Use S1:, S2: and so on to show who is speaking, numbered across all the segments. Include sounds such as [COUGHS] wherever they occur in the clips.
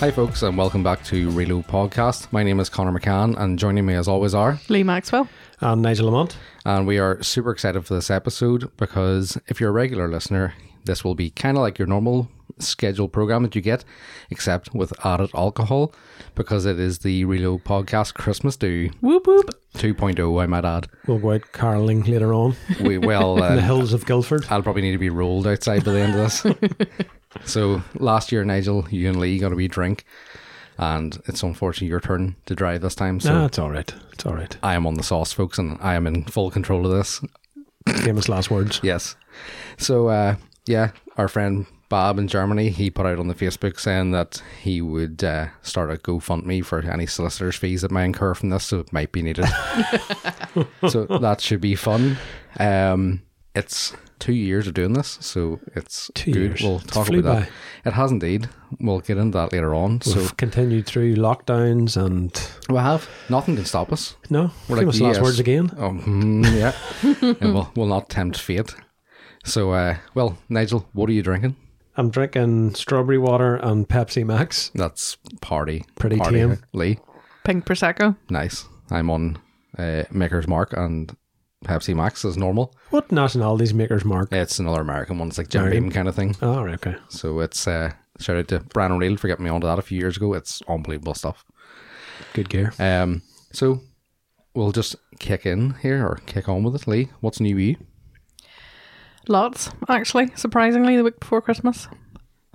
S1: Hi, folks, and welcome back to Reload Podcast. My name is Connor McCann, and joining me as always are,
S2: Lee Maxwell.
S3: And Nigel Lamont.
S1: and we are super excited for this episode because if you're a regular listener, this will be kind of like your normal scheduled program that you get, except with added alcohol because it is the Reload Podcast Christmas Do
S2: Whoop whoop.
S1: 2.0, oh, I might add.
S3: We'll go out caroling later on
S1: We well,
S2: [LAUGHS]
S3: in the
S1: uh,
S3: hills of Guildford.
S1: I'll probably need to be rolled outside by the end of this.
S2: [LAUGHS]
S1: so last year, Nigel, you and Lee got a wee drink, and it's unfortunately your turn to drive this time. So
S3: Nah, Ah, it's all right. It's
S1: [COUGHS]
S3: all right.
S1: I am on the sauce, folks, and I am in full control of this.
S3: Famous last words.
S1: Yes. So, uh, yeah, our friend Bob in Germany, he put out on the Facebook saying that he would uh, start a GoFundMe for any solicitor's fees that may incur from this, so it might be
S3: [LAUGHS]
S1: needed. so that should be fun. Um, it's two years of doing this, so it's
S3: Two
S1: good.
S3: years.
S1: We'll
S3: It's
S1: talk
S3: flew
S1: about that. It has indeed. We'll get into that later on.
S3: We've
S1: So
S3: continued through lockdowns and
S1: we have nothing can stop us.
S3: no famous last
S1: yes.
S3: words again.
S1: Oh, mm,
S3: [LAUGHS]
S1: yeah. and we'll, we'll not tempt fate. So, uh, well, Nigel, what are you drinking?
S3: I'm drinking strawberry water and Pepsi Max.
S1: That's party.
S3: Pretty
S1: party,
S3: tame.
S1: Lee.
S2: Pink Prosecco.
S1: Nice. I'm on uh, Maker's Mark and Pepsi Max as normal.
S3: What nationalities makers mark?
S1: It's another American one. It's like Jim
S3: American.
S1: Beam kind of thing.
S3: Oh, right, okay.
S1: So it's uh, shout out to Brian O'Neill for getting me onto that a few years ago. It's unbelievable stuff.
S3: Good gear.
S1: Um, so we'll just kick in here or kick on with it, Lee. What's new with you?
S2: Lots, actually, surprisingly, the week before Christmas.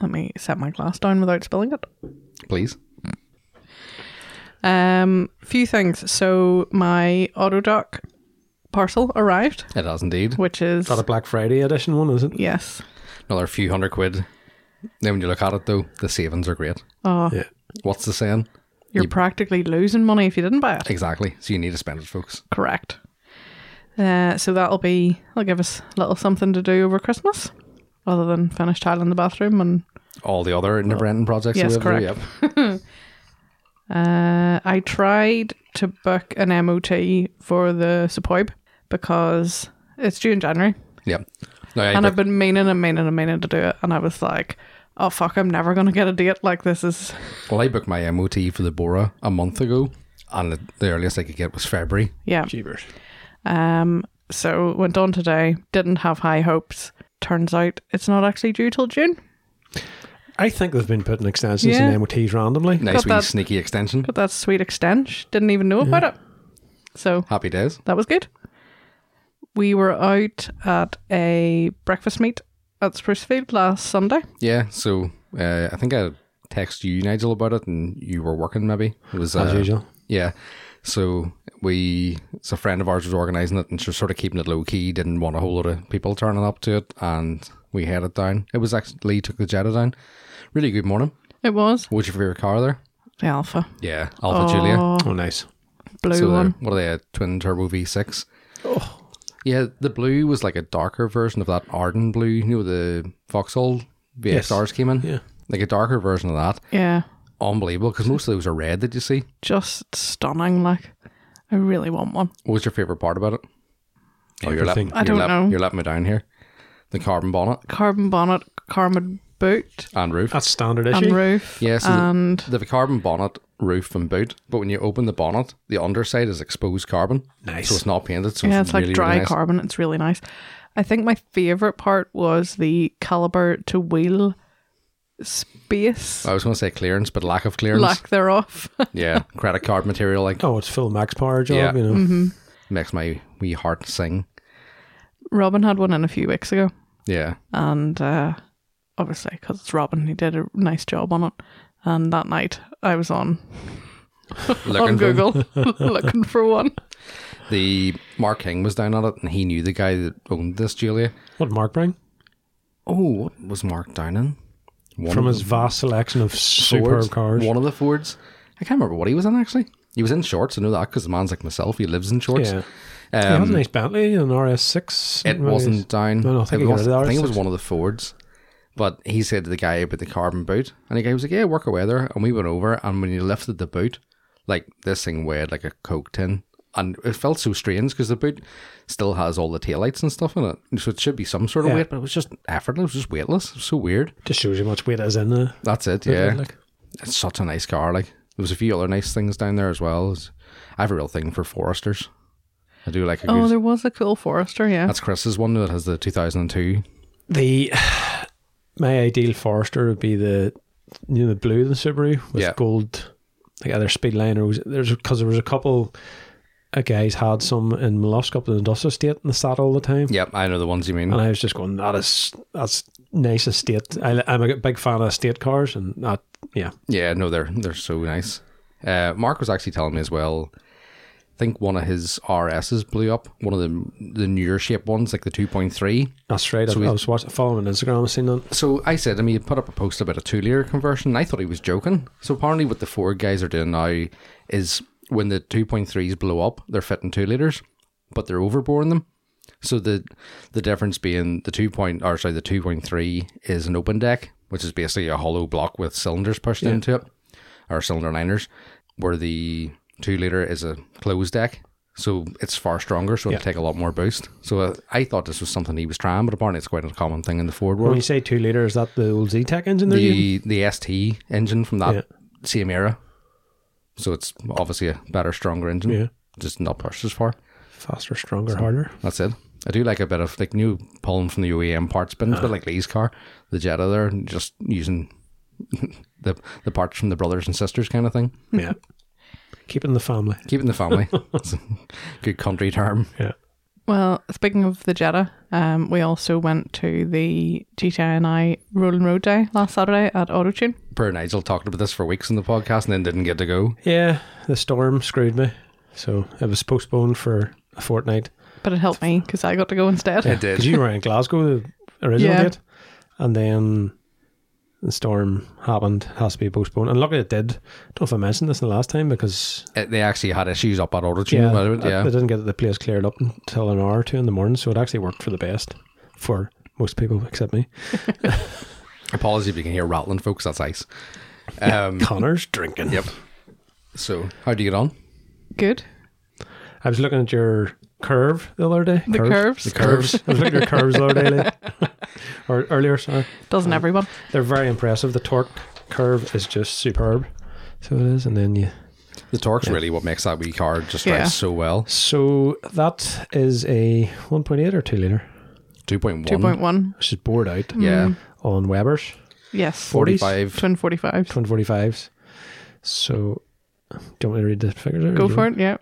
S2: Let me set my glass down without spilling it.
S1: Please.
S2: Um, few things. So my Autodoc parcel arrived,
S1: It has indeed.
S2: which is
S3: Is that a Black Friday edition one, is it?
S2: yes.
S1: Another few hundred quid. Then when you look at it though, the savings are great.
S2: Oh,
S3: Yeah.
S1: What's the saying?
S2: you're practically losing money if you didn't buy it.
S1: Exactly. So you need to spend it, folks.
S2: Correct. Uh, so that'll be that'll give us a little something to do over Christmas, other than finish tiling the bathroom and
S1: All the other never ending projects.
S2: Yes,
S1: we have,
S2: correct.
S1: Yep.
S2: Uh, I tried to book an MOT for the Sepoib because it's due in January,
S1: Yep. No, I
S2: and I've
S1: booked,
S2: been meaning and meaning and meaning to do it, and I was like, "Oh fuck, I'm never gonna get a date like this." Is
S1: well, I booked my MOT for the Bora a month ago, and the, the earliest I could get was February.
S2: yeah.
S3: Jeebers.
S2: Um. So went on today. Didn't have high hopes. Turns out it's not actually due till June.
S3: I think they've been putting extensions
S2: Yeah.
S3: in MOTs randomly.
S1: Nice
S2: Got
S1: wee
S2: that.
S1: sneaky extension.
S2: But that's sweet extent. Didn't even know about it. So
S1: Happy days.
S2: that was good. We were out at a breakfast meet at Sprucefield last Sunday.
S1: Yeah. So uh, I think I texted you, Nigel, about it, and you were working. Maybe it was
S3: As
S1: uh,
S3: usual.
S1: Yeah. So we, it's a friend of ours was organising it and she was sort of keeping it low key, didn't want a whole lot of people turning up to it. And we headed down. It was actually, Lee took the Jetta down. Really good morning.
S2: It was
S1: What's your favourite car there?
S2: the Alpha
S1: Yeah. Alpha Julia.
S2: Oh,
S3: Oh, nice.
S2: blue
S1: So they're-
S2: one.
S1: what are they, a twin turbo V6? Yeah, the blue was like a darker version of that Arden blue, you know, the Vauxhall
S3: Yes.
S1: VXRs came in.
S3: Yeah.
S1: Like a darker version of that.
S2: Yeah,
S1: Unbelievable, because most of those are red, did you see?
S2: just stunning. Like, I really want one.
S1: What was your favourite part about it? Oh, you're
S3: Everything.
S1: letting,
S2: I don't
S1: you're let-
S2: know.
S1: You're letting me down here. The carbon bonnet
S2: Carbon bonnet, carbon boot,
S1: and roof.
S3: That's standard
S2: and
S3: issue.
S2: roof.
S1: Yeah, so the-
S2: and
S1: The carbon bonnet, roof, and boot. But when you open the bonnet, the underside is exposed carbon.
S3: Nice.
S1: So it's not painted. So
S2: yeah,
S1: it's,
S2: it's like
S1: really,
S2: dry
S1: really nice.
S2: carbon. It's really nice. I think my favorite part was the caliber to wheel space,
S1: I was going to say clearance, but lack of clearance.
S2: lack thereof.
S1: [LAUGHS] Yeah, credit card material like
S3: Oh, it's full max power job,
S1: Yeah.
S3: you know.
S1: makes my wee heart sing.
S2: [LAUGHS] Robin had one in a few weeks ago,
S1: Yeah,
S2: and uh, obviously because it's Robin, he did a nice job on it. And that night, I was on on
S1: looking for him.
S2: Google [LAUGHS] looking for
S1: [LAUGHS]
S2: one.
S1: The Mark King was down on it, and he knew the guy that owned this Julia.
S3: What did Mark bring?
S1: Oh, what was Mark down in? One
S3: From
S1: of
S3: his vast selection of superb
S1: Fords.
S3: cars.
S1: One of the Fords. I can't remember what he was in actually. He was in shorts. I know that because the man's like myself. He lives in shorts.
S3: Yeah. he had a
S1: Um,
S3: nice Bentley, an RS6.
S1: it
S3: maybe.
S1: wasn't down.
S3: No, no, I think
S1: it
S3: he got
S1: was,
S3: it,
S1: I think it was
S3: RS6.
S1: one of the Fords. But he said to the guy about the carbon boot, and the guy was like, "Yeah, work away there." And we went over, and when he lifted the boot, like this thing weighed like a coke tin, and it felt so strange because the boot still has all the taillights and stuff in it, so it should be some sort of
S3: Yeah.
S1: weight, but it was just effortless, it was just weightless, it was so weird.
S3: Just shows you how much weight is in there.
S1: That's it, yeah.
S3: Like,
S1: it's such a nice car. Like there was a few other nice things down there as well. It's- I have a real thing for Foresters. I do like a
S2: Oh,
S1: good-
S2: there was a cool Forester, yeah.
S1: that's Chris's one that has the 2002.
S3: The [SIGHS] my ideal Forester would be the you know the blue the Subaru with
S1: Yeah.
S3: gold, like either speed line or was- there's because there was a couple. uh guys had some in Mollusk up in the industrial estate and they sat all the time.
S1: Yep, I know the ones you mean.
S3: And I was just going, that is that's nice estate. I, I'm a big fan of estate cars, and that yeah,
S1: Yeah, no, they're they're so nice. Uh, Mark was actually telling me as well. I think one of his RSs blew up. One of the the newer shape ones, like the two point three.
S3: that's right. I, I was watching, following Instagram, I seen that.
S1: So I said, I mean, he put up a post about a two liter conversion. And I thought he was joking. So apparently, what the Ford guys are doing now is when the 2.3s blow up, they're fitting two liters, but they're overboring them. So the the difference being the two point, or sorry, the 2.3 is an open deck, which is basically a hollow block with cylinders pushed into it, or cylinder liners, where the two liter is a closed deck. So it's far stronger, so it'll take a lot more boost. So uh, I thought this was something he was trying, but apparently it's quite a common thing in the Ford world
S3: When you say two liter, is that the old Z-Tech engine they're using?
S1: the the ST engine from that
S3: Yeah.
S1: same era. So it's obviously a better, stronger engine.
S3: Yeah.
S1: Just not pushed as far.
S3: Faster, stronger, harder.
S1: That's it. I do like a bit of like new pulling from the OEM parts bin,
S3: Uh-huh.
S1: but like Lee's car, the Jetta there, and just using [LAUGHS] the the parts from the brothers and sisters kind of thing.
S3: yeah, keeping the family.
S1: Keeping the
S3: [LAUGHS]
S1: family. It's a good country term.
S3: Yeah,
S2: Well, speaking of the Jetta, um, we also went to the GTI Rolling Road Day last Saturday at Autotune.
S1: Poor Nigel talked about this for weeks in the podcast and then didn't get to go.
S3: yeah. The storm screwed me, so it was postponed for a fortnight.
S2: But it helped me because I got to go instead.
S1: It
S3: Because
S1: did.
S3: you were in Glasgow the original
S2: Yeah.
S3: date, and then the storm happened, has to be postponed. And luckily it did. don't know if I mentioned this in the last time because
S1: It- Uh, they actually had issues up at Auto
S3: yeah, Uh,
S1: yeah,
S3: I, I
S1: yeah.
S3: didn't get the place cleared up until an hour or two in the morning, so it actually worked for the best for most people except me.
S1: Apologies if you can hear rattling, folks. That's ice.
S3: [LAUGHS]
S1: Um,
S3: Connor's drinking.
S1: Yep. So, how do you get on?
S2: Good.
S3: I was looking at your curve the other day.
S2: The curves.
S1: The curves.
S3: Curves. I was looking at your curves the other
S2: [LAUGHS]
S3: day, Lee. [LAUGHS] or earlier. Sorry,
S2: Doesn't
S1: Uh,
S2: everyone?
S3: they're very impressive. The torque curve is just superb. So it is, and then you
S1: The torque's really what makes that wee car just
S2: Yeah.
S1: drive so well.
S3: So that is a 1.8 or 2 litre,
S1: 2.1.
S2: 2.1.
S3: which is bored out
S1: Yeah.
S3: on Weber's
S2: Mm, Yes.
S3: 40s?
S1: 45.
S2: Twin 45s.
S3: 145s. So, do you want me to read the figures? out?
S2: Go for it. Yeah.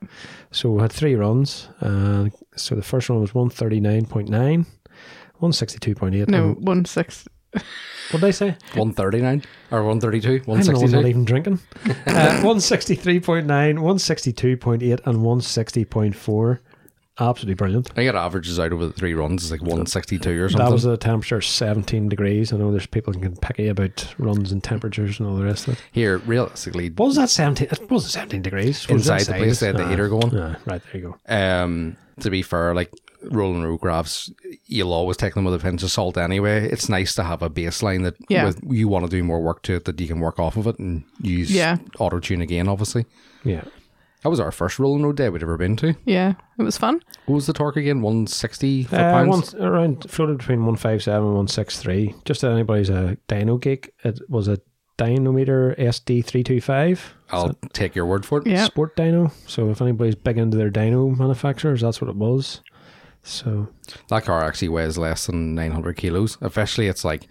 S3: So, we had three runs. Uh, so, the first one was 139.9, 162.8.
S2: No,
S1: Um,
S3: and-
S2: one six.
S3: What did I say?
S1: 139 or 132.
S3: I don't know, I'm not
S1: 162.
S3: even drinking. [LAUGHS] Uh, 163.9, 162.8, and 160.4. Absolutely brilliant.
S1: I think it averages out over the three runs. It's like 162 or something.
S3: That was at a temperature of 17 degrees. I know there's people who can pick you about runs and temperatures and all the rest of it.
S1: Here, realistically,
S3: What was that 17? It wasn't 17 degrees. It was
S1: inside the place, they had the
S3: Ah,
S1: heater going.
S3: ah, right, there you go.
S1: Um, to be fair, like rolling road graphs, you'll always take them with a pinch of salt anyway. It's nice to have a baseline that
S2: Yeah.
S1: with, you want to do more work to it that you can work off of it and use
S2: Yeah.
S1: auto tune again, obviously.
S3: Yeah.
S1: That was our first rolling road day we'd ever been to.
S2: Yeah. It was fun.
S1: What was the torque again? 160 foot
S3: Uh,
S1: pounds?
S3: once, around floated between 157 and 163. Just that anybody's a dyno geek, it was a dynometer SD325
S1: I'll take your word for it.
S2: Yeah.
S3: sport dyno. So if anybody's big into their dyno manufacturers, that's what it was. So
S1: That car actually weighs less than 900 kilos. Officially, it's like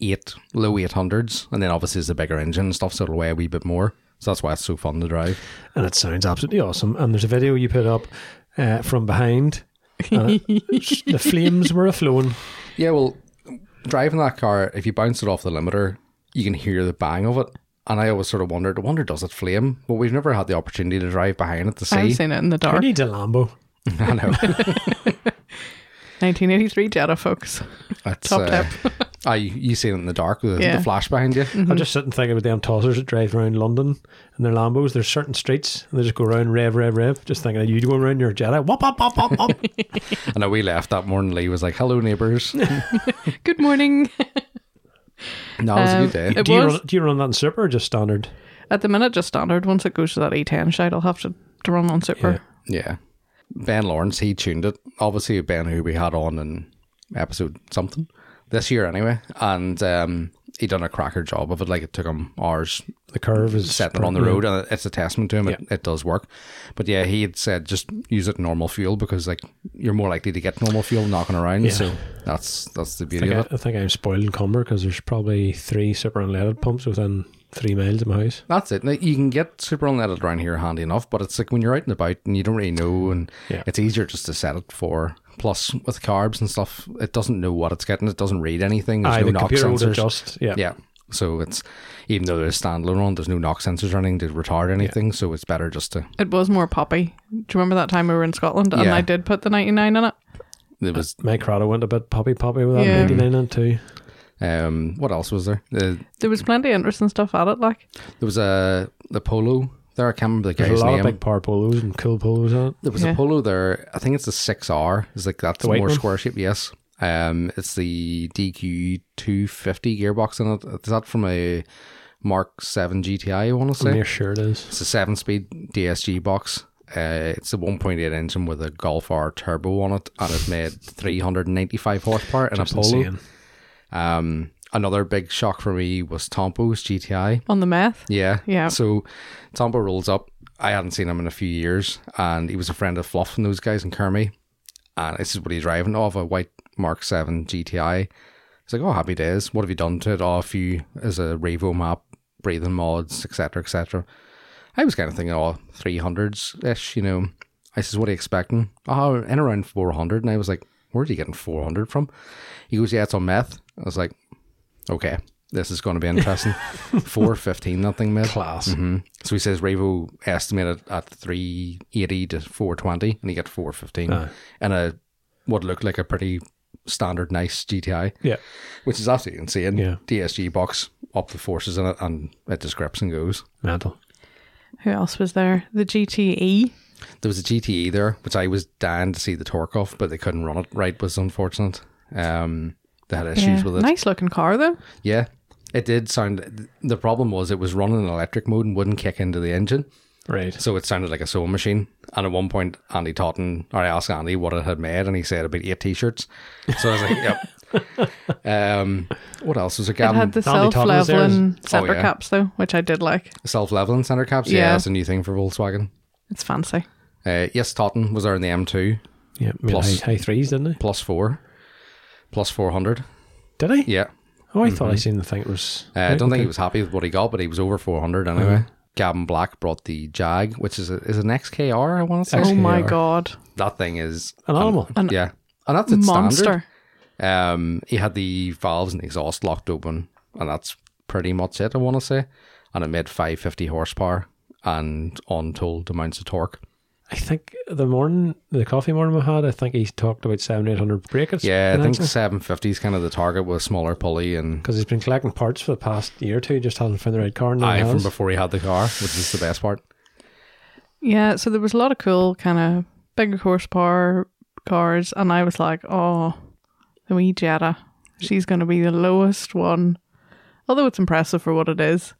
S1: eight low 800s, and then obviously it's a bigger engine and stuff, so it'll weigh a wee bit more. So that's why it's so fun to drive.
S3: and it sounds absolutely awesome. And there's a video you put up uh, from behind. and it- the flames were a flowing.
S1: Yeah, well, driving that car, if you bounce it off the limiter, you can hear the bang of it. And I always sort of wondered, I wonder does it flame? But we've never had the opportunity to drive behind it to see.
S2: I've seen it in the
S3: Who
S2: dark.
S3: needs a Lambo?
S1: [LAUGHS] I
S2: [LAUGHS]
S1: know.
S2: 1983 Jetta, folks.
S1: That's,
S2: Top
S1: uh, I, you seen it in the dark with the-
S2: Yeah.
S1: the flash behind
S2: [LAUGHS]
S1: you.
S3: I'm just sitting thinking about them tossers that drive around London and their Lambos. There's certain streets and they just go round rev, rev, rev. Just thinking, you go around your Jedi, wop, wop, wop, wop, wop.
S1: And we left that morning. Lee was like, hello,
S2: [LAUGHS]
S1: neighbours. no, it [LAUGHS]
S2: Good morning.
S1: was a
S2: Um,
S1: good day.
S2: it
S3: do, you
S2: was-
S3: run, do you run that in super or just standard?
S2: At the minute, just standard. Once it goes to that E10 shite, I'll have to, to run on super.
S3: Yeah.
S1: Yeah. Ben Lawrence, he tuned it. Obviously, Ben, who we had on in episode something this year anyway. And um, he done a cracker job of it. Like it took him hours
S3: The curve is
S1: setting it on the road, and it's a testament to him. It, it does work. But yeah, he had said just use it normal fuel because like you're more likely to get normal fuel knocking around.
S3: Yeah.
S1: So that's that's the
S3: I
S1: beauty
S3: think,
S1: of
S3: I,
S1: it.
S3: I think I'm spoiled in Cumber because there's probably three super unleaded pumps within three miles of my house.
S1: That's it. Now, you can get super unleaded around here handy enough, but it's like when you're out and about and you don't really know, and
S3: Yeah.
S1: it's easier just to set it for. Plus, with carbs and stuff, it doesn't know what it's getting. It doesn't read anything. There's
S3: Aye,
S1: no
S3: the
S1: knock
S3: computer would
S1: sensors.
S3: adjust. Yeah.
S1: Yeah. So it's even though there's standalone one, there's no knock sensors or anything to retard anything. So it's better just to.
S2: It was more poppy. Do you remember that time we were in Scotland and
S1: Yeah.
S2: I did put the 99 in it?
S1: It was.
S3: My Corrado went a bit poppy poppy with that
S2: Yeah.
S3: 99 and two.
S1: Um. What else was there? The,
S2: There was plenty of interesting stuff at it. Like,
S1: there was a the polo there. I can't remember the
S3: There's
S1: guy's
S3: a lot
S1: name.
S3: of big power polos and cool polos on it.
S1: There was
S2: Yeah.
S1: a polo there. I think it's the six R. It's like that's
S3: The white
S1: more
S3: one?
S1: square shape. Yes. Um, it's the DQ two fifty gearbox in it. Is that from a Mark Seven GTI? I want to
S3: I'm
S1: say
S3: near sure it is.
S1: it's a seven speed DSG box. Uh, it's a one point eight engine with a Golf R turbo on it, and it made three hundred and ninety five horsepower in a
S3: It's
S1: polo.
S3: insane.
S1: Um, another big shock for me was Tompo's GTI.
S2: on the meth.
S1: Yeah.
S2: Yeah.
S1: So Tombo rolls up. I hadn't seen him in a few years, and he was a friend of Fluff and those guys in Kermy. And this is what he's driving off a white Mark 7 GTI. He's like, Oh, happy days. What have you done to it? Oh, a few as a Revo map, breathing mods, etc. etc. I was kind of thinking, Oh, 300s ish, you know. I says, What are you expecting? Oh, in around 400. And I was like, Where's he getting 400 from? He goes, Yeah, it's on meth. I was like, Okay, this is going to be interesting. 415, that thing made.
S3: Class.
S1: Mhm. So he says Revo estimated at 380 to 420, and he got 415
S3: Aye.
S1: and a what looked like a pretty standard nice GTI,
S3: Yeah.
S1: which is absolutely insane.
S3: Yeah.
S1: DSG box up the forces in it, and it just grips and goes.
S3: Mental.
S2: Who else was there? The E. GTE.
S1: There was a GTE there, which I was dying to see the torque off, but they couldn't run it right. Was unfortunate. Um, they had issues
S2: Yeah.
S1: with it.
S2: Nice looking car though.
S1: Yeah, it did sound. The problem was it was running in electric mode and wouldn't kick into the engine.
S3: Right.
S1: So it sounded like a sewing machine. And at one point, Andy Totten, or I asked Andy what it had made, and he said about eight t shirts. So I was like, yep. Um, what else was it?
S2: It
S1: Gavin?
S2: had the
S3: Tommy
S2: self
S3: Todd was there.
S2: leveling center
S1: yeah.
S2: caps though, which I did like.
S1: Self leveling center caps. Yeah.
S2: Yeah.
S1: that's a new thing for Volkswagen.
S2: It's fancy.
S1: Uh, yes, Totten was there in the M2,
S3: Yeah. Made
S1: Plus-
S3: high, high threes, didn't he?
S1: plus four, plus 400.
S3: Did he?
S1: Yeah. Mm-hmm.
S3: Oh, I thought I seen the thing. It was.
S1: Uh, I don't think he was happy with what he got, but he was over 400 anyway. Gavin Black brought the Jag, which is, a, is an XKR, I want to say.
S2: Oh my
S3: XKR.
S2: god.
S1: That thing is.
S3: an animal.
S1: yeah. And that's its standard.
S2: Monster.
S1: Um, he had the valves and exhaust locked open, and that's pretty much it. I want to say, and it made 550 horsepower and untold amounts of torque.
S3: I think the morning, the coffee morning we had, I think he talked about seven, eight hundred breakers.
S1: Yeah, I think 750 is kind of the target with a smaller pulley, and
S3: because he's been collecting parts for the past year or two, just hasn't found the right car. Now he
S1: I from
S3: has.
S1: before he had the car, which is the best part.
S2: Yeah, so there was a lot of cool kind of big horsepower cars, and I was like, oh, the wee Jetta, she's going to be the lowest one. Although it's impressive for what it is,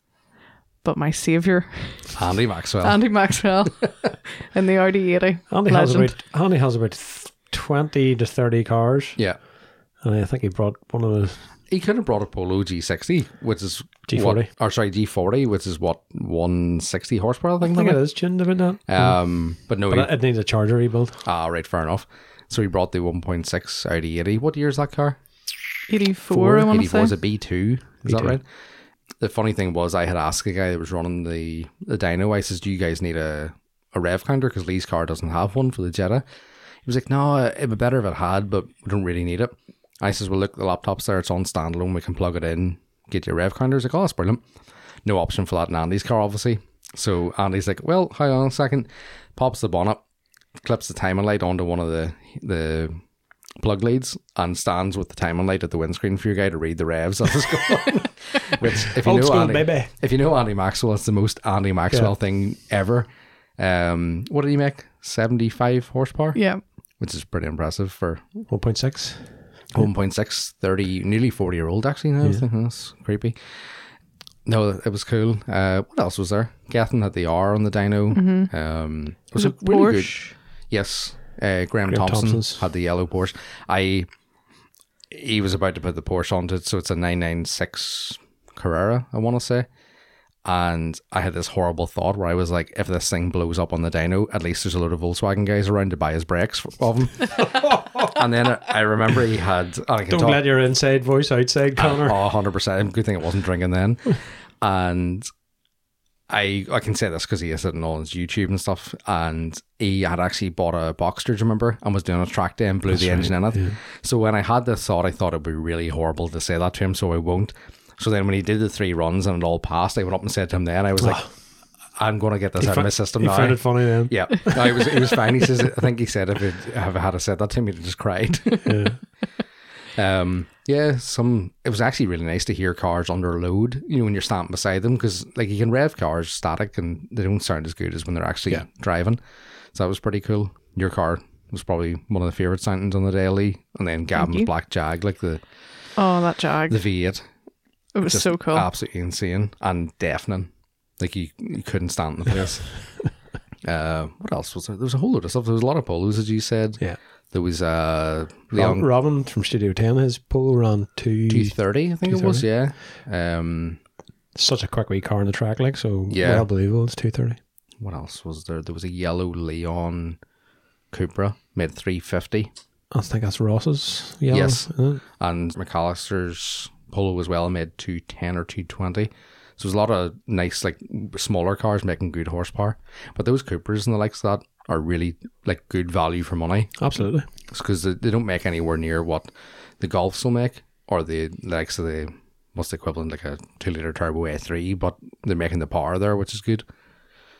S2: but my savior, [LAUGHS]
S1: Andy Maxwell.
S2: Andy Maxwell, in the RD80,
S3: Andy has
S2: legend.
S3: about Andy has about th- twenty to thirty cars,
S1: yeah,
S3: and I think he brought one of the
S1: he could have brought a Polo G60, which is
S3: G40.
S1: what- or sorry G40, which is what 160 horsepower, I
S3: I
S1: think.
S3: think
S1: maybe?
S3: it is tuned about that.
S1: Um, but no,
S3: But
S1: he-
S3: it- it needs a charger rebuild.
S1: ah, right, fair enough. So he brought the 1.6 Audi 80. What year is that car?
S2: 84, I want to
S1: 84
S2: say.
S1: is a B2. Is that
S3: B2.
S1: right? The funny thing was, I had asked a guy that was running the, the dyno, I says, Do you guys need a, a rev counter? Because Lee's car doesn't have one for the Jetta. He was like, No, it'd be better if it had, but we don't really need it. I says, Well, look, the laptop's there. It's on standalone. We can plug it in, get your rev counter. He's like, Oh, that's brilliant. No option for that in Andy's car, obviously. So Andy's like, Well, hang on a second. Pops the bonnet, clips the timing light onto one of the, the plug leads and stands with the timing light at the windscreen for your guy to read the revs as it's going.
S3: [LAUGHS]
S1: Which, if you
S3: Old
S1: know
S3: school,
S1: Andy,
S3: baby.
S1: if you know Andy Maxwell, it's the most Andy Maxwell
S3: Yeah.
S1: thing ever. Um, what did he make? Seventy-five horsepower,
S2: yeah.
S1: which is pretty impressive for
S3: One point six.
S1: 1.6, 30, nearly forty-year-old. Actually, now I was thinking that's creepy. No, it was cool. Uh, what else was there? Gethin had the R on the dyno. Um, it was,
S2: Mm-hmm. The
S1: a really good.
S2: Porsche.
S1: Yes, uh, Graham, Thompson
S3: Thompson's.
S1: had the yellow Porsche. I he was about to put the Porsche onto it, so it's a nine nine six Carrera, I want to say. And I had this horrible thought where I was like, if this thing blows up on the dyno, at least there's a load of Volkswagen guys around to buy his brakes of him. and then I I remember he had. and I can
S3: Don't
S1: talk-
S3: let your inside voice outside, Connor.
S1: Oh, 100%. Good thing it wasn't drinking
S3: [LAUGHS]
S1: then. and I I can say this because he is sitting on his YouTube and stuff. And he had actually bought a Boxster, do you remember? And was doing a track day and blew the engine in it. So when I had this thought, I thought it would be really horrible to say that to him, so I won't. So then when he did the three runs and it all passed, I went up and said to him then, I was like, I'm going to get this out of my system
S3: you
S1: now.
S3: found it funny then.
S1: Yeah, no, it was it was fine. He says, I think he said if it if I had said that to him, he'd have just cried. Yeah. [LAUGHS] um, yeah. Some it was actually really nice to hear cars under load. You know, when you're standing beside them, because like you can rev cars static, and they don't sound as good as when they're actually driving. So that was pretty cool. Your car was probably one of the favorite soundings on the daily, and then Gavin
S2: you.
S1: Black Jag, like the
S2: Oh, that jag.
S1: the V8,
S2: it was
S1: just ah,
S2: so cool.
S1: absolutely insane and deafening. Like you, you couldn't stand in the place. uh, what else was there? There was a whole load of stuff. There was a lot of polos, as you said.
S3: Yeah.
S1: There was uh,
S3: Rob-
S1: Leon
S3: Robin from Studio 10, his polo ran two.
S1: two thirty, I think it was. Yeah. Um,
S3: Such a quick wee car on the track, like, so
S1: Yeah.
S3: well believable. It's 230.
S1: what else was there? There was a yellow Leon Cupra made three fifty,
S3: I think that's Ross's yellow.
S1: Yes.
S3: isn't it?
S1: and McAllister's polo as well made two ten or two twenty. So there's a lot of nice, like smaller cars making good horsepower, but those Cupras and the likes of that are really like good value for money.
S3: Absolutely.
S1: because they, they don't make anywhere near what the Golfs will make or the likes of the what's the equivalent like a two liter turbo A3, but they're making the power there, which is good.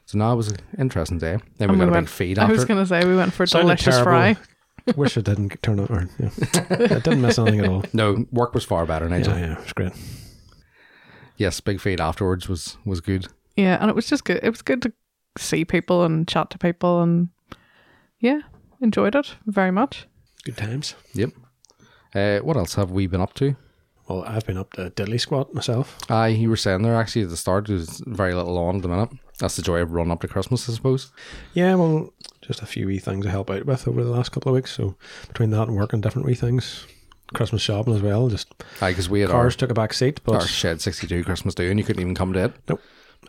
S1: So now it was an interesting day. Then we
S2: And
S1: got a
S2: went,
S1: big feed
S2: I
S1: after.
S2: was
S1: it.
S2: going to say we went for a
S3: Sounded
S2: delicious
S3: terrible.
S2: fry.
S3: [LAUGHS] Wish it didn't turn out. Or, [LAUGHS] yeah. it didn't miss anything at all.
S1: No, work was far better, Nigel.
S3: Yeah, yeah, it's great.
S1: Yes, big feed afterwards was was good.
S2: Yeah, and it was just good. It was good to see people and chat to people, and yeah, enjoyed it very much.
S3: Good times.
S1: Yep. Uh, what else have we been up to?
S3: Well, I've been up to Diddley Squat myself.
S1: Uh, you were saying there actually at the start, there's very little on at the minute. That's the joy of run up to Christmas, I suppose.
S3: Yeah, well, just a few wee things I help out with over the last couple of weeks. So between that and working different wee things, Christmas shopping as well. Just
S1: Because we had our,
S3: cars took a back seat,
S1: our
S3: but
S1: Shed 62 Christmas do, and you couldn't even come to it.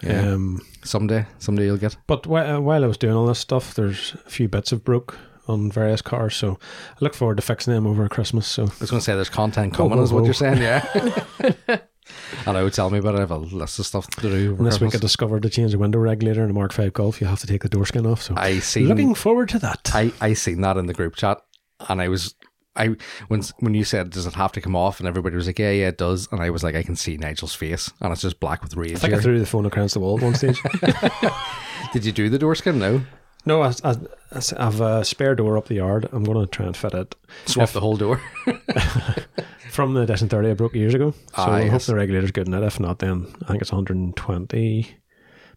S3: um,
S1: Someday, someday you'll get.
S3: But whi- uh, while I was doing all this stuff, there's a few bits of broke on various cars, so I look forward to fixing them over Christmas. So
S1: I was going to say there's content coming,
S3: ho,
S1: is what
S3: ho.
S1: you're saying, yeah.
S3: [LAUGHS]
S1: and I would tell me about it. I have a list of stuff to do. Over
S3: and this week I
S1: Christmas.
S3: discovered to change the window regulator in a Mark V Golf, you have to take the door skin off. So
S1: I seen
S3: looking forward to that.
S1: I I seen that in the group chat, and I was I when when you said does it have to come off, and everybody was like yeah yeah it does, and I was like I can see Nigel's face, and it's just black with rage.
S3: I think I
S1: here.
S3: threw the phone across the wall at
S1: [LAUGHS]
S3: one stage.
S1: Did you do the door skin? No,
S3: no, I, I, I s- I've a spare door up the yard. I'm going to try and fit it
S1: swap the whole door. [LAUGHS]
S3: from the edition 30 I broke years ago. So
S1: Ah,
S3: I hope
S1: yes.
S3: the regulator's good in it. If not, then I think it's 120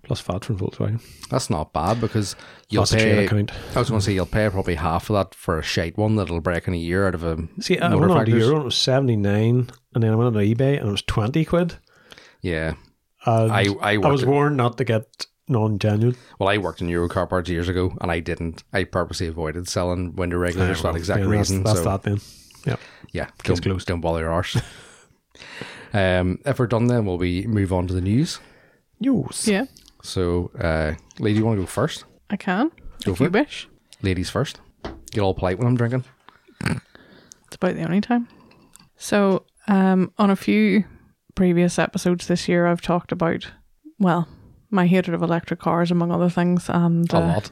S3: plus VAT from Volkswagen.
S1: That's not bad because you'll
S3: That's a trade
S1: pay.
S3: account.
S1: I was going to say you'll pay probably half of that for a shite one that'll break in a year out of a
S3: See, I
S1: motor
S3: went on to
S1: factors.
S3: Euro, it was 79, and then I went on to eBay, and it was 20 quid.
S1: Yeah,
S3: And
S1: I I,
S3: I
S1: worked
S3: was
S1: it.
S3: warned not to get non-genuine.
S1: Well, I worked in Eurocar parts years ago, and I didn't. I purposely avoided selling
S3: Ah,
S1: window regulators for that exact
S3: Yeah,
S1: reason.
S3: That's,
S1: so
S3: that's that then. Yeah.
S1: yeah, don't,
S3: closed.
S1: don't bother your arse. [LAUGHS] um, if we're done, then will we move on to the news?
S3: News.
S2: Yeah,
S1: So, uh, lady, you want to go first?
S2: I can
S1: Go
S2: if
S1: for
S2: you
S1: it.
S2: wish.
S1: Ladies first. Get all polite when I'm drinking.
S2: It's about the only time. So, um, on a few previous episodes this year, I've talked about well my hatred of electric cars, among other things, and
S1: A
S2: uh,
S1: lot.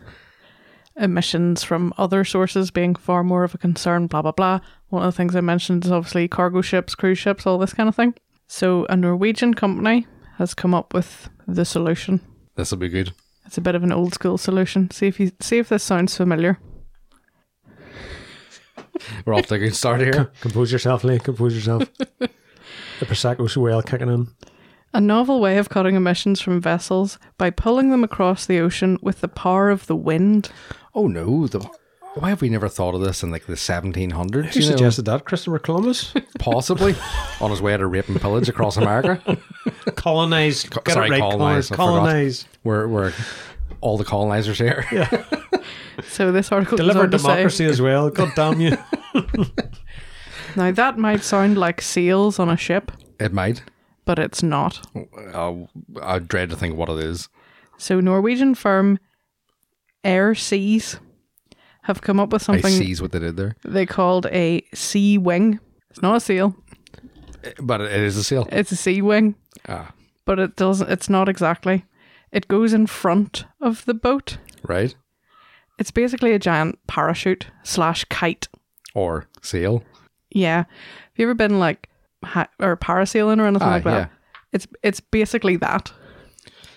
S2: emissions from other sources being far more of a concern, blah, blah, blah. One of the things I mentioned is obviously cargo ships, cruise ships, all this kind of thing. So, a Norwegian company has come up with the solution.
S1: This will be good.
S2: It's a bit of an old school solution. See if you see if this sounds familiar.
S1: We're off to a good start here.
S3: Compose yourself, Lee. Compose yourself. the Prosecco's well kicking in.
S2: A novel way of cutting emissions from vessels by pulling them across the ocean with the power of the wind.
S1: [LAUGHS] Oh no! The, why have we never thought of this in like the 1700s?
S3: Who
S1: you know?
S3: suggested that? Christopher Columbus?
S1: [LAUGHS] possibly on his way to rape and pillage across America.
S3: [LAUGHS]
S1: [LAUGHS]
S3: colonized. Get
S1: sorry,
S3: it right,
S1: colonized, I
S3: colonized.
S1: forgot.
S3: Colonized.
S1: We're we're all the colonizers here.
S2: So this article goes
S3: Deliver
S2: on to say-
S3: democracy as well. God damn you.
S2: now that might sound like seals on a ship,
S1: It might.
S2: but it's not.
S1: I, I dread to think what it is.
S2: So Norwegian firm Air Seas have come up with
S1: I
S2: something
S1: sees what they did there,
S2: they called a sea wing. It's not a seal.
S1: but it is a seal.
S2: It's a sea wing,
S1: Ah,
S2: but it doesn't it's not exactly. It goes in front of the boat.
S1: right,
S2: It's basically a giant parachute slash kite.
S1: or seal.
S2: Yeah. Have you ever been like ha- or parasailing or anything
S1: Aye,
S2: like that?
S1: Ah, yeah.
S2: It's it's basically that.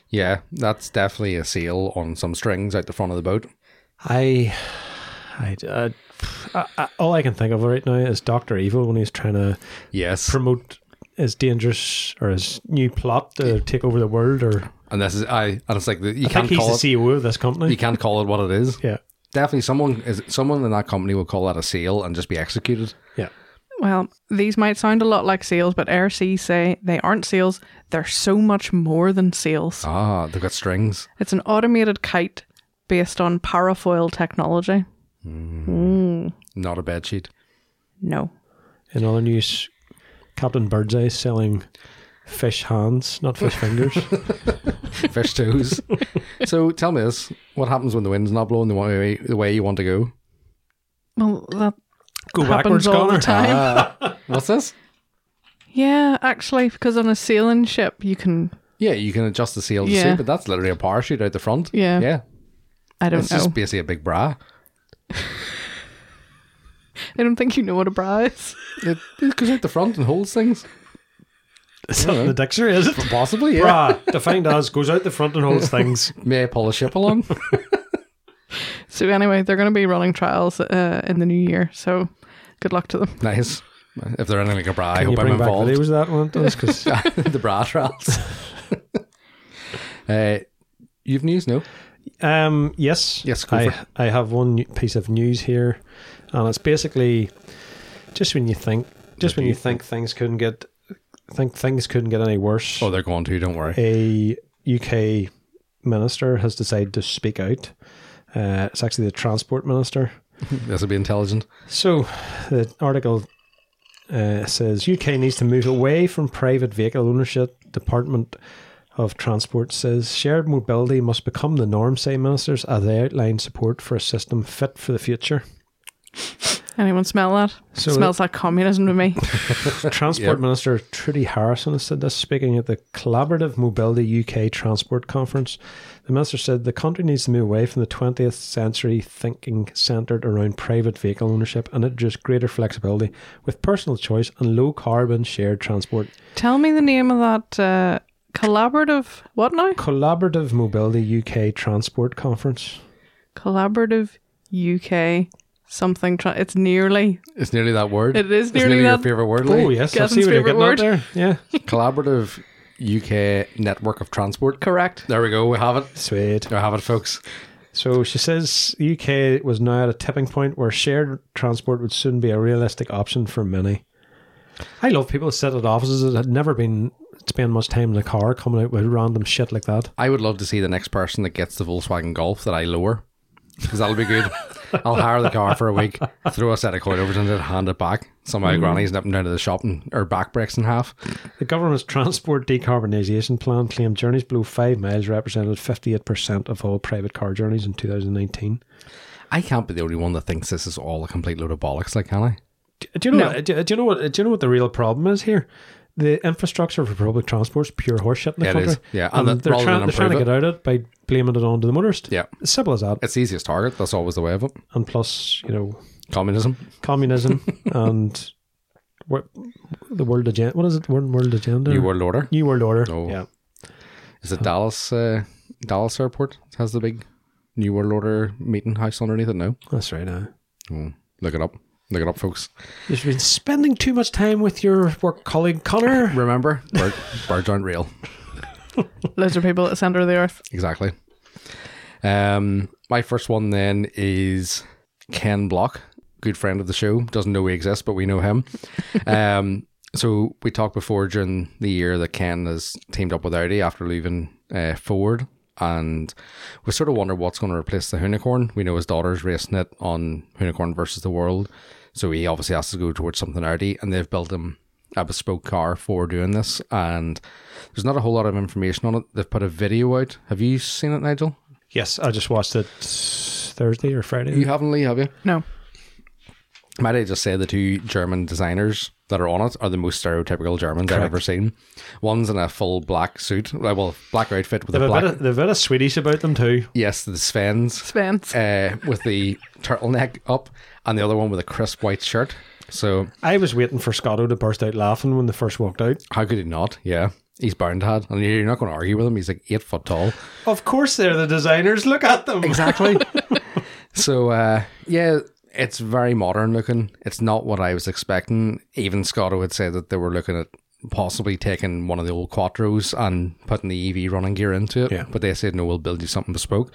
S1: Yeah, that's definitely a seal on some strings out the front of the boat.
S3: I, I, uh, I, I, all I can think of right now is Doctor Evil when he's trying to
S1: Yes,
S3: promote his dangerous or his new plot to take over the world. Or
S1: and this is I. And it's like the, you
S3: I think
S1: can't
S3: he's
S1: call it.
S3: the CEO of this company.
S1: You can't call it what it [LAUGHS] is.
S3: yeah,
S1: Definitely, someone is someone in that company will call that a seal and just be executed.
S3: yeah.
S2: Well, these might sound a lot like seals, but RC say they aren't seals. They're so much more than seals.
S1: Ah, they've got strings.
S2: It's an automated kite based on parafoil technology.
S1: Not a bed sheet.
S2: No.
S3: In other news, Captain Birdseye selling fish hands, not fish fingers.
S1: Fish toes. so tell me this: what happens when the wind's not blowing the way the way you want to go?
S2: Well, that
S3: Go
S2: happens
S3: backwards,
S2: all
S3: Connor.
S2: the time.
S1: What's this?
S2: yeah, actually, because on a sailing ship, you can.
S1: Yeah, you can adjust the seal to
S2: Yeah.
S1: suit, but that's literally a parachute out the front.
S2: Yeah. Oh.
S1: yeah.
S2: I don't
S1: It's
S2: know.
S1: just basically a big bra.
S2: I don't think you know what a bra is.
S1: It, it goes out the front and holds things.
S3: It's not in the dictionary, is it?
S1: Possibly, yeah.
S3: Brah, defined as goes out the front and holds things.
S1: May I pull a ship along? [LAUGHS]
S2: So, anyway, they're going to be running trials uh, in the new year. So, good luck to them.
S1: nice. If they're anything like a bra, [LAUGHS] I
S3: Can you
S1: hope I'm
S3: bring back
S1: involved.
S3: videos of that one, because
S1: [LAUGHS] the bra trials. [LAUGHS] uh, you've news, no?
S3: Um, yes.
S1: Yes, go for
S3: I,
S1: it.
S3: I have one new- piece of news here, and it's basically just when you think, just when you think things couldn't get, think things couldn't get any worse.
S1: Oh, they're going to. Don't worry.
S3: A UK minister has decided to speak out. Uh, it's actually the transport minister.
S1: This will be intelligent.
S3: So the article uh, says UK needs to move away from private vehicle ownership. Department of Transport says shared mobility must become the norm, say ministers, as they outline support for a system fit for the future.
S2: Anyone smell that?
S3: So-
S2: Smells like communism to me.
S3: Transport
S1: Yep.
S3: Minister Trudy Harrison has said this, speaking at the Collaborative Mobility UK Transport Conference. The minister said the country needs to move away from the 20th century thinking centred around private vehicle ownership and introduce greater flexibility with personal choice and low carbon shared transport.
S2: Tell me the name of that uh, collaborative. What now?
S3: Collaborative Mobility UK Transport Conference.
S2: Collaborative UK something. Tra- it's nearly.
S1: It's nearly that word.
S2: It is
S1: It's
S2: nearly
S1: your
S2: that-
S1: favorite word.
S3: Oh,
S1: Lee.
S3: yes, I
S2: Gavin's
S3: see what you're getting
S2: favourite
S3: at there. Yeah.
S1: Collaborative UK network of transport.
S2: Correct.
S1: There we go. We have it.
S3: Sweet.
S1: There we have it, folks.
S3: So she says UK was now at a tipping point where shared transport would soon be a realistic option for many. I love people that sit at offices that had never been spend much time in the car coming out with random shit like that.
S1: I would love to see the next person that gets the Volkswagen Golf that I lower. Because that'll be [LAUGHS] good. I'll hire the car for a week, throw a set of coilovers into it, hand it back. Somehow Granny's nipping down to the shop and her back breaks in half.
S3: The government's transport decarbonisation plan claimed journeys below five miles represented fifty eight percent of all private car journeys in two thousand nineteen.
S1: I can't be the only one that thinks this is all a complete load of bollocks, like, can I?
S3: Do you know? What, do, do you know what? Do you know what the real problem is here? The infrastructure for public transport is pure horseshit in the
S1: Yeah, it
S3: country.
S1: is. Yeah, and
S3: and,
S1: that-
S3: they're,
S1: rather
S3: trying,
S1: than
S3: they're trying to
S1: improve
S3: get out of it by blaming it onto the motorists.
S1: Yeah.
S3: It's simple as that.
S1: It's the easiest target. That's always the way of it.
S3: and plus you know
S1: Communism. [LAUGHS]
S3: communism and what the world agenda what is it world world agenda
S1: New World Oh. Order.
S3: New World order
S1: No.
S3: yeah
S1: Is it Dallas uh, Dallas Airport has the big New World Order meeting house underneath it now?
S3: that's right uh,
S1: Mm. Look it up. Look it up, folks.
S3: you've been spending too much time with your work colleague Connor
S1: Remember, bird, [LAUGHS] birds aren't real.
S2: Loads of people at the center of the earth.
S1: Exactly. Um, my first one then is Ken Block, good friend of the show. Doesn't know we exist, but we know him. um, so we talked before during the year that Ken has teamed up with Audi after leaving uh, Ford, and we sort of wonder what's going to replace the Unicorn. We know his daughter's racing it on Unicorn versus the World, so he obviously has to go towards something Audi, and they've built him a bespoke car for doing this, and there's not a whole lot of information on it. They've put a video out. Have you seen it, Nigel?
S3: Yes, I just watched it Thursday or Friday.
S1: You haven't, Lee, have you?
S2: No.
S1: Might I just say the two German designers that are on it are the most stereotypical Germans I've ever seen. One's in a full black suit, like, well, black outfit with
S3: They've
S1: a
S3: a,
S1: black.
S3: bit of, they've a bit of Swedish about them too.
S1: yes, the Svens
S2: Spence.
S1: uh, with the turtleneck up, and the other one with a crisp white shirt. So
S3: I was waiting for Scotto to burst out laughing when they first walked out.
S1: how could he not? Yeah, he's bound to have, and you're not going to argue with him. He's like eight foot tall.
S3: Of course, they're the designers. Look at them.
S1: exactly. so uh, yeah, it's very modern looking. It's not what I was expecting. Even Scotto had said that they were looking at possibly taking one of the old Quattros and putting the EV running gear into it.
S3: Yeah.
S1: But they said no, we'll build you something bespoke.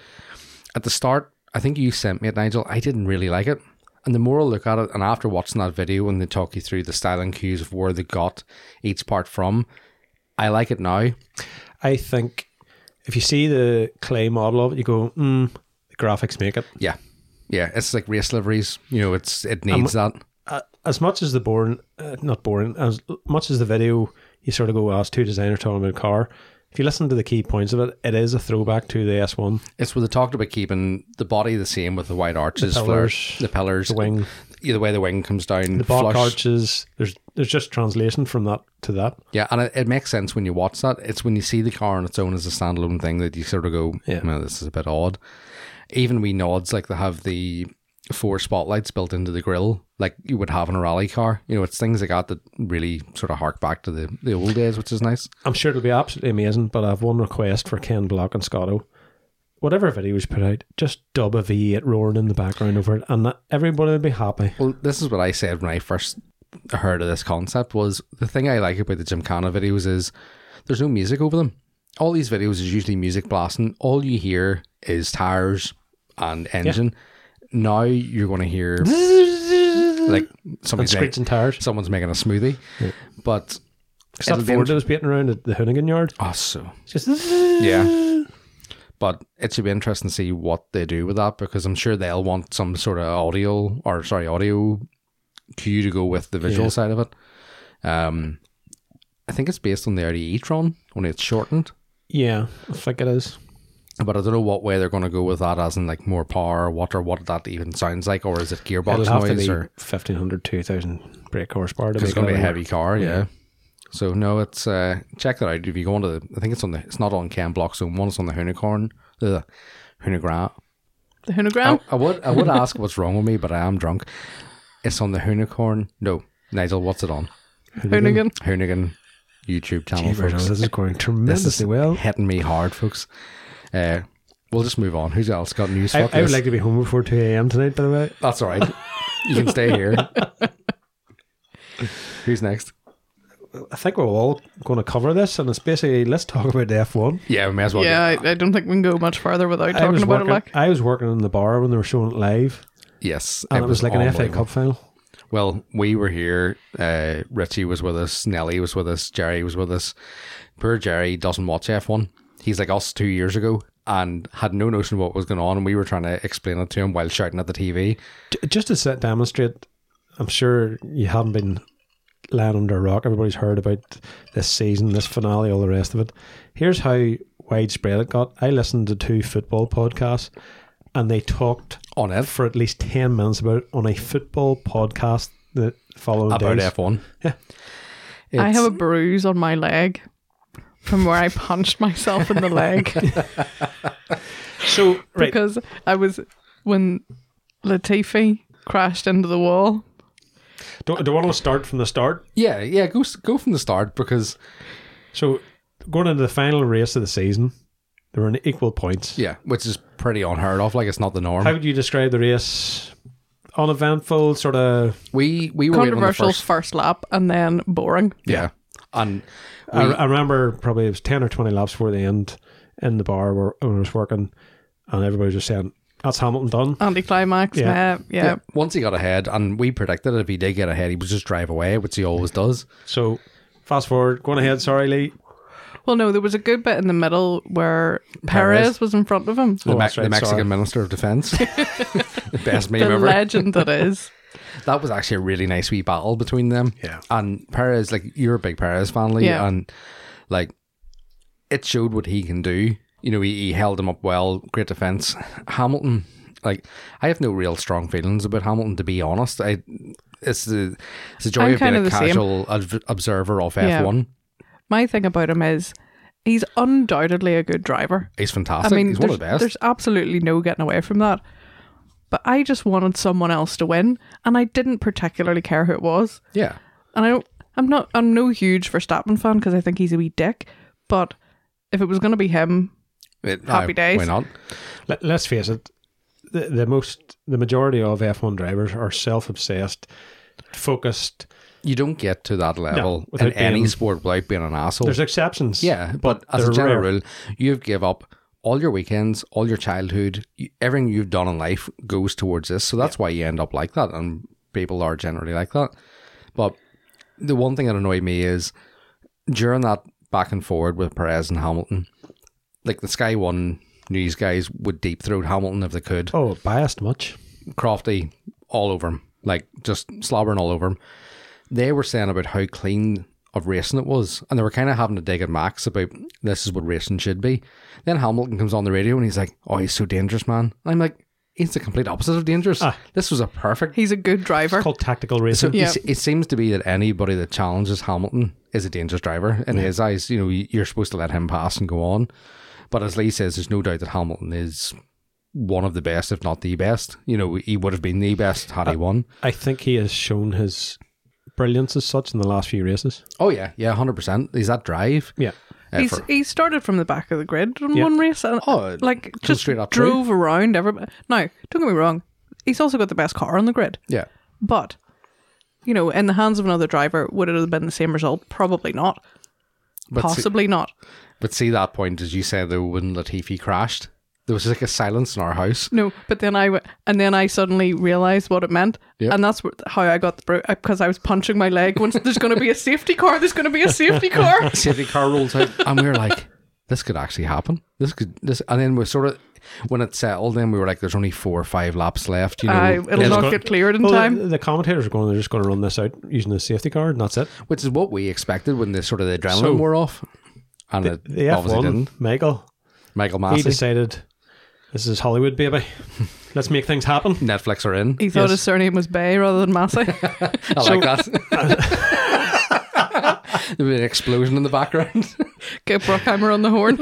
S1: At the start, I think you sent me it, Nigel. I didn't really like it. And the more I look at it, and after watching that video and they talk you through the styling cues of where they got each part from, I like it now.
S3: [LAUGHS] I think if you see the clay model of it, you go, mm, the graphics make it.
S1: Yeah. Yeah. It's like race liveries. You know, it's it needs that.
S3: Uh, as much as the boring, uh, not boring, as much as the video, you sort of go, oh, it's two designers talking about a car. If you listen to the key points of it, it is a throwback to the S1,
S1: It's where they talked about keeping the body the same with the white arches,
S3: The
S1: flare-
S3: pillars,
S1: the pillars,
S3: the wing,
S1: yeah, the way the wing comes down,
S3: the back
S1: flush.
S3: arches. There's there's just translation from that to that.
S1: Yeah, and it, it makes sense when you watch that. It's when you see the car on its own as a standalone thing that you sort of go,
S3: Yeah.
S1: "No, this is a bit odd." Even we nods like they have the four spotlights built into the grill, like you would have in a rally car. You know, it's things like that that really sort of hark back to the, the old days, which is nice.
S3: I'm sure it'll be absolutely amazing, but I have one request for Ken Block and Scotto. Whatever video is put out, just dub a V8 roaring in the background over it, and that- everybody will be happy.
S1: Well, this is what I said when I first heard of this concept was the thing I like about the Gymkhana videos is there's no music over them. All these videos is usually music blasting. All you hear is tires and engine. Now you're going to
S3: [LAUGHS]
S1: hear like
S3: And
S1: somebody's making,
S3: screeching tires.
S1: someone's making a smoothie, but
S3: Except
S1: it'll be
S3: Ford that was beating around at the Hoonigan yard.
S1: oh, so
S3: It's just [LAUGHS]
S1: Yeah. [SIGHS] But it should be interesting to see what they do with that because I'm sure they'll want some sort of audio or sorry, audio cue to go with the visual
S3: Yeah.
S1: side of it. Um I think it's based on the Audi e-tron, only it's shortened.
S3: yeah, I think it is.
S1: But I don't know what way they're going to go with that, as in like more power, or what or what that even sounds like, or is it gearbox
S3: It'll have to
S1: noise,
S3: be
S1: or
S3: 1500, 2000 brake horsepower to
S1: because
S3: make
S1: it's going to
S3: it
S1: be a
S3: work.
S1: heavy car, yeah. So no, it's uh, check that out. If you go on to the, I think it's on the, it's not on Ken Block's own one, it's on the Hunicorn, the Hunigram,
S2: the Hoonogram.
S1: I,
S3: Oh.
S1: I would I would ask what's wrong with me, but I am drunk. It's on the Hoonicorn. No, Nigel, what's it on?
S2: Hoonigan.
S1: Hoonigan YouTube channel,
S3: Jeepers,
S1: folks.
S3: This is going tremendously well.
S1: Hitting me hard, folks. Uh, we'll just move on. Who's else got news?
S3: I,
S1: Fuck
S3: I would
S1: this.
S3: like to be home before 2 a.m. tonight, by the way.
S1: That's all right. you can stay
S3: [LAUGHS]
S1: here. Who's next?
S3: I think we're all going to cover this, and it's basically let's talk about the F1.
S1: Oh, Yeah, we may as well.
S2: Yeah, I, I don't think we can go much further without
S3: I was
S2: talking about
S3: working,
S2: it. Like,
S3: I was working in the bar when they were showing it live,
S1: Yes,
S3: and it, Oh, was, like an FA
S1: unbelievable.
S3: Cup final.
S1: Well, we were here. Uh, Richie was with us. Nelly was with us. Jerry was with us. Poor Jerry doesn't watch F1. He's like us two years ago and had no notion what was going on. And we were trying to explain it to him while shouting at the TV.
S3: J- Just to set, demonstrate, I'm sure you haven't been lying under a rock. Everybody's heard about this season, this finale, all the rest of it. Here's how widespread it got. I listened to two football podcasts, and they talked
S1: On it.
S3: for at least 10 minutes about it on a football podcast the following
S1: About
S3: days.
S1: F1.
S3: Yeah.
S2: I
S1: It's-
S2: have a bruise on my leg from where I punched myself in the leg.
S3: So, right,
S2: because I was when Latifi crashed into the wall.
S3: do, do you want to start from the start?
S1: Yeah, yeah. Go, s- go from the start because,
S3: So, going into the final race of the season, they were in equal points.
S1: yeah, which is pretty unheard of. Like, it's not the norm.
S3: How would you describe the race? Uneventful, sort of
S1: we, Oh, we were waiting on the
S2: Controversial
S1: first.
S2: first. lap and then boring.
S1: Yeah. And
S3: I, I remember probably it was 10 or 20 laps before the end in the bar where when I was working, and everybody was just saying, That's Hamilton done.
S2: Anticlimax.
S3: Yeah.
S2: Yeah. yeah. yeah.
S1: once he got ahead, and we predicted if he did get ahead, he would just drive away, which he always does.
S3: So, fast forward, going ahead, sorry, Lee.
S2: Well, no, there was a good bit in the middle where
S1: Perez.
S2: Perez, was in front of him.
S1: The,
S3: Oh,
S1: Me-
S3: that's
S2: [LAUGHS]
S3: right,
S1: the Mexican
S3: sorry.
S1: Minister of Defense. [LAUGHS] Best meme
S2: The
S1: ever.
S2: legend that is.
S1: That was actually a really nice wee battle between them.
S3: Yeah.
S1: And Perez, like you're a big Perez fan, Lee,
S2: Yeah.
S1: and like it showed what he can do. You know, he, he held him up well. Great defense. Hamilton, like I have no real strong feelings about Hamilton to be honest. I it's the it's the joy
S2: I'm
S1: of being
S2: kind
S1: a
S2: of the same.
S1: casual ob- observer of
S2: Yeah.
S1: F one.
S2: My thing about him is he's undoubtedly a good driver.
S1: He's
S2: I
S1: fantastic.
S2: mean,
S1: he's one
S2: there's,
S1: of the best.
S2: there's absolutely no getting away from that. But I just wanted someone else to win, and I didn't particularly care who it was.
S1: Yeah.
S2: And I don't, I'm not, I'm no huge Verstappen fan because I think he's a wee dick. But if it was going to be him,
S1: It-
S2: Happy
S1: aye,
S2: days.
S1: Why not?
S3: Let, let's face it, the, the most the majority of F1 drivers are self-obsessed, focused.
S1: You don't get to that level in
S3: without
S1: any
S3: being-
S1: sport without being an asshole.
S3: There's exceptions.
S1: Yeah, but as a
S3: they're
S1: general
S3: rare.
S1: rule, you've give up all your weekends, all your childhood, y- everything you've done in life goes towards this. So that's why you end up like that, and people are generally like that. But the one thing that annoyed me is during that back and forward with Perez and Hamilton, like the Sky One news guys would deep throat Hamilton if they could.
S3: Oh, biased much.
S1: Crofty all over him, like just slobbering all over him. They were saying about how clean of racing it was, and they were kind of having to dig at Max about this is what racing should be. Then Hamilton comes on the radio and he's like, "Oh, he's so dangerous, man." And I'm like, "He's the complete opposite of dangerous.
S3: Ah.
S1: This was a perfect."
S2: he's a good driver.
S3: It's called tactical
S1: So
S3: racing.
S1: it
S2: Yeah.
S1: s- it seems to be that anybody that challenges Hamilton is a dangerous driver in his eyes. You know, y- you're supposed to let him pass and go on. But as Lee says, there's no doubt that Hamilton is one of the best, if not the best. You know, he would have been the best had he won.
S3: I think he has shown his brilliance as such in the last few races.
S1: Oh yeah, yeah, hundred percent. He's that drive.
S3: Yeah.
S1: uh,
S2: He's,
S1: for-
S2: he started from the back of the grid in
S3: Yeah.
S2: one race. And,
S1: Oh,
S2: like
S1: goes
S2: just
S1: straight up through.
S2: drove around everybody. Now, don't get me wrong, he's also got the best car on the grid.
S1: yeah,
S2: But you know, in the hands of another driver, would it have been the same result? Probably not.
S1: but see,
S2: Possibly not.
S1: but see that point as you said though when Latifi crashed, there was like a silence in our house.
S2: No, but then I w- and then I suddenly realized what it meant,
S1: Yeah.
S2: and that's wh- how I got the bro because I was punching my leg. Once there's going to be a safety car, there's going to be a safety car.
S1: Safety car rolls out, [LAUGHS] and we were like, "This could actually happen. This could this." And then we sort of when it settled, then we were like, "There's only four or five laps left." You know,
S2: Aye, it'll
S1: Then-
S2: not get cleared in
S3: Well, uh,
S2: time.
S3: The, the commentators are going. They're just going to run this out using the safety card, and that's it.
S1: which is what we expected when the sort of the adrenaline
S3: So-
S1: wore off. And it
S3: The
S1: obviously
S3: F1,
S1: didn't.
S3: Michael,
S1: Michael
S3: he
S1: Massey,
S3: decided this is Hollywood, baby. Let's make things happen.
S1: Netflix are in.
S2: He thought
S3: Yes.
S2: his surname was Bay rather than Massey.
S1: I like that. [LAUGHS] There'll be an explosion in the background. [LAUGHS]
S2: Get Bruckheimer on the horn.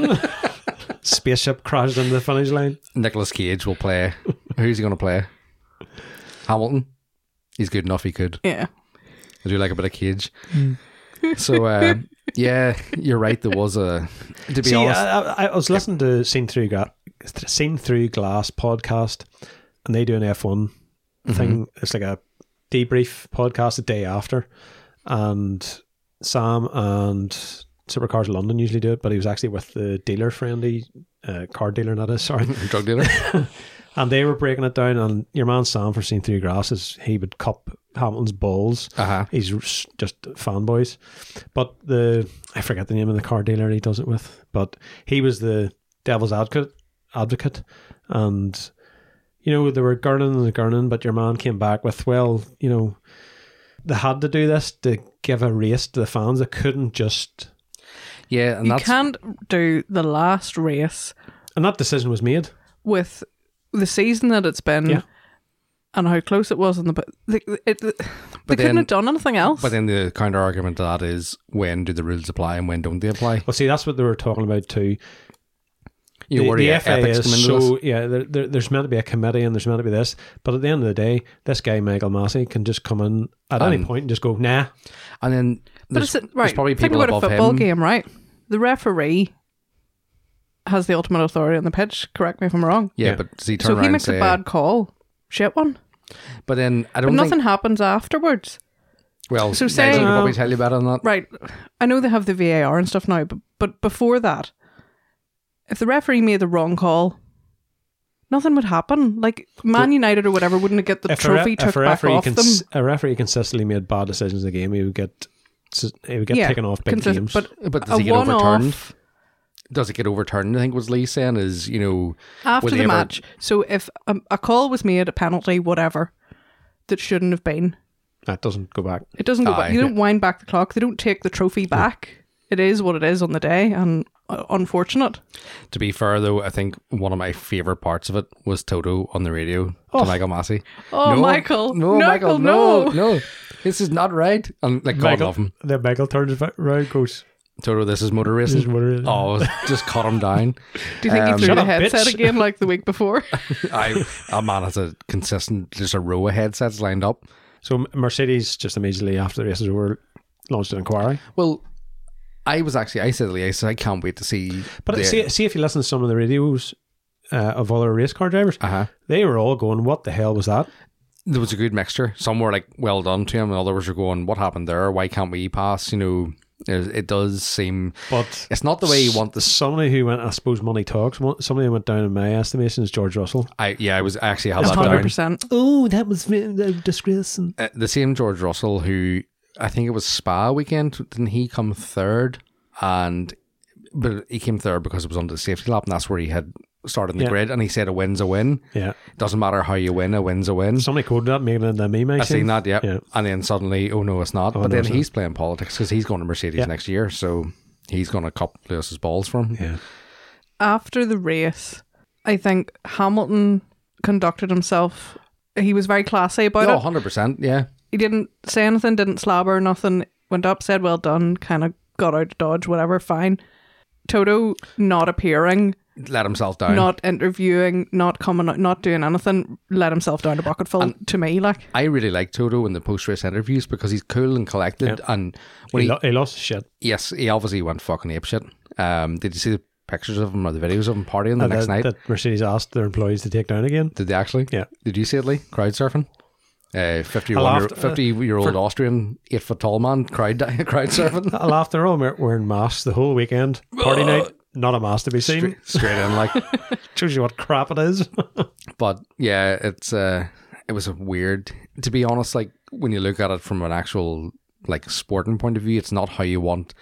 S3: Spaceship crashes into the finish line.
S1: Nicholas Cage will play. Who's he going to play? Hamilton. He's good enough. He could.
S2: yeah.
S1: I do like a bit of Cage.
S2: Mm.
S1: [LAUGHS] So uh, yeah, you're right. There was a. To be
S3: See,
S2: uh,
S1: honest,
S3: I, I, I was listening to Seen Through Gla- Seen Through Glass podcast, and they do an F one thing. It's like a debrief podcast the day after, and Sam and Supercars London usually do it, but he was actually with the dealer friend, he, uh, car dealer, that is sorry,
S1: [LAUGHS] drug dealer.
S3: and they were breaking it down. And your man Sam for Seen Through Glass is he would cup Hamilton's balls.
S1: Uh huh.
S3: He's s- just fanboys. But the I forget the name of the car dealer he does it with, but he was the devil's advocate advocate and you know, they were gurning and gurning, but your man came back with, well, you know, they had to do this to give a race to the fans. They couldn't just
S1: Yeah, and
S2: You
S1: that's
S2: can't do the last race
S3: and that decision was made.
S2: with the season that it's been
S3: Yeah.
S2: and how close it was on the. But they, it, they
S1: then-
S2: couldn't have done anything else.
S1: But then the counter argument to that is when do the rules apply and when don't they apply?
S3: Well see that's what they were talking about too.
S1: You
S3: the,
S1: worry
S3: the FA
S1: ethics come
S3: is
S1: into this.
S3: so yeah. There, there, there's meant to be a committee and there's meant to be this, but at the end of the day, this guy Michael Massey can just come in at any point and just go, nah.
S1: And then
S2: But
S1: there's,
S2: it's right.
S1: there's probably people
S2: think about
S1: above
S2: a football
S1: him.
S2: game, right? The referee has the ultimate authority on the pitch. Correct me if I'm wrong.
S1: Yeah,
S3: Yeah.
S1: but see, turn
S2: So
S1: around
S2: he
S1: and
S2: makes
S1: say,
S2: a bad call, shit one,
S1: But then I
S2: but
S1: don't
S2: nothing
S1: think.
S2: happens afterwards.
S1: Well,
S2: so
S1: Nigel
S2: say-
S1: can probably
S3: No.
S1: tell you better than that.
S2: Right. I know they have the VAR and stuff now, but but before that, if the referee made the wrong call, nothing would happen. Like Man United or whatever wouldn't get the
S3: If a re-
S2: trophy
S3: if
S2: took
S3: a
S2: back
S3: referee
S2: off
S3: cons-
S2: them.
S3: a referee consistently made bad decisions in the game, he would get s- he would get
S2: Yeah,
S3: taken off big
S2: consist-
S3: games.
S2: But
S1: But
S2: a
S1: does he get overturned?
S2: one-off
S1: Does it get overturned? I think was Lee saying is you know
S2: after
S1: Will
S2: the
S1: they ever-
S2: um, match. So if a, a call was made, a penalty, whatever, that shouldn't have been.
S3: That doesn't go back.
S2: It doesn't go
S1: Aye.
S2: back. You don't wind back the clock. They don't take the trophy back. It is what it is on the day, and uh, unfortunate.
S1: To be fair, though, I think one of my favorite parts of it was Toto on the radio to Michael Massey.
S2: Oh, Michael.
S1: No, Michael,
S2: Michael,
S1: no,
S2: no.
S1: no. This is not right. And like, God love him.
S3: Then Michael turns back round, goes,
S1: Toto, this is motor racing.
S3: is motor racing.
S1: Oh, just cut him down.
S2: Do you think
S1: Um,
S2: he threw
S1: Shut
S2: the
S3: up,
S2: headset
S3: bitch.
S2: again like the week
S3: [LAUGHS]
S2: before?
S1: I, a man has a consistent, just a row of headsets lined up.
S3: So Mercedes just immediately after the race is over launched an inquiry.
S1: Well, I was actually, I said, to Lee, I said, I can't wait to see.
S3: But
S1: the-
S3: see, see if you listen to some of the radios uh, of other race car drivers,
S1: Uh-huh.
S3: they were all going, "What the hell was that?"
S1: there was a good mixture. Some were like, well done to him, and others were going, what happened there? Why can't we pass? You know, it, it does seem.
S3: But
S1: It's not the way you want this.
S3: somebody who went, I suppose, money talks. Mo- Somebody who went down in my estimation is George Russell.
S1: I yeah, I was I actually had that down.
S2: 100%.
S3: Oh, that was disgracing.
S1: Uh, the same George Russell who I think it was Spa weekend didn't he come third and but he came third because it was under the safety lap and that's where he had started in the
S3: Yeah.
S1: grid and he said a win's a win
S3: Yeah,
S1: doesn't matter how you win a win's a win
S3: somebody quoted that maybe in the meme. I
S1: I've seen that yeah.
S3: Yeah.
S1: and then suddenly oh no it's not but
S3: no,
S1: then
S3: it's
S1: he's playing politics because he's going to Mercedes
S3: Yeah.
S1: next year so he's going to cop Lewis's balls for him
S3: Yeah,
S2: After the race, I think Hamilton conducted himself. He was very classy about
S1: no
S2: it.
S1: 100% yeah
S2: He didn't say anything, didn't slobber, nothing. Went up, said well done, kind of got out of dodge, whatever, fine. Toto not appearing,
S1: let himself down
S2: not interviewing, not coming out, not doing anything, let himself down a bucket full to me. Like,
S1: I really like Toto in the post-race interviews because he's cool and collected and when
S3: he,
S1: he,
S3: lo- he lost his shit.
S1: Yes, he obviously went fucking apeshit. Um, did you see the pictures of him or the videos of him partying the
S3: And
S1: next
S3: Uh, that,
S1: night?
S3: that Mercedes asked their employees to take down again.
S1: did they actually?
S3: Yeah.
S1: Did you see it, Lee? Crowd surfing? Uh, 50 year
S3: I
S1: old,
S3: laughed, uh,
S1: 50 year old Austrian, 8 foot tall man, crowd, [LAUGHS] crowd
S3: [LAUGHS]
S1: surfing.
S3: I'll after all we- wearing masks the whole weekend.
S1: [LAUGHS]
S3: Party night, not a mask to be seen.
S1: straight, straight in, like.
S3: Shows you what crap
S1: [LAUGHS]
S3: it is.
S1: But yeah, it's uh, it was a weird. To be honest, like when you look at it from an actual like sporting point of view, it's not how you want.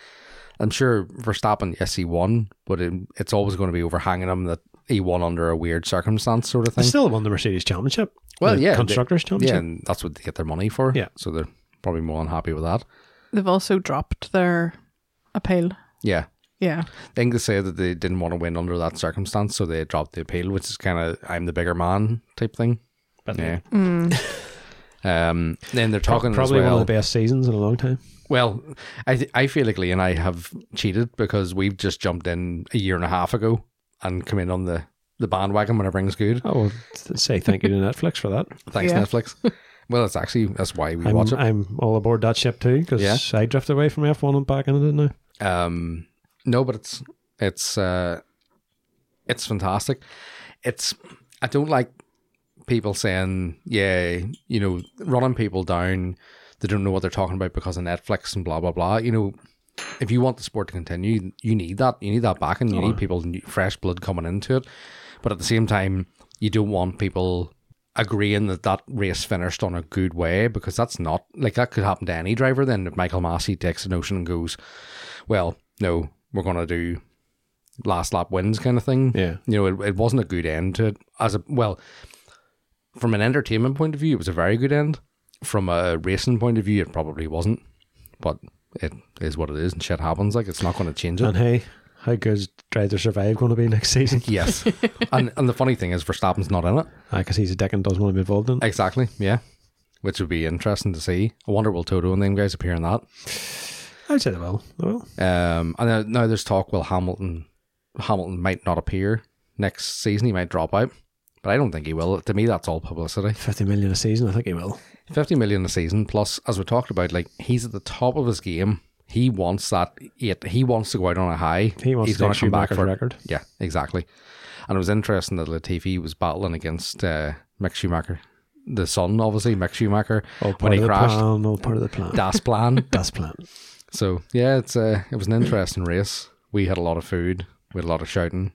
S1: I'm sure Verstappen, yes, he won, but it, it's always going to be overhanging him that he won under a weird circumstance, sort of
S3: they
S1: thing.
S3: still won the Mercedes Championship.
S1: Well,
S3: The
S1: yeah, they-
S3: Constructors
S1: Yeah,
S3: Championship.
S1: and that's what they get their money for.
S3: Yeah.
S1: So they're probably more than happy with that.
S2: they've also dropped their appeal.
S1: Yeah.
S2: Yeah.
S1: I think they say that they didn't want to win under that circumstance, so they dropped the appeal, which is kind of I'm the bigger man type thing.
S3: But
S1: Yeah. Um, then they're talking
S3: Probably
S1: as well.
S3: one of the best seasons in a long time.
S1: Well, I th- I feel like Lee and I have cheated because we've just jumped in a year and a half ago and come in on the, the bandwagon when everything's good.
S3: I will th- say thank you to Netflix for that.
S1: Thanks
S2: Yeah.
S1: Netflix. well, that's actually that's why we watch
S3: I'm,
S1: it.
S3: I'm all aboard that ship too because
S1: Yeah.
S3: I drifted away from F1 and back into it now.
S1: Um, no, but it's it's uh, it's fantastic. It's I don't like people saying yeah, you know, running people down. They don't know what they're talking about because of Netflix and blah blah blah. You know, if you want the sport to continue, you need that. You need that back, and you need people new- fresh blood coming into it. But at the same time, you don't want people agreeing that that race finished on a good way because that's not like that could happen to any driver. Then if Michael Massey takes the notion and goes, well, no, we're going to do last lap wins kind of thing.
S3: Yeah.
S1: You know, it, it wasn't a good end to it. As a, well, from an entertainment point of view, it was a very good end. From a racing point of view, it probably wasn't. But it is what it is and shit happens. Like, it's not going to change
S3: [LAUGHS]
S1: it.
S3: And hey, how good's Drive to Survive going to be [LAUGHS] next season?
S1: yes. and, and the funny thing is, Verstappen's not in it.
S3: Because he's a dick and doesn't want to be involved in it.
S1: Exactly. Yeah. Which would be interesting to see. I wonder will Toto and them guys appear in that.
S3: I'd say they will. They will.
S1: Um, and now, now there's talk. Well, Hamilton, Hamilton might not appear next season. He might drop out, but I don't think he will. To me, that's all publicity.
S3: 50 million a season, I think he will.
S1: Fifty million a season plus, as we talked about, like he's at the top of his game. He wants that. Yet he wants to go out on a high.
S3: He wants
S1: he's
S3: to
S1: gonna
S3: take Schumacher's
S1: it.
S3: record.
S1: Yeah, exactly. And it was interesting that Latifi was battling against uh, Mick Schumacher, the son, obviously Mick Schumacher,
S3: All Oh, part
S1: when he
S3: of the
S1: crashed.
S3: plan, all part of the plan.
S1: Das
S3: [LAUGHS]
S1: Plan.
S3: That's plan.
S1: So yeah, it's uh, it was an interesting race. We had a lot of food. We had a lot of shouting.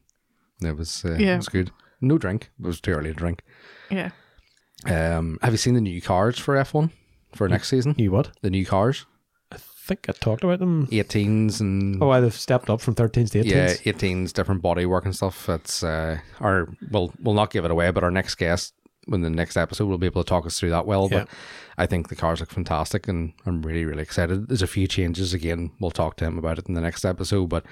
S1: It was uh,
S2: Yeah.
S1: it was good. No drink. It was too early to drink.
S2: Yeah.
S1: Um, have you seen the new cars for F one for next season?
S3: You what?
S1: The new cars,
S3: I think I talked about them.
S1: eighteens and
S3: Oh, I've stepped up from 13s to 18s.
S1: yeah, eighteens, different body work and stuff. That's uh, our well, we'll not give it away, but our next guest when the next episode will be able to talk us through that well. But
S3: Yeah.
S1: I think the cars look fantastic, and I'm really really excited. There's a few changes again. We'll talk to him about it in the next episode, but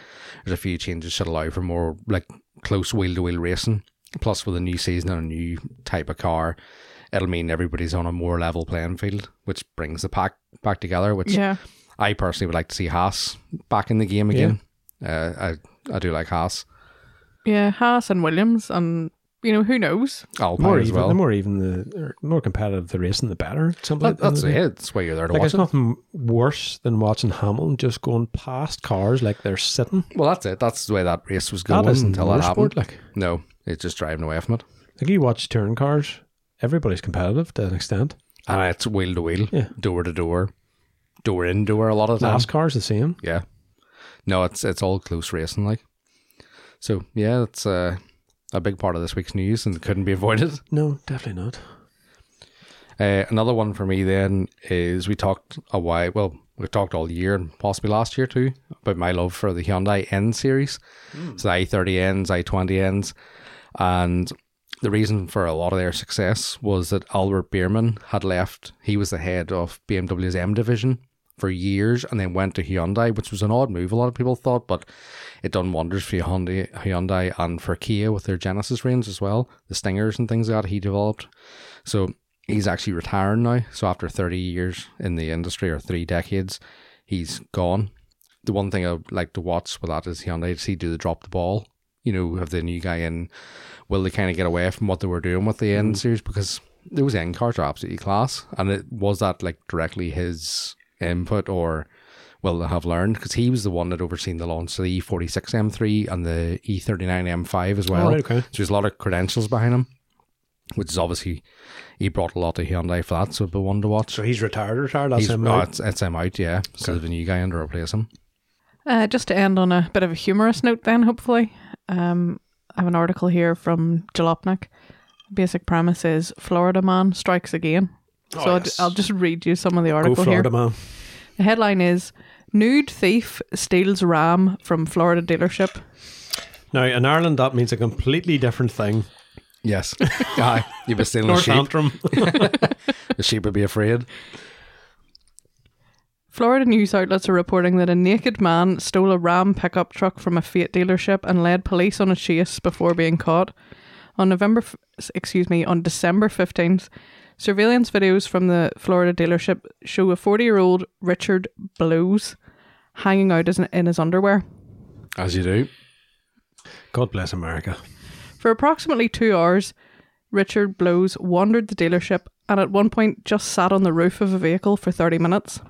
S1: there's a few changes should allow for more like close wheel to wheel racing. Plus, with a new season and a new type of car, it'll mean everybody's on a more level playing field, which brings the pack back together. Which
S2: Yeah.
S1: I personally would like to see Haas back in the game again. Uh, I I do like Haas.
S2: Yeah. Haas and Williams and, you know, who knows?
S3: The
S1: Alpine
S3: more,
S1: as
S3: even,
S1: well.
S3: the more even the or the more competitive the racing, the better. Something
S1: That-
S3: like that.
S1: that's it. That's why you're there to
S3: Like
S1: watch
S3: it's
S1: it.
S3: nothing worse than watching Hamilton just going past cars like they're sitting.
S1: well, that's it. That's the way that race was
S3: That
S1: going
S3: is
S1: until that happened.
S3: motorsport, like.
S1: No, it's just driving away from it,
S3: Like you watch touring cars, everybody's competitive to an extent.
S1: and it's wheel to wheel,
S3: Yeah.
S1: door to door, door in door. A lot of times,
S3: NASCAR's the same.
S1: yeah. No, it's it's all close racing, like. So yeah, that's uh, a big part of this week's news, and couldn't be avoided.
S3: No, definitely not.
S1: Uh, another one for me then is we talked a while, well, we talked all year and possibly last year too about my love for the Hyundai N series. So the i30Ns, i20Ns. And the reason for a lot of their success was that Albert Bierman had left. He was the head of BMW's M division for years and then went to Hyundai, which was an odd move, a lot of people thought, but it done wonders for Hyundai, Hyundai and for Kia with their Genesis range as well, the Stingers and things like that he developed. So he's actually retiring now. So after 30 years in the industry or three decades, he's gone. The one thing I would like to watch with that is Hyundai to see do they drop the ball? You know, have the new guy in, will they kind of get away from what they were doing with the
S3: Mm-hmm.
S1: end series? Because those end cars are absolutely class. And it was that like directly his input or will they have learned? Because he was the one that overseen the launch of the E46M3 and the E E39M5 as well.
S3: All Oh, right, okay.
S1: So there's a lot of credentials behind him, which is obviously he brought a lot to Hyundai for that. So it'd be one to watch.
S3: So he's retired, retired. That's
S1: He's-
S3: him.
S1: oh,
S3: now.
S1: it's, it's him out, yeah. So there's a new guy in to replace him.
S2: Uh, just to end on a bit of a humorous note, then hopefully, um, I have an article here from Jalopnik. Basic premise is Florida man strikes again.
S3: Oh,
S2: so I'll,
S3: yes.
S2: I'll just read you some of the
S3: Go
S2: article here.
S3: Florida man.
S2: The headline is "Nude thief steals ram from Florida dealership."
S3: Now in Ireland, that means a completely different thing.
S1: Yes. [LAUGHS] Aye. You'd be stealing
S3: North
S1: sheep.
S3: Antrim. [LAUGHS]
S1: The sheep would be afraid.
S2: Florida news outlets are reporting that a naked man stole a Ram pickup truck from a Fiat dealership and led police on a chase before being caught. On November, f- excuse me, on December 15th, surveillance videos from the Florida dealership show a 40-year-old Richard Blows hanging out as in his underwear.
S1: As you do.
S3: God bless America.
S2: For approximately two hours, Richard Blows wandered the dealership and at one point just sat on the roof of a vehicle for 30 minutes.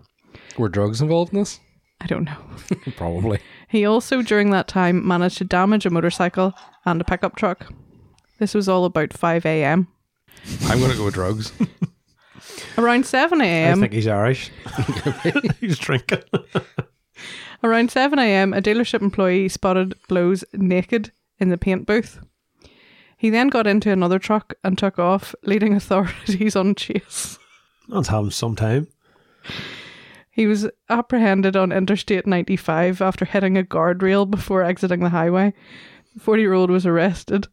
S1: Were drugs involved in this?
S2: I don't know.
S1: Probably.
S2: He also, during that time, managed to damage a motorcycle and a pickup truck. This was all about 5 a.m.
S1: I'm going to go with drugs.
S2: Around 7
S3: I
S2: a.m.,
S3: think he's Irish. [LAUGHS] he's drinking.
S2: around 7 a.m., a dealership employee spotted Blows naked in the paint booth. He then got into another truck and took off, leading [LAUGHS] authorities on chase.
S3: That's having some time.
S2: He was apprehended on Interstate 95 after hitting a guardrail before exiting the highway. The 40 year old was arrested.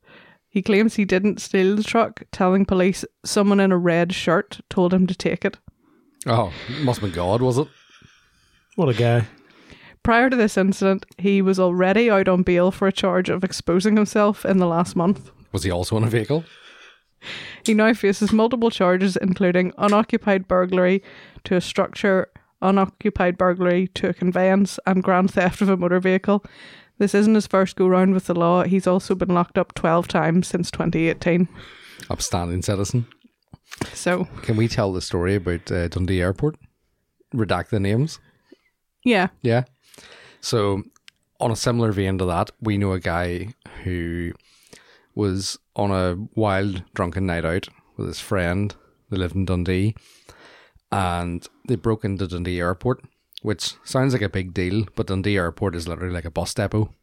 S2: He claims he didn't steal the truck, telling police someone in a red shirt told him to take it.
S1: [LAUGHS] Oh, must have been God, was it?
S3: What a guy.
S2: Prior to this incident, he was already out on bail for a charge of exposing himself in the last month.
S1: Was he also in a vehicle?
S2: He now faces multiple charges, including unoccupied burglary to a structure, unoccupied burglary to a conveyance, and grand theft of a motor vehicle. This isn't his first go round with the law. He's also been locked up 12 times since 2018.
S1: Upstanding citizen.
S2: So,
S1: Can we tell the story about uh, Dundee Airport? Redact the names.
S2: yeah.
S1: Yeah. So, on a similar vein to that, we know a guy who was on a wild drunken night out with his friend. They lived in Dundee and they broke into Dundee Airport, which sounds like a big deal, but Dundee Airport is literally like a bus depot.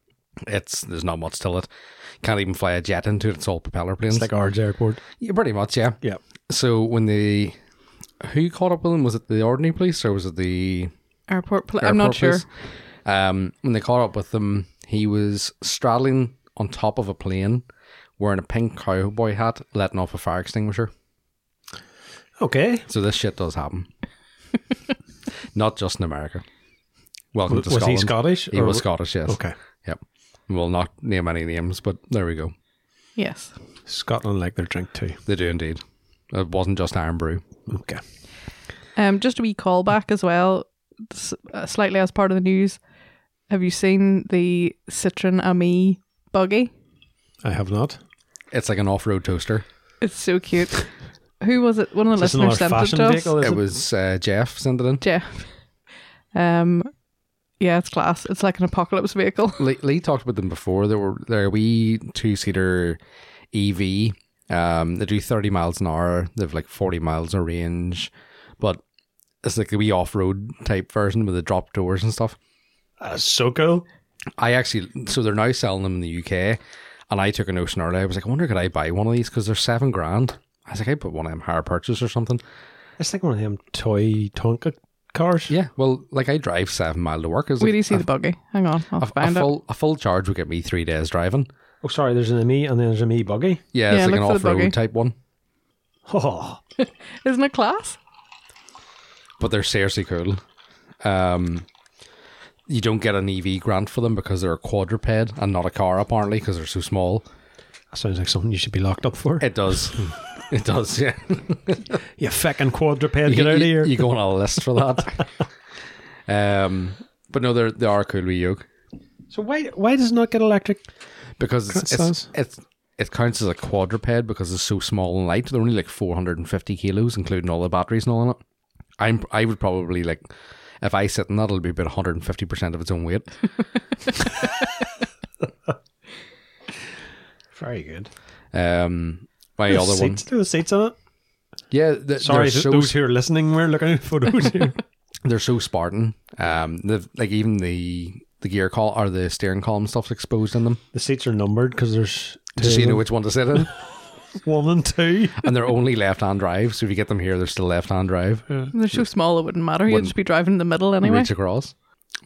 S1: It's there's not much to it. Can't even fly a jet into it. It's all propeller planes.
S3: It's like Orange Airport.
S1: yeah, pretty much, yeah.
S3: Yeah.
S1: So when the who caught up with them was it the ordinary police or was it the
S2: Airport. Pl-
S1: our
S2: I'm not sure.
S1: purpose. Um, when they caught up with him, he was straddling on top of a plane wearing a pink cowboy hat, letting off a fire extinguisher.
S3: Okay.
S1: So this shit does
S3: [LAUGHS]
S1: happen. Not just in America. Welcome to
S3: was
S1: Scotland.
S3: he Scottish?
S1: He
S3: or-
S1: was Scottish, yes.
S3: Okay.
S1: Yep. We'll not name any names, but there we go.
S2: Yes.
S3: Scotland like their drink too.
S1: They do indeed. It wasn't just Iron Brew.
S3: Okay.
S2: Um, just a wee callback as well, s- uh, slightly as part of the news. Have you seen the Citroen Ami buggy?
S3: I have not.
S1: It's like an off road toaster.
S2: It's so cute. Who was it? One of the
S3: Is this another
S2: listeners sent it
S3: fashion
S2: to us.
S3: vehicle? Is
S1: It
S3: it?
S1: was uh, Jeff sent it in.
S2: Jeff. Um, yeah, it's class. It's like an apocalypse vehicle.
S1: Lee, Lee talked about them before. There were they're a wee two seater EV. Um, they do thirty miles an hour. They've like forty miles of range, but it's like a wee off road type version with the drop doors and stuff.
S3: Uh, so cool.
S1: I actually so they're now selling them in the UK, and I took a notion earlier. I was like, I wonder could I buy one of these because they're seven grand. I was like, I put one of them higher purchase or something.
S3: It's like one of them toy Tonka cars.
S1: Yeah, well, like I drive seven mile to work. Is
S2: Where do you see the buggy? Hang on, I'll
S1: a, a
S2: find it.
S1: full a full charge would get me three days driving.
S3: Oh, sorry. There's an me and then there's a me buggy. [LAUGHS]
S1: Yeah, it's
S2: Yeah,
S1: like an
S2: look for
S1: off
S2: the buggy.
S1: road type one.
S3: Oh,
S2: Isn't it class?
S1: but they're seriously cool. Um, you don't get an EV grant for them because they're a quadruped and not a car, apparently, because they're so small.
S3: that sounds like something you should be locked up for.
S1: It
S3: [LAUGHS]
S1: does. it does, yeah.
S3: you feckin' quadruped, get out of
S1: You-
S3: here.
S1: You go on a list for
S3: [LAUGHS]
S1: that. um, but no, they're, they are cool wee yoke
S3: so why why does it not get electric?
S1: because it's,
S3: That
S1: it's,
S3: sounds-
S1: it's, it counts as a quadruped because it's so small and light. They're only like 450 kilos, including all the batteries and all in it. I'm, I would probably like, if I sit in that, it'll be about 150% of its own weight. [LAUGHS]
S3: Very good.
S1: Um, my
S3: The
S1: other one.
S3: seats, Do the seats on it?
S1: Yeah, th-
S3: Sorry,
S1: they're
S3: th-
S1: so
S3: those who are listening, we're looking
S1: [LAUGHS]
S3: at photos here.
S1: they're so Spartan. Um, they've- like even the the gear call or the steering column stuff's exposed in them,
S3: the seats are numbered because there's two
S1: just so
S3: of
S1: you know
S3: them.
S1: which one to sit in. [LAUGHS]
S3: [LAUGHS] one and two.
S1: and they're only left hand drive, so if you get them here, they're still left hand drive.
S2: They're so small it wouldn't matter. You'd
S1: Wouldn't.
S2: just be driving in the middle anyway.
S1: Reach across.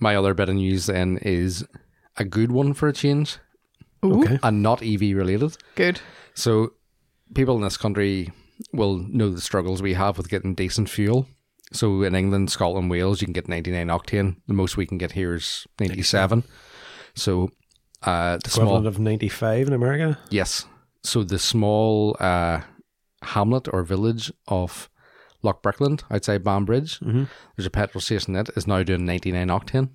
S1: My other bit of news then is a good one for a change,
S2: Ooh,
S3: Okay.
S1: and not EV related.
S2: good.
S1: So, people in this country will know the struggles we have with getting decent fuel. So, in England, Scotland, Wales, you can get 99 octane. The most we can get here is 97. So, uh, the
S3: Equivalent
S1: small,
S3: of 95 in America.
S1: yes. So, the small uh, hamlet or village of Lochbrickland outside Banbridge, there's a petrol station that is now doing 99 octane.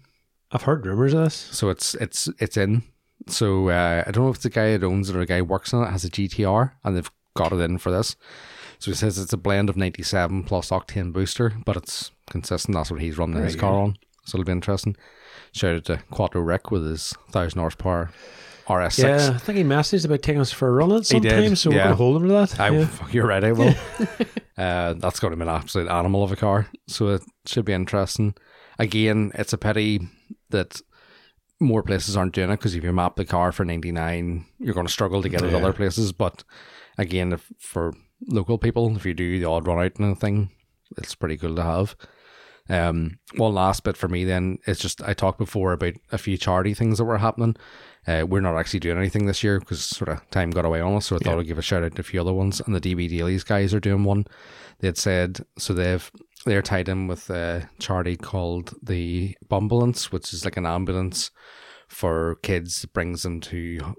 S3: I've heard rumours of this.
S1: So, it's it's it's in. So, uh, I don't know if the guy that owns it or a guy who works on it has a GTR and they've got it in for this. So he says it's a blend of 97 plus octane booster, but it's consistent. That's what he's running his car on. So it'll be interesting. Shout out to Quattro Rick with his 1000 horsepower RS6.
S3: Yeah, I think he messaged about taking us for a run at some
S1: did,
S3: time, so we're
S1: yeah.
S3: going to hold him to that.
S1: I,
S3: yeah.
S1: fuck, [LAUGHS] You're right, I
S3: [LAUGHS]
S1: will. uh, that's going to be an absolute animal of a car. So it should be interesting. Again, it's a pity that more places aren't doing it because if you map the car for 99, you're going to struggle to get it
S3: Yeah.
S1: other places. But again, if, for local people, if you do the odd run out and thing, it's pretty cool to have. Um, one last bit for me then is just I talked before about a few charity things that were happening. Uh, we're not actually doing anything this year because sort of time got away on us, so I thought I'd give a shout out to a few other ones. And the DB Dailies guys are doing one. They had said so they've they're tied in with a charity called the Bumbulance, which is like an ambulance for kids that brings them to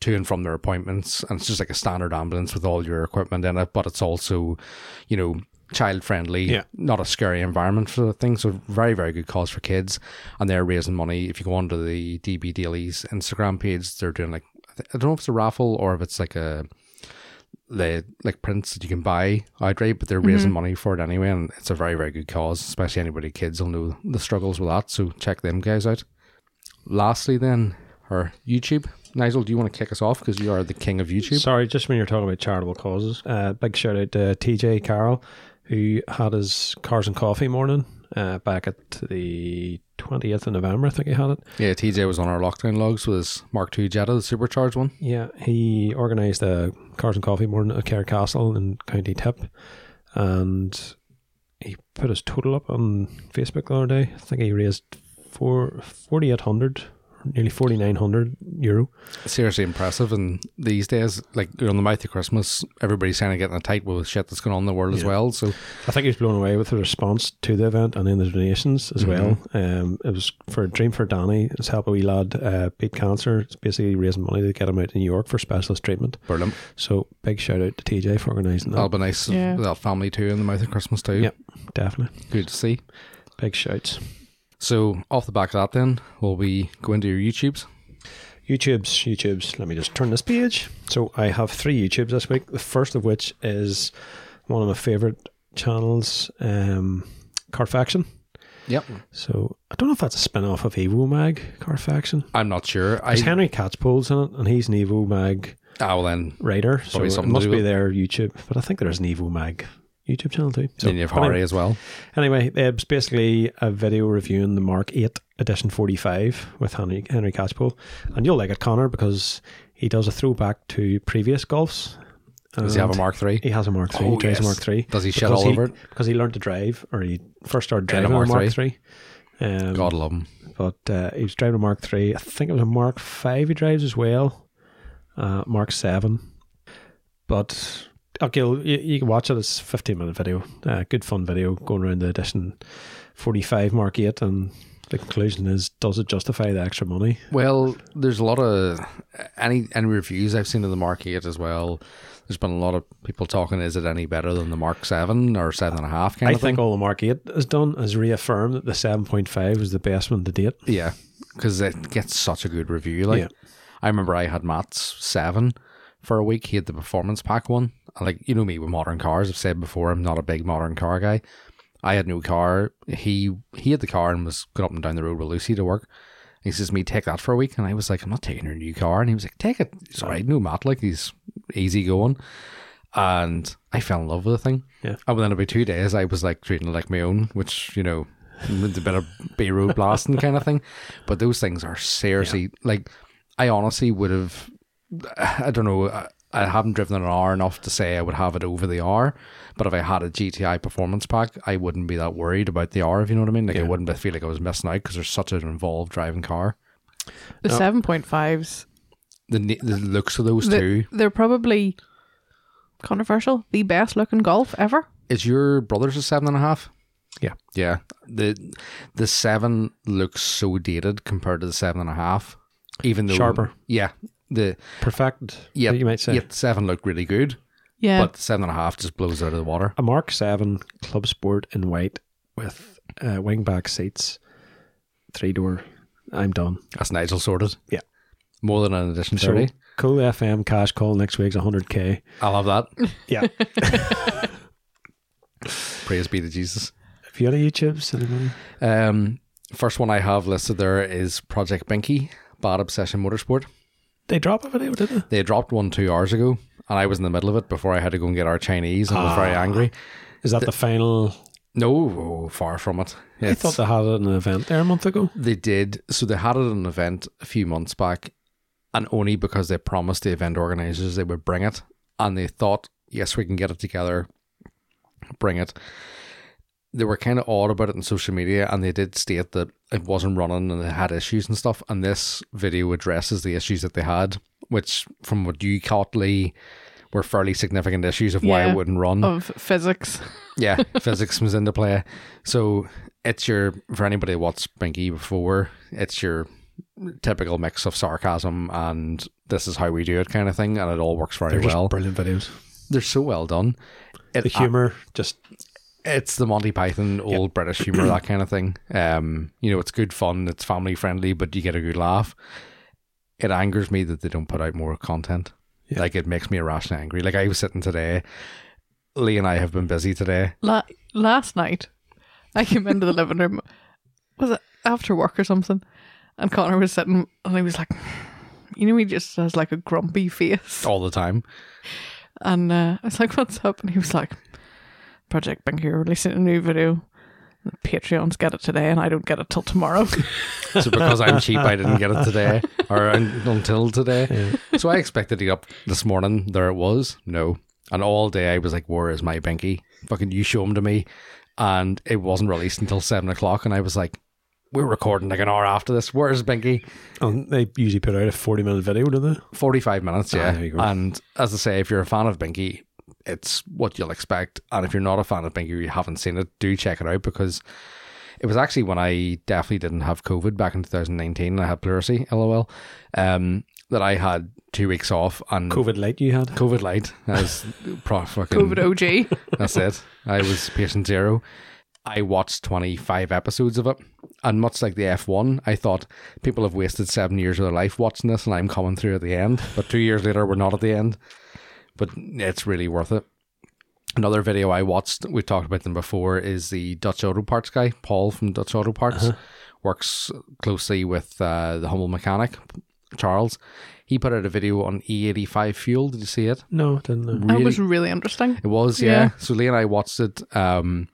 S1: to and from their appointments and it's just like a standard ambulance with all your equipment in it but it's also you know child friendly
S3: Yeah.
S1: not a scary environment for the thing so very very good cause for kids and they're raising money if you go onto the db daily's instagram page they're doing like I th- i don't know if it's a raffle or if it's like a the like prints that you can buy outright, but they're raising money for it anyway, and it's a very very good cause. Especially anybody kids will know the struggles with that, so check them guys out. Lastly, then our YouTube. Nigel, do you want to kick us off because you are the king of YouTube?
S3: Sorry, just when you're talking about charitable causes, uh, big shout out to TJ Carroll, who had his Cars and Coffee morning uh, back at the 20th of November, I think he had it.
S1: yeah, TJ was on our lockdown logs with his Mark II Jetta, the supercharged one.
S3: Yeah, he organised a Cars and Coffee morning at Care Castle in County Tip, and he put his total up on Facebook the other day. I think he raised four forty eight hundred nearly 4,900 euro.
S1: Seriously impressive. And these days, like you're on the mouth of Christmas, everybody's kind of getting a tight with shit that's going on in the world as
S3: Yeah.
S1: well. So
S3: I think he was blown away with the response to the event and then the donations as well. Um, it was for a dream for Danny. It's help a wee lad uh, beat cancer. It's basically raising money to get him out in New York for specialist treatment.
S1: brilliant.
S3: So big shout out to TJ for organising that.
S1: That'll be nice.
S2: Yeah.
S1: That family too in the mouth of Christmas too.
S3: Yep. Definitely.
S1: Good to see.
S3: Big shouts.
S1: So off the back of that, then will we go into your YouTubes?
S3: YouTubes, YouTubes. Let me just turn this page. So I have three YouTubes this week. The first of which is one of my favorite channels, um, Carfaction.
S1: Yep.
S3: So I don't know if that's a spin off of Evo Mag, Carfaction.
S1: I'm not sure. I
S3: There's Henry Catchpole's in it, and he's an Evo Mag
S1: ah well then.
S3: writer. So
S1: Probably
S3: it
S1: something to
S3: must
S1: do
S3: be
S1: with-
S3: their YouTube. But I think there's an Evo Mag YouTube channel too. So,
S1: then you have
S3: but anyway-
S1: Harry as well.
S3: Anyway, it was basically a video reviewing the Mark 8 Edition 45 with Henry, Henry Catchpole. And you'll like it, Connor, because he does a throwback to previous golfs.
S1: Does he have a
S3: And
S1: Mark Three?
S3: He has a Mark 3.
S1: Oh,
S3: he drives
S1: yes.
S3: a Mark 3.
S1: Does he shit
S3: because
S1: all
S3: he-
S1: over it?
S3: Because he learned to drive, or he first started
S1: In a
S3: driving a Mark,
S1: Mark
S3: 3. Um,
S1: God love him.
S3: but uh, he was driving a Mark three. I think it was a Mark five he drives as well, uh, Mark seven. But okay, you, you can watch it. It's a fifteen minute video, uh, good fun video going around the edition forty five Mark eight, and the conclusion is: does it justify the extra money?
S1: Well, there's a lot of any any reviews I've seen of the Mark Eight as well. There's been a lot of people talking. Is it any better than the Mark Seven or seven and a half kind
S3: I
S1: of thing?
S3: think all the Mark eight has done is reaffirm that the seven point five was the best one to date.
S1: Yeah, because it gets such a good review. Like,
S3: Yeah.
S1: I remember I had Matt's seven for a week. He had the performance pack one. And, Like, you know me with modern cars. I've said before, I'm not a big modern car guy. I had no car. He he had the car and was going up and down the road with Lucy to work. And he says to me, take that for a week. And I was like, I'm not taking your new car. And he was like, take it. It's all right. No, Matt, like, he's easy going. And I fell in love with the thing.
S3: Yeah.
S1: And within about two days, I was like treating it like my own, which, you know, with a bit of B-road blasting kind of thing. But those things are seriously, like, I honestly would have, I don't know, I, I haven't driven an hour enough to say I would have it over the hour. But if I had a GTI performance pack, I wouldn't be that worried about the hour, if you know what I mean. Like, I wouldn't be- feel like I was missing out because there's such an involved driving car.
S2: The
S1: Oh.
S2: seven point fives.
S1: The, ne- the looks of those two.
S2: They're, they're probably controversial. The best looking golf ever.
S1: Is your brother's a seven and a half?
S3: Yeah.
S1: Yeah. The the seven looks so dated compared to the seven and a half. Even though
S3: Sharper.
S1: Yeah. The
S3: Perfect,
S1: yeah,
S3: you might say.
S1: yeah, the seven looked really good,
S2: Yeah.
S1: but the seven and a half just blows out of the water.
S3: a Mark Seven Club Sport in white with uh, wing back seats, three door. I'm done.
S1: That's Nigel sorted.
S3: Yeah.
S1: More than an addition
S3: So,
S1: thirty.
S3: Cool FM cash call next week's 100k.
S1: I love that. [LAUGHS]
S3: [LAUGHS] Yeah.
S1: Praise be to Jesus.
S3: Have you any YouTubes? Anyone?
S1: Um first one I have listed there is Project Binky, Bad Obsession Motorsport.
S3: They drop a video, did they?
S1: They dropped one two hours ago and I was in the middle of it before I had to go and get our Chinese and was very
S3: Ah.
S1: angry.
S3: Is that the, final?
S1: No, oh, far from it.
S3: I
S1: It's-
S3: thought they had it at an event there a month ago.
S1: they did. So they had it at an event a few months back, and only because they promised the event organizers they would bring it, and they thought, yes, we can get it together, bring it. They were kind of odd about it on social media, and they did state that it wasn't running and it had issues and stuff. And this video addresses the issues that they had, which, from what you caught, Lee, were fairly significant issues of why
S2: Yeah.
S1: it wouldn't run.
S2: of physics.
S1: Yeah, [LAUGHS] physics comes into play. So it's your for anybody who watched Binky before, it's your typical mix of sarcasm and this is how we do it kind of thing, and it all works very
S3: They're just
S1: well. uh,
S3: brilliant videos.
S1: They're so well done. It,
S3: The humor, just
S1: it's the Monty Python, old British humor, that kind of thing. Um, you know, it's good fun, it's family friendly, but you get a good laugh. It angers me that they don't put out more content.
S3: Yeah.
S1: Like it makes me irrationally angry. Like I was sitting today, Lee and I have been busy today.
S2: La- last night, I
S1: [LAUGHS]
S2: came into the living room. Was it after work or something? And Connor was sitting, and he was like, "You know, he just has like a grumpy face."
S1: All the time.
S2: And uh, I was like, "What's up?" And he was like, "Project Bank here releasing a new video. The Patreons get it today, and I don't get it till tomorrow."
S1: So because I'm cheap, I didn't get it today or un- until today. So I expected to get up this morning. There it was. No. And all day I was like, where is my binky? Fucking you show him to me. And it wasn't released until seven o'clock. And I was like, we're recording like an hour after this. Where's Binky?
S3: And um, they usually put out a 40 minute video, do they?
S1: 45 minutes,
S3: Ah,
S1: yeah.
S3: there you go.
S1: and as I say, if you're a fan of Binky, it's what you'll expect. And if you're not a fan of Binky, or you haven't seen it, do check it out because it was actually when I definitely didn't have COVID back in 2019 and I had pleurisy, lol, um, that I had two weeks off and
S3: COVID light you had.
S1: COVID light as
S3: [LAUGHS]
S1: pro fucking
S2: COVID OG.
S1: that's it. I was patient zero. I watched 25 episodes of it. And much like the F1, I thought people have wasted seven years of their life watching this and I'm coming through at the end. But two years later, we're not at the end. But it's really worth it. Another video I watched, we talked about them before, is the Dutch Auto Parts guy, Paul from Dutch Auto Parts. Works closely with uh, the humble mechanic, Charles. He put out a video on E85 fuel. Did you see it?
S3: No, didn't know.
S2: That was really interesting.
S1: It was, yeah.
S2: Yeah.
S1: So Lee and I watched it. Um,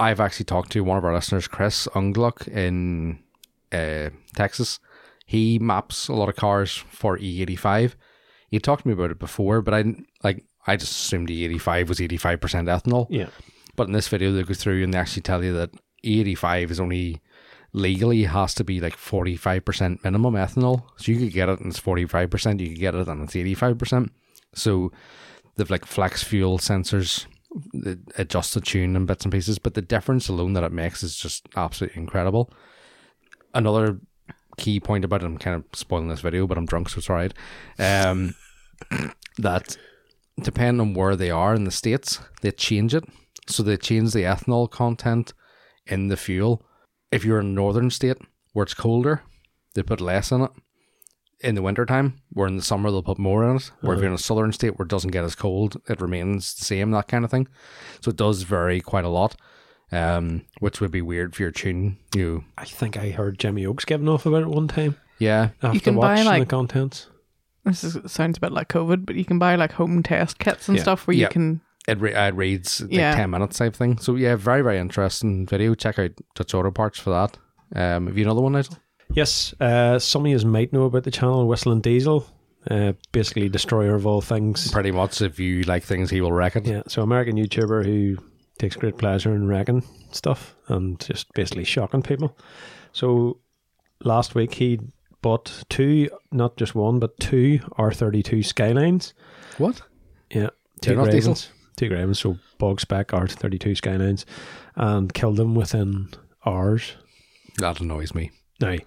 S1: I've actually talked to one of our listeners, Chris Ungluck in uh, Texas. He maps a lot of cars for E85. He talked to me about it before, but I didn't- like I just assumed E85 was 85% ethanol.
S3: Yeah.
S1: But in this video, they go through and they actually tell you that E85 is only legally has to be like 45% minimum ethanol. So you could get it and it's 45%, you could get it and it's 85%. So they've like flex fuel sensors that adjust the tune and bits and pieces, but the difference alone that it makes is just absolutely incredible. Another key point about it, I'm kind of spoiling this video, but I'm drunk, so it's all right. Um, [COUGHS] that depending on where they are in the states, they change it. So they change the ethanol content in the fuel. If you're in a northern state where it's colder, they put less in it. In the wintertime, where in the summer they'll put more in it. Where if you're in a southern state where it doesn't get as cold, it remains the same, that kind of thing. So it does vary quite a lot, um, which would be weird for your tune. You,
S3: I think I heard Jimmy Oaks giving off about it one time
S1: yeah,
S3: after
S2: can buy,
S3: watching the
S2: like-
S3: contents.
S2: This is, sounds a bit like COVID, but you can buy like home test kits and
S3: Yeah.
S2: stuff where
S1: Yeah.
S2: you can.
S1: it, re- it reads like
S2: Yeah.
S1: 10 minutes type thing. So yeah, very, very interesting video. Check out Dutch Auto Parts for that. Um, have you another one, Nigel?
S3: Yes, uh, some of you might know about the channel Whistling Diesel, uh, basically destroyer of all things.
S1: Pretty much, if you like things, he will wreck it.
S3: Yeah, so American YouTuber who takes great pleasure in wrecking stuff and just basically shocking people. So last week he bought two, not just one, but two R32 Skylines.
S1: What?
S3: Yeah, two
S1: They're not
S3: Ravens,
S1: diesel?
S3: two Ravens, so bog spec R32 Skylines, and killed them within hours.
S1: That annoys me.
S3: Now, when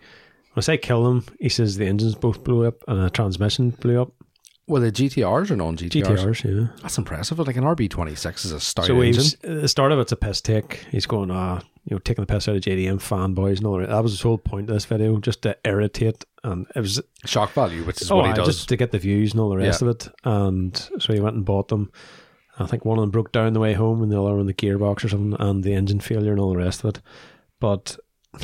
S3: I say kill them, he says the engines both blew up and a transmission blew up.
S1: Well, the GTRs are non GTRs.
S3: GTRs, yeah.
S1: That's impressive. Like an RB26 is a stout
S3: So
S1: engine.
S3: he's, at the start of it's a piss take. He's going, ah, you know, taking the piss out of JDM fanboys and all that. That was his whole point of this video, just to irritate. And it was,
S1: Shock value, which is
S3: oh,
S1: what he
S3: aye,
S1: does.
S3: just to get the views and all the rest of it. And so he went and bought them. I think one of them broke down the way home and the other one the gearbox or something and the engine failure and all the rest of it. But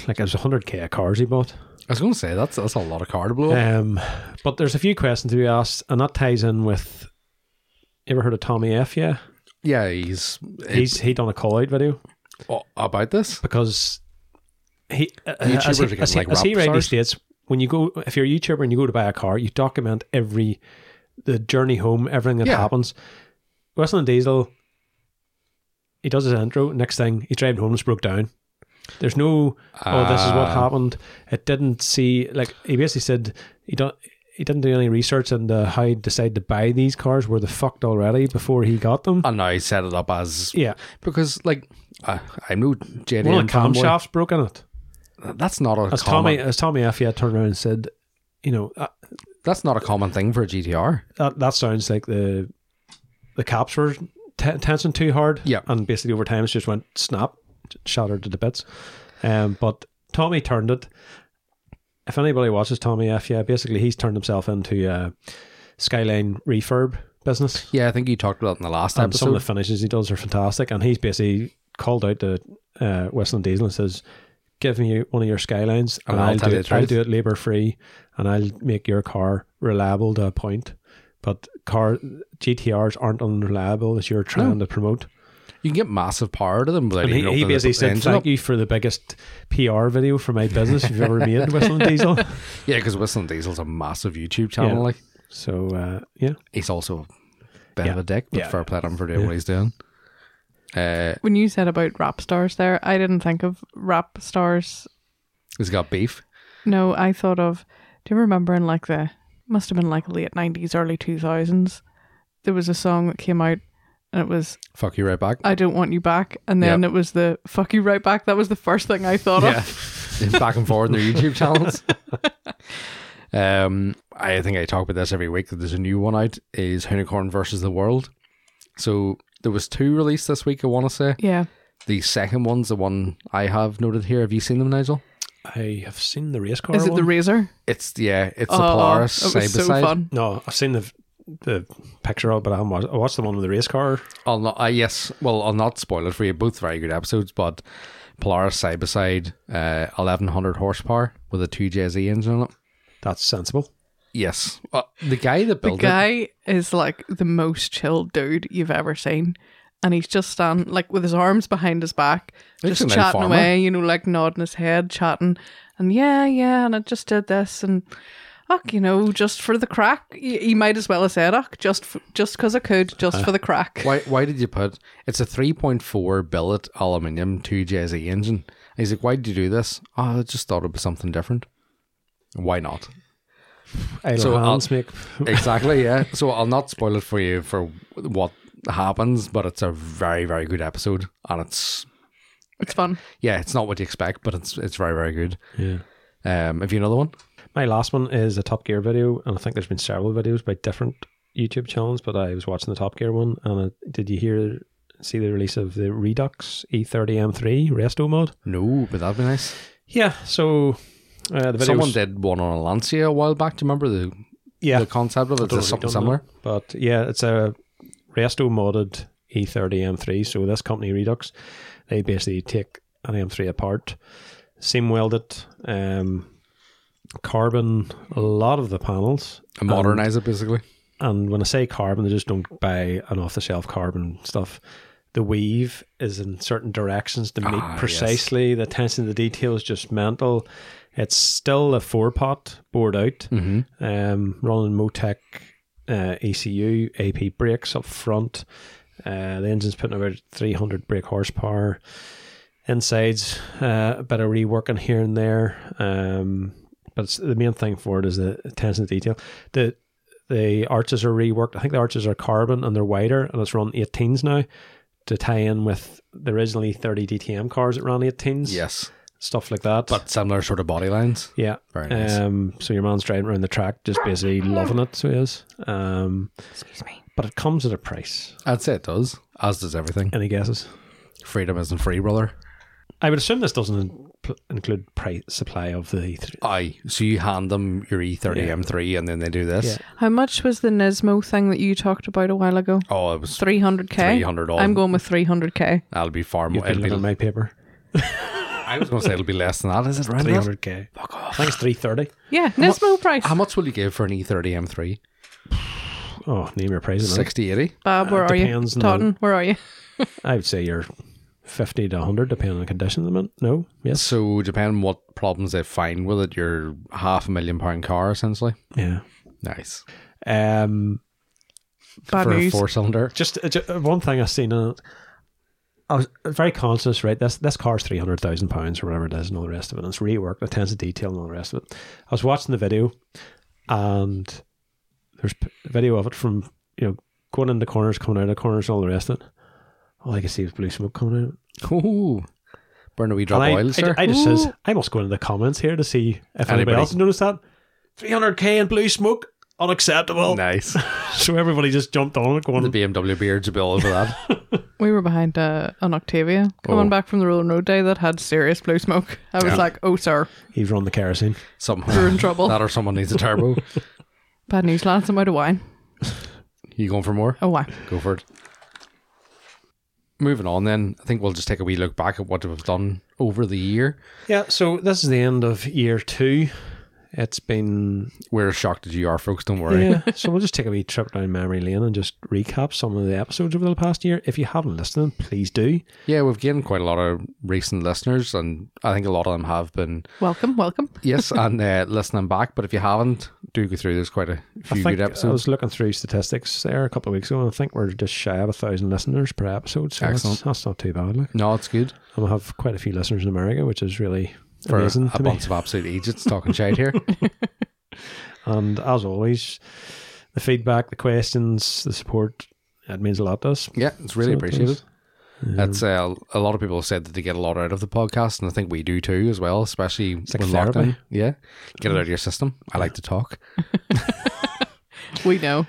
S3: like it was 100k of cars he bought.
S1: I was going to say, that's that's a lot of car to blow up.
S3: Um, but there's a few questions to be asked, and that ties in with. You ever heard of Tommy F? Yeah,
S1: yeah, he's,
S3: he's he done a call out video
S1: oh, about this.
S3: because he uh,
S1: YouTubers
S3: as
S1: are
S3: he,
S1: getting,
S3: as he,
S1: like,
S3: as he
S1: rap
S3: rightly
S1: stars.
S3: states, when you go if you're a YouTuber and you go to buy a car, you document every the journey home, everything that
S1: Yeah.
S3: happens. Weston Diesel, he does his intro. Next thing, he's driving home, it's broke down. There's no oh, this is what
S1: Ah.
S3: happened. It didn't see like he basically said he don't. He didn't do any research into how he decided to buy these cars. Were they fucked already before he got them?
S1: And now he set it up as.
S3: yeah,
S1: Because, like, uh, I know JDM.
S3: one of the
S1: fanboy.
S3: camshafts broke in it.
S1: That's not a
S3: As
S1: common,
S3: Tommy, uh, as Tommy F. yeah, turned around and said, you know, that,
S1: That's not a common thing for a GTR.
S3: that, that sounds like the the caps were t- tensing too hard.
S1: Yeah.
S3: And basically over time, it just went snap, shattered to the bits. Um, but Tommy turned it. If anybody watches Tommy F, yeah, basically he's turned himself into a Skyline refurb business.
S1: Yeah, I think you talked about it in the last
S3: And Um, some of
S1: episode.
S3: the finishes he does are fantastic. And he's basically called out to uh, Westland Diesel and says, "Give me one of your skylines, and,
S1: And I'll
S3: I'll,
S1: tell
S3: do
S1: you
S3: it.
S1: the
S3: I'll
S1: truth."
S3: do it labor free, and I'll make your car reliable to a point." But car GTRs aren't unreliable as you're trying to promote.
S1: you can get massive power to them without
S3: And he,
S1: even
S3: he
S1: opening
S3: basically
S1: the
S3: said,
S1: engine
S3: "Thank
S1: up.
S3: you for the biggest PR video for my business you've ever [LAUGHS] made, Westland Diesel."
S1: Yeah, because Whistling Diesel's a massive YouTube channel.
S3: Yeah.
S1: Like,
S3: So uh, yeah,
S1: he's also a bit of
S3: Yeah.
S1: a dick, but
S3: Yeah.
S1: fair play to him for doing what he's doing. Uh,
S2: When you said about rap stars there, I didn't think of rap stars
S1: He's got beef.
S2: No, I thought of. Do you remember in like the must have been like late nineties, early two thousands? There was a song that came out, and it was
S1: Fuck you right back.
S2: "I Don't Want You Back," and then
S1: Yep.
S2: it was the "Fuck You Right Back." That was the first thing I thought
S1: yeah.
S2: of.
S1: back and forth on their YouTube channels. [LAUGHS] um, I think I talk about this every week that there's a new one out is Unicorn versus the World. So there was two released this week, I want to say.
S2: Yeah,
S1: The second one's the one I have noted here. Have you seen them, Nigel?
S3: I have seen the race car.
S2: is it the
S3: one.
S2: razor?
S1: It's yeah, it's
S2: Oh,
S1: the Polaris
S2: that
S1: side by
S2: was so
S1: side.
S2: fun.
S3: No, I've seen the the picture of, it, but I haven't watched. I watched the one with the race car.
S1: I'll not. Uh, yes, well, I'll not spoil it for you. Both very good episodes, but Polaris side by side, uh, eleven hundred horsepower with a two JZ engine on it.
S3: That's sensible.
S1: Yes, uh, the guy that
S2: The
S1: built it.
S2: guy is like the most chilled dude you've ever seen. And he's just standing, like, with his arms behind his back,
S1: Looks
S2: just
S1: like a
S2: chatting
S1: farmer.
S2: away, you know, like nodding his head, chatting. And yeah, yeah, and I just did this. And, ugh, you know, just for the crack. He, he might as well have said, ugh, just f- just 'cause I could,
S1: Uh,
S2: just for the crack.
S1: Why, why did you put it's a 3.4 billet aluminium 2JZ engine? And he's like, why did you do this? Oh, I just thought it was something different. Why not?
S3: Idle
S1: So I'll-
S3: hands make.
S1: Exactly,
S2: [LAUGHS]
S1: yeah. So I'll not spoil it for you for what happens, but it's a very, very good episode. And it's,
S2: It's fun.
S1: yeah, it's not what you expect, but it's it's very, very good.
S3: Yeah.
S1: Um, have you another one?
S3: [LAUGHS] My last one is a Top Gear video, and I think there's been several videos by different YouTube channels, but I was watching the Top Gear one, and I, did you hear see the release of the Redux E E30 M3 resto mod?
S1: No, but that'd be nice.
S3: Yeah. So uh, the video
S1: Someone
S3: was-
S1: did one on a Lancia a while back. Do you remember the,
S3: Yeah.
S1: the concept of it?
S3: Totally
S1: It's something
S3: don't
S1: similar.
S3: know. But yeah, it's a Resto modded E E30 M3. So this company, Redux, they basically take an M3 apart, seam weld it, um, carbon a lot of the panels.
S1: And modernize it, basically.
S3: And when I say carbon, they just don't buy an off the shelf carbon stuff. The weave is in certain directions to meet
S1: Ah, yes.
S3: precisely. The attention to detail is just mental. It's still a four pot bored out
S1: Mm-hmm.
S3: um, running Motec uh, ECU, AP brakes up front. Uh, the engine's putting about 300 brake horsepower. Insides, uh, a bit of reworking here and there. Um, but it's, the main thing for it is the attention to detail. The the arches are reworked. I think the arches are carbon and they're wider, and it's run 18s now to tie in with the originally 30 DTM cars that ran 18s.
S1: Yes.
S3: Stuff like that.
S1: But similar sort of body lines.
S3: yeah,
S1: Very nice.
S3: um, so your man's driving around the track, just basically loving it. So he is. Um,
S2: Excuse me.
S3: but it comes at a price.
S1: I'd say it does, as does everything.
S3: Any guesses?
S1: Freedom isn't free, brother.
S3: I would assume this doesn't in- pl- include price supply of the E3.
S1: Aye. So you hand them your E E30
S3: Yeah.
S1: M3 and then they do this.
S3: Yeah.
S2: How much was the Nismo thing that you talked about a while ago?
S1: Oh, it was.
S2: 300K?
S1: 300 odd.
S2: I'm going with 300K.
S1: That'll be far
S3: You've
S1: more.
S3: been
S1: It'll be,
S3: looking at my paper.
S1: I was going to say it'll be less than that. Is it right?
S3: Three hundred k. Fuck off. I think it's three thirty.
S2: Yeah, Nismo price.
S1: How much will you give for an E E30 M3?
S3: Oh, name your price. man.
S1: 60, 80?
S2: Bob, where
S3: Uh,
S2: are you?
S3: depends on the-
S2: Totten, where are you?
S3: I would say you're fifty to hundred, depending on the condition of the month. No, yes,
S1: So, depending on what problems they find with it, you're half a million pound car essentially.
S3: yeah.
S1: Nice.
S3: Um,
S1: [LAUGHS]
S2: Bad
S1: for
S2: news.
S1: a four cylinder.
S3: just, uh, ju- uh, one thing I've seen on it. I was uh, very conscious, right? This this car's three hundred thousand pounds or whatever it is, and all the rest of it. And it's reworked, attention to detail, and all the rest of it. I was watching the video, and there's p- video of it from you know going in the corners, coming out of the corners, all the rest of it. All I could see was blue smoke coming out.
S1: Ooh. Burn a wee drop
S3: And I,
S1: oil,
S3: I-
S1: sir.
S3: I just
S2: Ooh.
S3: says I must go into the comments here to see if anybody,
S1: Anybody.
S3: else noticed that. Three hundred k in blue smoke, unacceptable. [LAUGHS]
S1: nice.
S3: So everybody just jumped on it,
S1: the
S3: going,
S1: BMW beards will be all over that.
S2: [LAUGHS] We were behind uh, an Octavia coming
S1: Oh.
S2: back from the Roll and Road Day that had serious blue smoke. I was
S1: Yeah.
S2: like, oh, sir,
S3: "He's run the kerosene."
S2: you're
S1: Somehow.
S2: in trouble.
S1: that or someone needs a
S2: [LAUGHS]
S1: turbo.
S2: Bad news, lads. I'm out of wine.
S1: you going for more?
S2: Oh, wow.
S1: Go for it. Moving on, then I think we'll just take a wee look back at what we've done over the year.
S3: Yeah, so this is the end of year two. It's been
S1: We're shocked at you are, folks. Don't worry.
S3: yeah.
S1: [LAUGHS]
S3: so we'll just take a wee trip down memory lane and just recap some of the episodes over the past year. If you haven't listened, please do.
S1: Yeah, we've gained quite a lot of recent listeners, and I think a lot of them have been
S2: Welcome, welcome.
S1: yes [LAUGHS] and uh, listening back. But if you haven't, do go through. There's quite a few
S3: I think
S1: good
S3: I
S1: episodes.
S3: was looking through statistics there a couple of weeks ago, and I think we're just shy of a thousand listeners per episode. So that's,
S1: Excellent.
S3: that's not too bad. Look,
S1: No, it's good.
S3: and we have quite a few listeners in America, which is really
S1: for a
S3: amazing to me.
S1: bunch of absolute idiots talking shit
S3: [LAUGHS]
S1: here.
S3: And as always, the feedback, the questions, the support, it means a lot to us.
S1: Yeah, it's really
S3: So
S1: appreciated.
S3: thanks.
S1: That's uh, a lot of people have said that they get a lot out of the podcast, and I think we do too as well, especially
S3: like
S1: when
S3: therapy.
S1: lockdown. Yeah, get it out of your system. I like to talk.
S2: We know.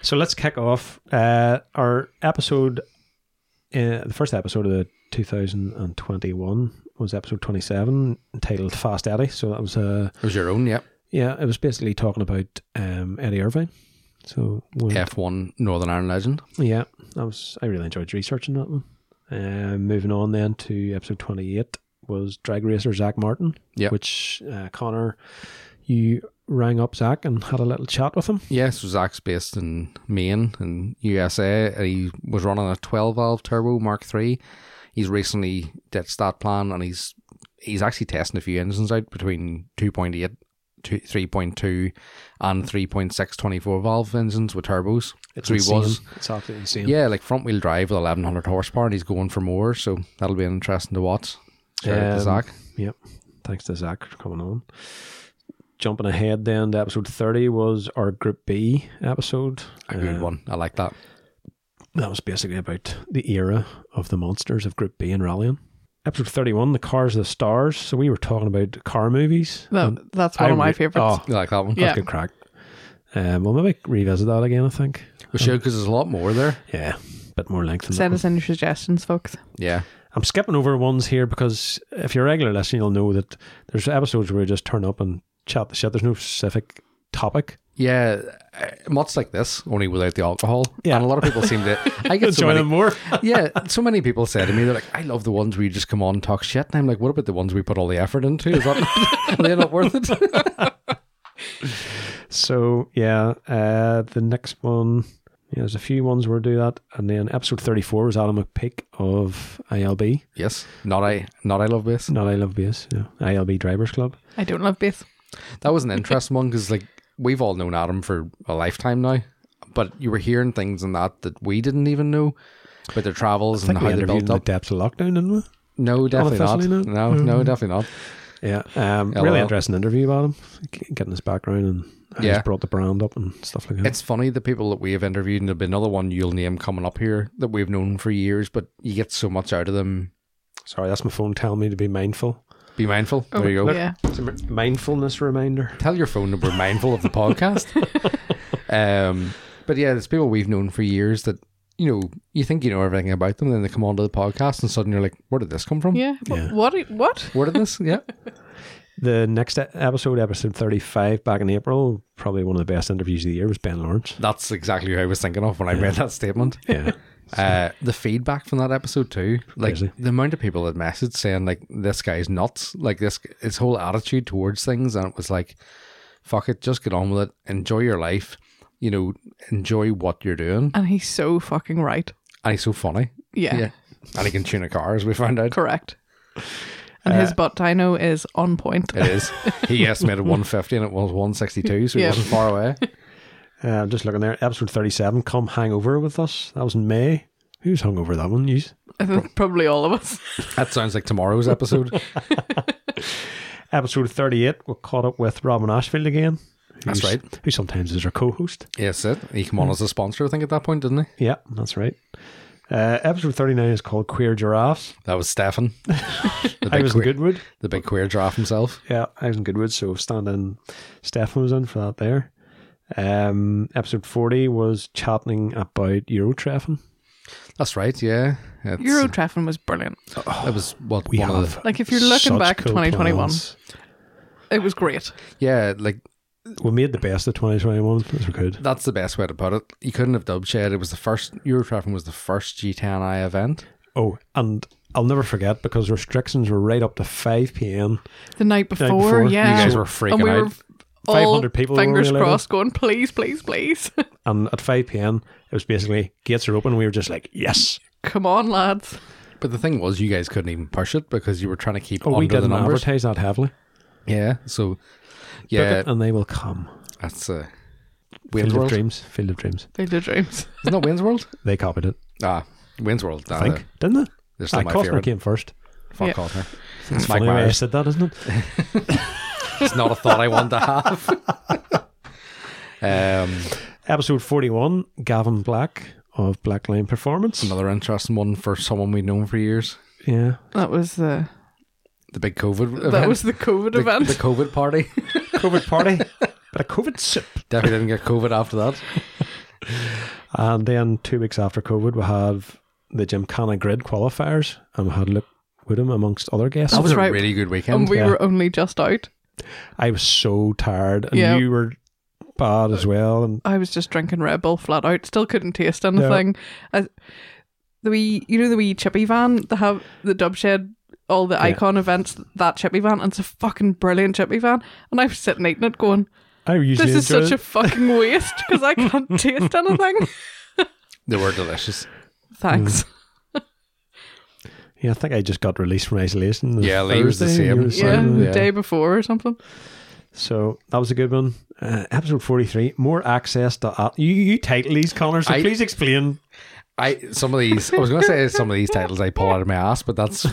S3: So let's kick off uh, our episode. Uh, the first episode of the 2021 was episode 27, entitled "Fast Eddie." So that was uh,
S1: It was your own, yeah.
S3: yeah, it was basically talking about um, Eddie Irvine. So we-
S1: F one Northern Ireland legend.
S3: yeah, that was I really enjoyed researching that one. Uh, moving on then to episode 28 was drag racer Zach Martin.
S1: Yeah.
S3: which uh, Connor, you rang up Zach and had a little chat with him.
S1: Yes, so Zach's based in Maine in USA. and He was running a 12 valve turbo Mark III. He's recently ditched that plan and he's he's actually testing a few engines out between 2.8, to 3.2, and 3.6 24 valve engines with turbos. so he was.
S3: It's absolutely insane.
S1: Yeah, like front wheel drive with 1100 horsepower and he's going for more. So that'll be interesting to watch. Shout out to
S3: Um,
S1: Zach.
S3: Yep. Thanks to Zach for coming on. Jumping ahead then to episode 30 was our Group B episode.
S1: A good
S3: Um,
S1: one. I like that.
S3: That was basically about the era of the monsters of Group B and rallying. Episode 31, The Cars of the Stars. So we were talking about car movies.
S2: That,
S1: Um,
S3: And
S2: that's one of
S3: I
S2: my
S3: re-
S2: favorites.
S3: Oh,
S1: You like that one?
S2: Yeah.
S3: good crack. Um, well, maybe revisit that again, I think.
S1: We should because there's a lot more there.
S3: Yeah, bit more length than that.
S2: Send us any suggestions, folks.
S1: Yeah.
S3: I'm skipping over ones here because if you're a regular listener, you'll know that there's episodes where you just turn up and chat the shit. There's no specific topic.
S1: Yeah, uh, much like this, only without the alcohol.
S3: Yeah.
S1: and a lot of people seem to. I
S3: [LAUGHS]
S1: get so
S3: Enjoy them
S1: many.
S3: more.
S1: Yeah, so many people say to me, they're like, "I love the ones where you just come on and talk shit," and I'm like, "What about the ones we put all the effort into? Is that not, [LAUGHS] are they not worth
S3: [LAUGHS]
S1: it?"
S3: so yeah, uh, the next one. Yeah, there's a few ones where we do that, and then episode 34 was Adam McPeak of ILB,
S1: yes, not I, not I love bass.
S3: not I Love Bass, yeah, ILB Drivers Club.
S2: I don't love Beth.
S1: That was an interesting one because like we've all known Adam for a lifetime now, but you were hearing things in that that we didn't even know. But their travels
S3: I
S1: and
S3: think we
S1: how they
S3: interviewed in
S1: built
S3: the
S1: up.
S3: depths of lockdown, didn't we?
S1: No, definitely not.
S3: Unofficially,
S1: No,
S3: Mm.
S1: no, definitely not.
S3: Yeah, um,
S1: Yeah,
S3: really
S1: well.
S3: interesting interview about him, g- getting his background and how
S1: Yeah.
S3: he's brought the brand up and stuff like that.
S1: It's funny the people that we have interviewed, and there'll be another one you'll name coming up here that we've known for years, but you get so much out of them.
S3: Sorry, that's my phone telling me to be mindful.
S1: Be mindful. there you go.
S2: Oh, Yeah.
S3: It's a mindfulness reminder.
S1: Tell your phone that we're mindful of the [LAUGHS] podcast. um, but yeah, there's people we've known for years that you know you think you know everything about them, then they come onto the podcast, and suddenly you're like, "Where did this come from?
S2: Yeah.
S3: Yeah.
S2: What? What?
S1: Where did this? Yeah,
S3: The next e- episode, episode 35, back in April, probably one of the best interviews of the year was Ben Lawrence.
S1: [LAUGHS] that's exactly what I was thinking of when I read that statement.
S3: [LAUGHS] Yeah.
S1: Uh, the feedback from that episode too, like
S3: Crazy.
S1: the amount of people that messaged saying like this guy's nuts, like this his whole attitude towards things, and it was like, fuck it, just get on with it, enjoy your life, you know, enjoy what you're doing.
S2: And he's so fucking right.
S1: And he's so funny,
S2: Yeah.
S1: and he can tune a car as we found out.
S2: Correct. And his butt dino is on point.
S1: Uh, It is. He estimated 150 and it was 162, so he
S2: Yeah.
S1: wasn't far away.
S3: Uh, just looking there, episode 37, Come Hangover With Us. That was in May. Who's hungover that one? You?
S2: Probably all of [LAUGHS] us.
S1: That sounds like tomorrow's
S3: [LAUGHS]
S1: episode.
S3: Episode 38, we caught up with Robin Ashfield again.
S1: That's
S3: who's-
S1: right.
S3: Who sometimes is our co host.
S1: Yes, it. He came
S3: Hmm.
S1: on as a sponsor, I think, at that point, didn't he?
S3: Yeah, that's right. Uh, episode 39 is called Queer Giraffes.
S1: That was
S3: [LAUGHS]
S1: Stefan. The
S3: I
S1: big,
S3: was in
S1: queer,
S3: Goodwood.
S1: the big queer draft himself.
S3: Yeah, I was in Goodwood, so stand in. Stefan was in for that there. Um, episode 40 was chatting about Eurotraffing.
S1: That's right, yeah. It's-
S2: Euro traffic was brilliant.
S1: It was what
S3: We
S1: one of
S3: have.
S1: the
S2: Like if you're looking
S3: such
S2: back at
S3: cool
S2: 2021,
S3: plans.
S2: it was great.
S1: yeah, like
S3: We made the best of 2021. Those were good.
S1: that's the best way to put it. You couldn't have dub shed. It was the first Eurotraffing was the first G10i event.
S3: Oh, and I'll never forget because restrictions were right up to 5 p.m.
S2: The night before,
S3: before, you
S2: yeah,
S1: You guys were freaking
S2: and we
S1: out.
S2: were all
S3: 500 people were only
S2: fingers
S3: allowed in.
S2: crossed, going, please, please, please, [LAUGHS]
S3: And at 5 p.m., it was basically gates are open. We were just like, yes.
S2: come on, lads.
S1: But the thing was, you guys couldn't even push it because you were trying to keep
S3: Oh, we
S1: under the
S3: didn't
S1: numbers.
S3: advertise that heavily.
S1: Yeah, so
S3: Book
S1: yeah,
S3: it and they will come.
S1: that's uh,
S3: Field
S1: Wayne's
S3: of
S1: World.
S3: Dreams. Field of Dreams.
S2: Field of Dreams.
S1: Isn't that Wayne's World?
S3: They copied it,
S1: Ah, Wayne's World.
S3: I
S1: Nah,
S3: think.
S1: they're-
S3: Didn't they?
S1: They're still
S3: Ah,
S1: my
S3: Costner
S1: favorite.
S3: came first.
S1: Fuck
S2: Yeah.
S1: Costner.
S3: It's
S1: Mike
S3: funny way I
S1: Myers.
S3: said that, isn't
S1: [LAUGHS]
S3: it?
S1: It's not a thought I want to
S3: [LAUGHS]
S1: have. um,
S3: Episode 41, Gavin Black of Black Line Performance.
S1: another interesting one for someone we've known for years.
S3: Yeah.
S2: That was uh, the
S1: The big COVID event.
S2: that was the COVID
S1: the,
S2: event.
S1: the COVID party. [LAUGHS]
S3: COVID party. but a COVID sip.
S1: Definitely didn't get COVID after that.
S3: And then two weeks after COVID, we have the Gymkhana Grid qualifiers, and we had Luke Woodham amongst other guests.
S1: That was
S2: right.
S1: a really good
S2: [LAUGHS] and
S1: weekend.
S2: we
S3: yeah.
S2: were only just out.
S3: I was so tired, and
S2: Yeah.
S3: you were bad as well. And
S2: I was just drinking Red Bull flat out. Still couldn't taste anything. I, the wee, you know, the wee chippy van that have the dub shed, all the icon events. That chippy van, and it's a fucking brilliant chippy van. And I was sitting eating it, going,
S3: I usually
S2: "This is
S3: enjoy
S2: such a
S3: it.
S2: fucking waste because
S1: [LAUGHS]
S2: I can't taste anything."
S1: they were delicious. Mm.
S2: Thanks.
S3: Yeah, I think I just got released from isolation. the
S1: Yeah, Lee was the
S3: Thursday,
S1: same.
S3: you were
S2: Yeah,
S3: saying.
S2: the
S1: Yeah.
S2: day before or something.
S3: So that was a good one. Uh, episode forty-three. More access to at- you. You title these, Connor. So
S1: I-
S3: please explain.
S1: I some of these I was gonna say some of these titles I pull out of my ass, but that's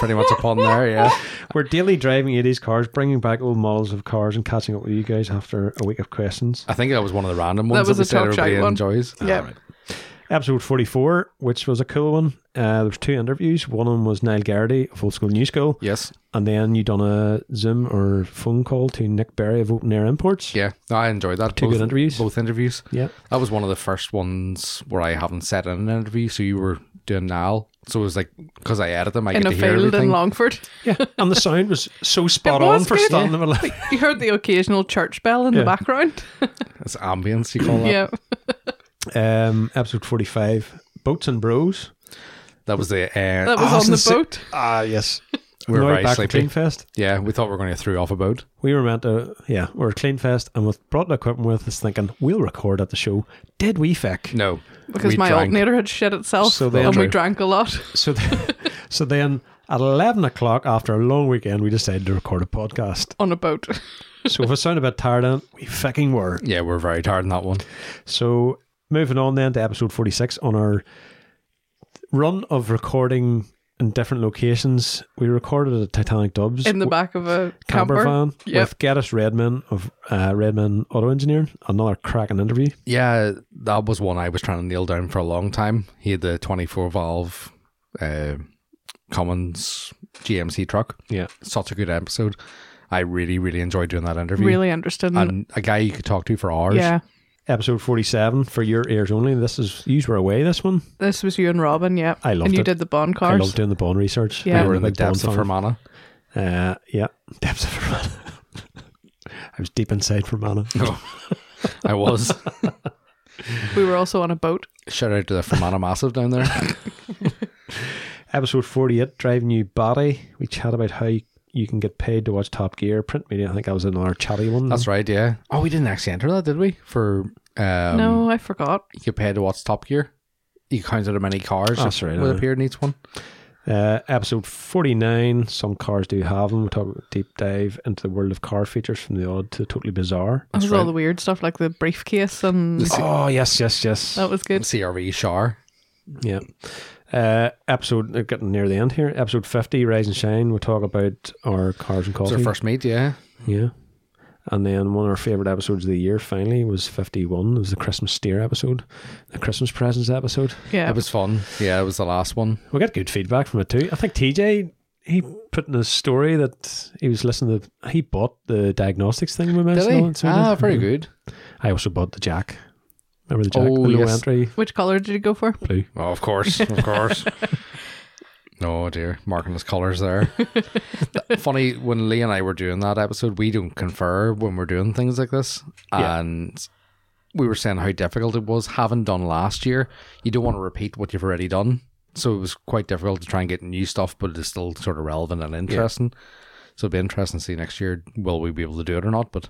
S1: pretty much upon there, yeah.
S3: We're daily driving eighties cars, bringing back old models of cars, and catching up with you guys after a week of questions.
S1: I think that was one of the random ones
S2: That
S1: that,
S2: was
S1: we
S2: a
S1: said
S2: top shite
S1: everybody
S2: one.
S1: enjoys.
S2: Yeah.
S3: Episode 44, which was a cool one. Uh, there was two interviews. One of them was Niall Garrity of Old School New School,
S1: Yes.
S3: and then you done a Zoom or phone call to Nick Berry of Open Air Imports.
S1: Yeah. No, I enjoyed that.
S3: Two
S1: both,
S3: good interviews.
S1: Both interviews.
S3: Yeah.
S1: That was one of the first ones where I haven't said in an interview. So you were doing Niall. So it was like because I edit them, I
S2: in
S1: get
S2: a
S1: to hear
S2: field in
S1: everything.
S2: Longford. [LAUGHS]
S3: yeah. And the sound was so spot
S2: It
S3: on
S2: was
S3: for
S2: good.
S3: standing in the middle of-
S2: You heard the occasional church bell in
S3: Yeah.
S2: the background.
S1: it's ambience you call that.
S2: yeah.
S3: Um, Episode 45, Boats and Bros.
S1: That was the uh,
S2: That was
S3: Oh,
S2: on the
S3: since-
S2: boat.
S3: Ah, yes.
S1: [LAUGHS] We were
S3: now
S1: very
S3: back
S1: sleepy.
S3: at Cleanfest.
S1: yeah. We thought we were going to throw off a boat.
S3: We were meant to, yeah, we were at Cleanfest and we brought the equipment with us thinking, we'll record at the show. Did we, feck?
S1: No,
S2: because
S1: we
S2: my
S1: drank.
S2: alternator had shed itself
S3: So they
S2: and we
S3: drew.
S2: drank a lot. [LAUGHS]
S3: So, th- so then [LAUGHS] at eleven o'clock after a long weekend, we decided to record a podcast.
S2: on a boat. [LAUGHS]
S3: So if I sound a bit tired, then we fucking were.
S1: Yeah, we're very tired in that one.
S3: So moving on then to episode forty-six on our run of recording in different locations, we recorded at Titanic Dubs
S2: In the
S3: w-
S2: back of a
S3: camper,
S2: camper.
S3: van
S2: Yep.
S3: with Geddes Redman of uh, Redman Auto Engineering. Another cracking interview.
S1: Yeah, that was one I was trying to nail down for a long time. He had the 24 valve uh, Commons GMC truck.
S3: Yeah,
S1: Such a good episode. I really, really enjoyed doing that interview.
S2: Really interesting.
S1: And a guy you could talk to for hours.
S2: yeah.
S3: episode forty-seven for your ears only. This is you were away. This one
S2: This was you and Robin, yeah.
S3: I loved
S2: And you
S3: it.
S2: did the bond
S3: I
S2: cars.
S3: love doing the bone research.
S2: Yeah.
S1: We
S2: I'm
S1: were in
S3: I'm a
S1: the
S3: big Bond
S1: depths of
S3: fan.
S1: Fermanagh.
S3: Uh, yeah, [LAUGHS] depths of Fermanagh. I was deep inside Fermanagh.
S1: I [LAUGHS] was.
S2: we were also on a boat.
S1: Shout out to the Fermanagh Massive down [LAUGHS] there.
S3: Episode 48, Driving You Batty. We chat about how you, you can get paid to watch Top Gear print media. I think that was another chatty one.
S1: That's right, yeah. Oh, we didn't actually enter that, did we? For um,
S2: no, I forgot.
S1: you could pay to watch Top Gear. You counted how many cars
S3: That's right,
S1: would
S3: aye.
S1: appear in each one.
S3: Uh, episode 49, Some Cars Do Have Them. We talk about a deep dive into the world of car features from the odd to totally bizarre.
S2: That was all
S1: right.
S2: the weird stuff like the briefcase and
S3: Oh, yes, yes, yes.
S2: that was good.
S1: CRV Shar.
S3: Yeah. Uh, episode, uh, getting near the end here. Episode 50, Rise and Shine. We talk about our cars and
S1: It was
S3: coffee.
S1: our first meet, yeah.
S3: Yeah. And then one of our favourite episodes of the year finally was 51. It was the Christmas steer episode, the Christmas presents episode.
S2: Yeah.
S1: It was fun. Yeah, it was the last one.
S3: We got good feedback from it too. I think TJ, he put in a story that he was listening to, he bought the diagnostics thing we mentioned. on it,
S1: Did
S3: so
S1: I? Ah, very good.
S3: I also bought the Jack. Remember the Jack?
S1: Oh,
S3: the low
S1: yes.
S3: entry
S2: Which color did you go for?
S3: blue.
S1: Oh, of course, of
S3: [LAUGHS]
S1: course. oh dear, marking his colours
S3: [LAUGHS]
S1: there. Funny when Lee and I were doing that episode, we don't confer when we're doing things like this,
S3: Yeah.
S1: and we were saying how difficult it was having done last year. You don't want to repeat what you've already done, so it was quite difficult to try and get new stuff, but it's still sort of relevant and interesting. So it'll be interesting to see next year will we be able to do it or not, but.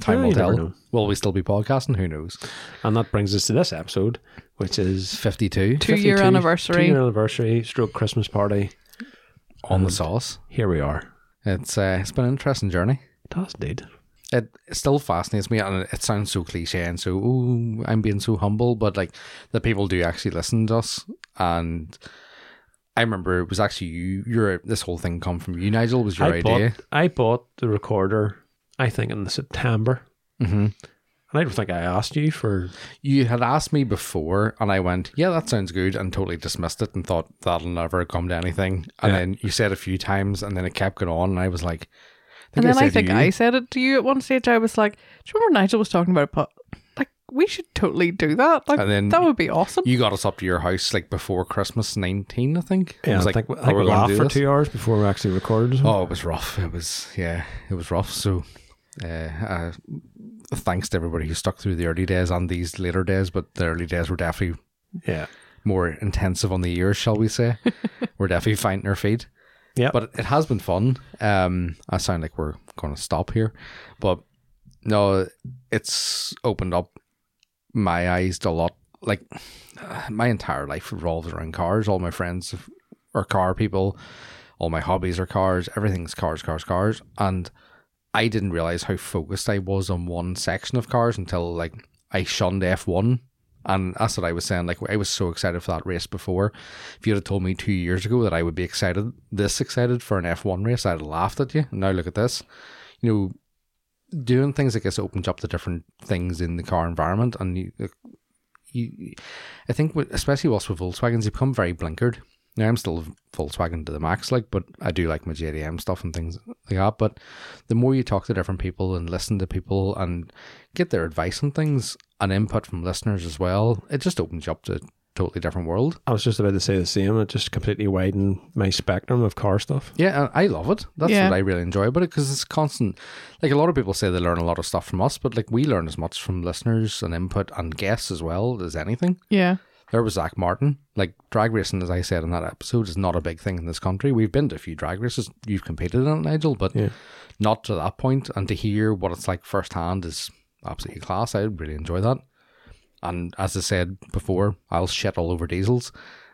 S1: Time
S3: Yeah,
S1: will
S3: you never
S1: tell.
S3: know.
S1: Will we still be podcasting? Who knows?
S3: And that brings us to this episode, which is
S1: Fifty-two
S2: Two year
S3: 52,
S2: anniversary.
S3: Two year anniversary, stroke Christmas party.
S1: on the sauce.
S3: Here we are.
S1: It's uh, it's been an interesting journey.
S3: That's indeed.
S1: it still fascinates me and it sounds so cliche and so ooh, I'm being so humble, but like the people do actually listen to us and I remember it was actually you. Your this whole thing come from you, Nigel. Was your
S3: I
S1: idea?
S3: bought I bought the recorder. I think in September,
S1: Mm-hmm.
S3: and I don't think I asked you for.
S1: You had asked me before, and I went, "Yeah, that sounds good," and totally dismissed it and thought that'll never come to anything. And
S3: Yeah.
S1: then you said a few times, and then it kept going, on, and I was like,
S2: and then I,
S1: said to
S2: think
S1: you,
S2: I said it to you at one stage. I was like, "Do you remember Nigel was talking about pot? Like, we should totally do that. Like,
S1: And then
S2: that would be awesome."
S1: you got us up to your house like before Christmas nineteen, I think. It
S3: Yeah,
S1: was
S3: I
S1: like,
S3: think, I
S1: "Oh,
S3: think
S1: we're
S3: we
S1: gonna
S3: laughed
S1: do
S3: for
S1: this."
S3: two hours before we actually recorded.
S1: Oh, it was rough. It was yeah, it was rough. So, uh, uh, thanks to everybody who stuck through the early days and these later days, but the early days were definitely
S3: yeah,
S1: more intensive on the ears, shall we say? we're definitely finding our feet.
S3: yeah.
S1: but it has been fun. Um, I sound like we're going to stop here, but no, it's opened up my eyes to a lot. Like uh, my entire life revolves around cars. All my friends are car people. All my hobbies are cars. Everything's cars, cars, cars. And I didn't realize how focused I was on one section of cars until like I shunned F one. And that's what I was saying. Like I was so excited for that race before. If you'd have told me two years ago that I would be excited, this excited for an F one race, I'd have laughed at you. Now look at this. You know, doing things like this opens up the different things in the car environment, and you, you I think, with, especially whilst with Volkswagens, you become very blinkered. Now I'm still Volkswagen to the max, like, but I do like my JDM stuff and things like that. But the more you talk to different people and listen to people and get their advice on things and input from listeners as well, it just opens you up to a totally different world.
S3: I was just about to say the same. It just completely widened my spectrum of car stuff.
S1: Yeah, and I love it. That's
S2: Yeah.
S1: what I really enjoy about it because it's constant. Like a lot of people say they learn a lot of stuff from us, but like we learn as much from listeners and input and guests as well as anything.
S2: yeah,
S1: There was Zach Martin. Like drag racing, as I said in that episode, is not a big thing in this country. We've been to a few drag races. You've competed in it, Nigel, but
S3: Yeah.
S1: not to that point. And to hear what it's like firsthand is absolutely class. I really enjoy that. And as I said before, I'll shit all over diesels.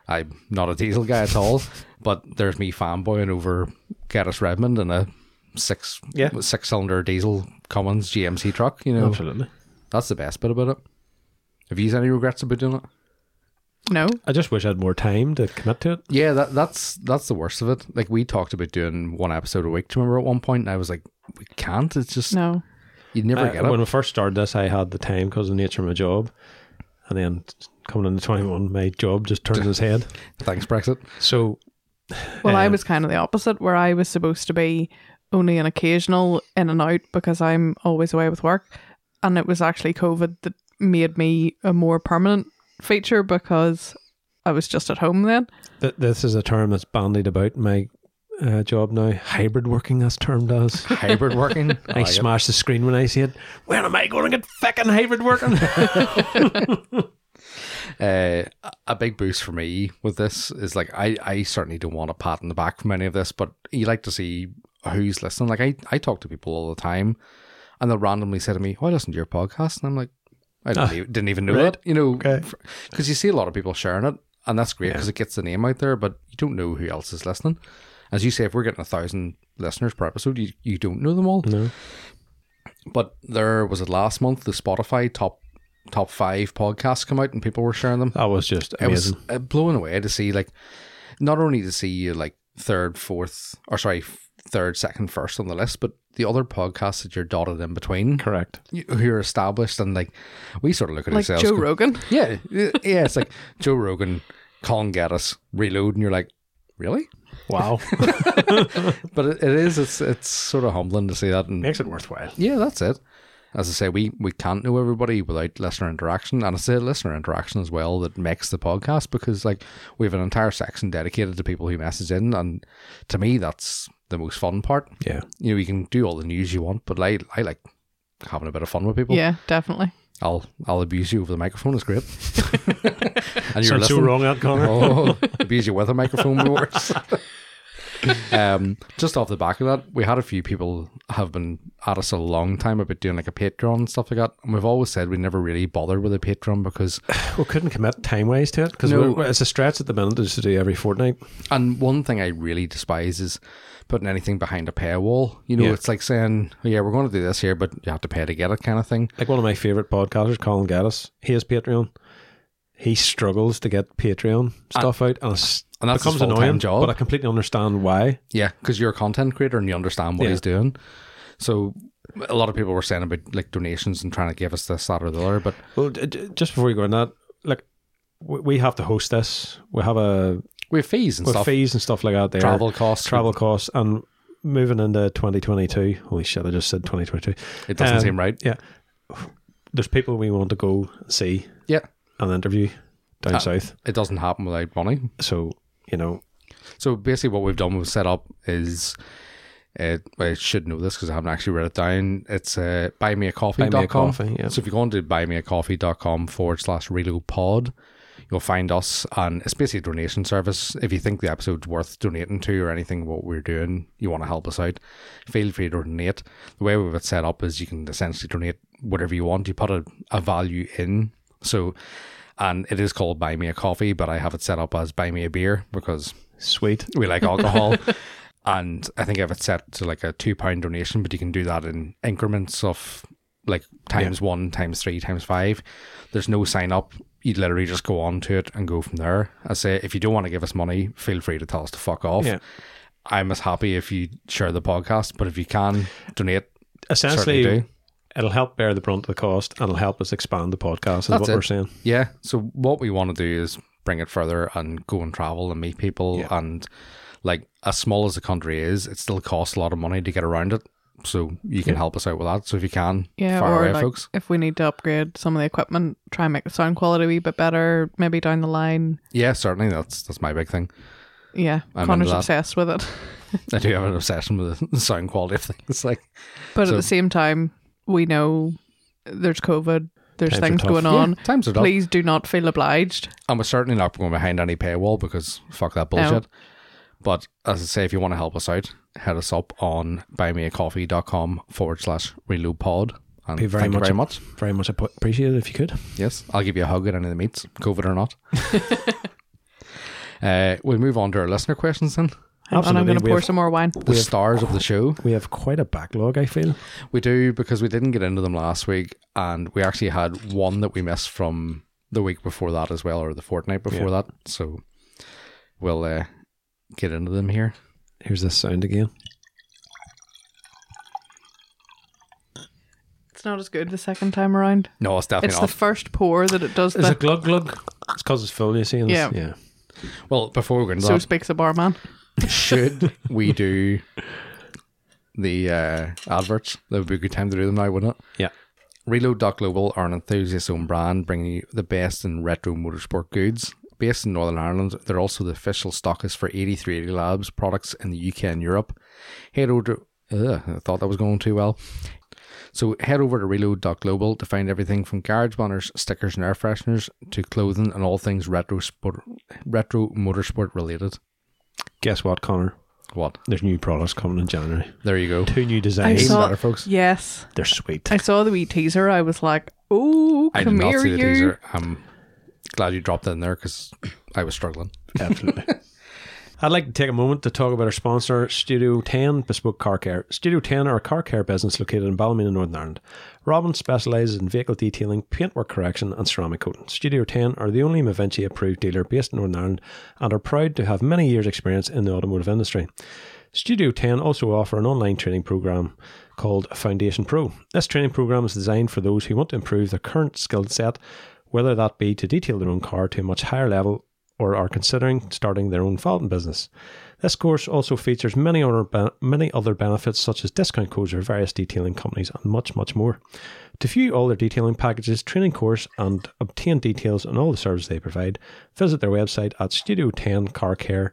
S1: I'm not a diesel guy at
S3: [LAUGHS]
S1: all, but there's me fanboying over Geddes Redmond and a six
S3: Yeah.
S1: six cylinder diesel Cummins GMC truck. You know,
S3: Absolutely.
S1: that's the best bit about it. Have you any regrets about doing it?
S2: no,
S3: I just wish I had more time to commit to it.
S1: Yeah, that, that's that's the worst of it. Like we talked about doing one episode a week. Do you remember at one point? And I was like, we can't. It's just
S2: no.
S1: you never
S3: Uh,
S1: get it.
S3: when I first started this, I had the time because of the nature of my job. And then coming into 21, my job just turned
S1: [LAUGHS]
S3: its head.
S1: Thanks Brexit.
S3: So,
S2: Well, I
S3: Um,
S2: was kind of the opposite, where I was supposed to be only an occasional in and out because I'm always away with work. And it was actually COVID that made me a more permanent feature because I was just at home then.
S3: th- this is a term that's bandied about in my uh, job now hybrid working, that's termed as.
S1: Hybrid
S3: [LAUGHS]
S1: working. I
S3: Oh, I
S1: like it.
S3: smash the screen when I see it. When am I going to get fucking hybrid [LAUGHS] working?
S1: uh, a big boost for me with this is like I, I certainly don't want a pat on the back from any of this, but you like to see who's listening. Like I, I talk to people all the time, and they'll randomly say to me, "Oh, I listen to your podcast," and I'm like, "I didn't, e- didn't even know
S3: Ah, right.
S1: that," you know,
S3: Okay.
S1: because you see a lot of people sharing it, and that's great because it gets the name out there, but you don't know who else is listening. As you say, if we're getting a thousand listeners per episode, you, you don't know them all.
S3: no.
S1: But there was it last month the Spotify top top five podcasts come out, and people were sharing them.
S3: That was just
S1: I was
S3: amazing.
S1: uh, blown away to see like not only to see you like third, fourth, or sorry, f- third, second, first on the list, but the other podcasts that you're dotted in between
S3: Correct.
S1: you- who are established and like we sort of look at
S2: Like
S1: ourselves.
S2: Joe
S1: go-
S2: Rogan.
S1: yeah, y- yeah. It's like [LAUGHS] Joe Rogan, Colin Geddes, Reload, and you're like, really?
S3: Wow.
S1: But it, it is. It's it's sort of humbling to see that. And
S3: [LAUGHS] Makes it worthwhile.
S1: yeah, that's it. As I say, we, we can't know everybody without listener interaction, and I say listener interaction as well that makes the podcast because like we have an entire section dedicated to people who message in, and to me that's the most fun part.
S3: Yeah.
S1: You know, you can do all the news you want, but I I like having a bit of fun with people.
S2: Yeah, definitely.
S1: I'll I'll abuse you over the microphone. It's great. [LAUGHS] and you're
S3: Sounds so
S1: listening.
S3: [LAUGHS] wrong, that Connor.
S1: Oh, abuse you with a microphone would be worse. um, just off the back of that, we had a few people have been at us a long time about doing like a Patreon and stuff like that, and we've always said we never really bothered with a Patreon because.
S3: We couldn't commit time wise to it because
S1: No.
S3: it's a stretch at the minute just to do every fortnight.
S1: And one thing I really despise is putting anything behind a paywall. You know,
S3: Yeah.
S1: it's like saying, "Oh, "Yeah, we're going to do this here, but you have to pay to get it," kind of thing.
S3: Like one of my favorite podcasters, Colin Gaddis, he has Patreon. he struggles to get Patreon stuff out, and it's,
S1: And that's his
S3: becomes
S1: full-time
S3: annoying.
S1: job.
S3: But I completely understand why.
S1: Yeah, because you're a content creator and you understand what
S3: Yeah.
S1: he's doing. So a lot of people were saying about like donations and trying to give us this, that, or the other. But
S3: Well, d- d- just before you go on that, like we, we have to host this. We have a
S1: we have fees and
S3: with
S1: stuff,
S3: fees and stuff like that. There,
S1: travel costs.
S3: travel costs, and moving into 2022. Holy shit! I just said 2022.
S1: It doesn't
S3: um,
S1: seem right.
S3: There's people we want to go see
S1: Yeah,
S3: and interview down
S1: Uh,
S3: south.
S1: it doesn't happen without money.
S3: So you know,
S1: So basically, what we've done, we've set up is. It, I should know this because I haven't actually read it down. It's uh, buymeacoffee.com.
S3: buy me a coffee. Yeah.
S1: So if you go on to buymeacoffee.com forward slash reload pod, you'll find us and it's basically a donation service. If you think the episode's worth donating to or anything what we're doing, you want to help us out, feel free to donate. The way we've it set up is you can essentially donate whatever you want. You put a, a value in. So and it is called Buy Me a Coffee, but I have it set up as Buy Me a Beer because
S3: Sweet.
S1: we like alcohol. and I think I have it set to like a two pound donation, but you can do that in increments of like times one, times three, times five. There's no sign up. You literally just go on to it and go from there. I say, if you don't want to give us money, feel free to tell us to fuck off.
S3: Yeah.
S1: I'm as happy if you share the podcast, but if you can donate, certainly
S3: Essentially,
S1: do.
S3: it'll help bear the brunt of the cost and it'll help us expand the podcast is
S1: That's
S3: what
S1: it.
S3: we're saying
S1: Yeah. So what we want to do is bring it further and go and travel and meet people
S3: Yeah.
S1: and like as small as the country is, it still costs a lot of money to get around it. So you can help us out with that. So if you can,
S2: Yeah,
S1: fire
S2: or
S1: away,
S2: like
S1: folks.
S2: if we need to upgrade some of the equipment, try and make the sound quality a wee bit better, maybe down the line.
S1: Yeah, certainly. That's that's my big thing.
S2: Yeah,
S1: I'm
S2: Connor's
S1: into that.
S2: obsessed with it. [LAUGHS]
S1: I do have an obsession with [LAUGHS] the sound quality of things. [LAUGHS] Like
S2: But
S1: So-
S2: at the same time, we know there's COVID, there's
S3: Times are
S2: things
S3: tough.
S2: going
S1: yeah,
S2: on.
S1: times are tough.
S2: Please do not feel obliged.
S1: And we're certainly not going behind any paywall because fuck that bullshit. But as I say, if you want to help us out, head us up on buymeacoffee.com forward slash reload pod. And
S3: Be very
S1: thank you
S3: much
S1: very
S3: ap-
S1: much.
S3: very much app- appreciated if you could
S1: Yes, I'll give you a hug at any of the meets, COVID or
S2: [LAUGHS]
S1: not. uh, we move on to our listener questions then.
S2: Hang on, I'm
S3: Absolutely,
S2: going to
S3: we
S2: pour
S3: have-
S2: some more wine.
S1: The stars of the show.
S3: we have quite a backlog i feel
S1: We do because we didn't get into them last week, and we actually had one that we missed from the week before that as well, or the fortnight before that. So we'll uh, get into them here.
S3: here's this sound again
S2: It's not as good the second time around.
S1: No, it's definitely
S2: It's the
S1: not.
S2: first pour that it does
S3: it's a
S2: that.
S3: glug glug it's because it's full you see and it's-
S2: Yeah.
S3: yeah
S1: well, before we go into
S2: So
S1: that,
S2: speaks the barman. [LAUGHS]
S1: should we do the uh, adverts? That would be a good time to do them now, wouldn't it?
S3: yeah
S1: Reload.global are an enthusiast owned brand bringing you the best in retro motorsport goods. Based in Northern Ireland, they're also the official stockist for 8380 Labs products in the UK and Europe. Head over to, ugh, I thought that was going too well. So head over to reload.global to find everything from garage banners, stickers, and air fresheners to clothing and all things retro, sport, retro motorsport related.
S3: guess what connor
S1: What?
S3: there's new products coming in january
S1: There you go.
S3: two new
S2: I
S3: designs
S1: Even
S2: saw-
S1: better, folks.
S2: Yes,
S3: they're sweet
S2: I saw the wee teaser. I was like, "Oh,
S1: I did
S2: come
S1: not
S2: here,
S1: see
S2: you!"
S1: the teaser. I'm glad you dropped it in there because I was struggling.
S3: Absolutely. [LAUGHS] I'd like to take a moment to talk about our sponsor, Studio 10 Bespoke Car Care. Studio 10 are a car care business located in Ballymena, Northern Ireland. Robin specialises in vehicle detailing, paintwork correction, and ceramic coating. Studio 10 are the only Mavinci approved dealer based in Northern Ireland and are proud to have many years' experience in the automotive industry. Studio 10 also offer an online training program called Foundation Pro. This training program is designed for those who want to improve their current skill set, whether that be to detail their own car to a much higher level or are considering starting their own fountain business. This course also features many other ben- many other benefits such as discount codes for various detailing companies and much much more. To view all their detailing packages, training course, and obtain details on all the services they provide, visit their website at Studio 10 Car Care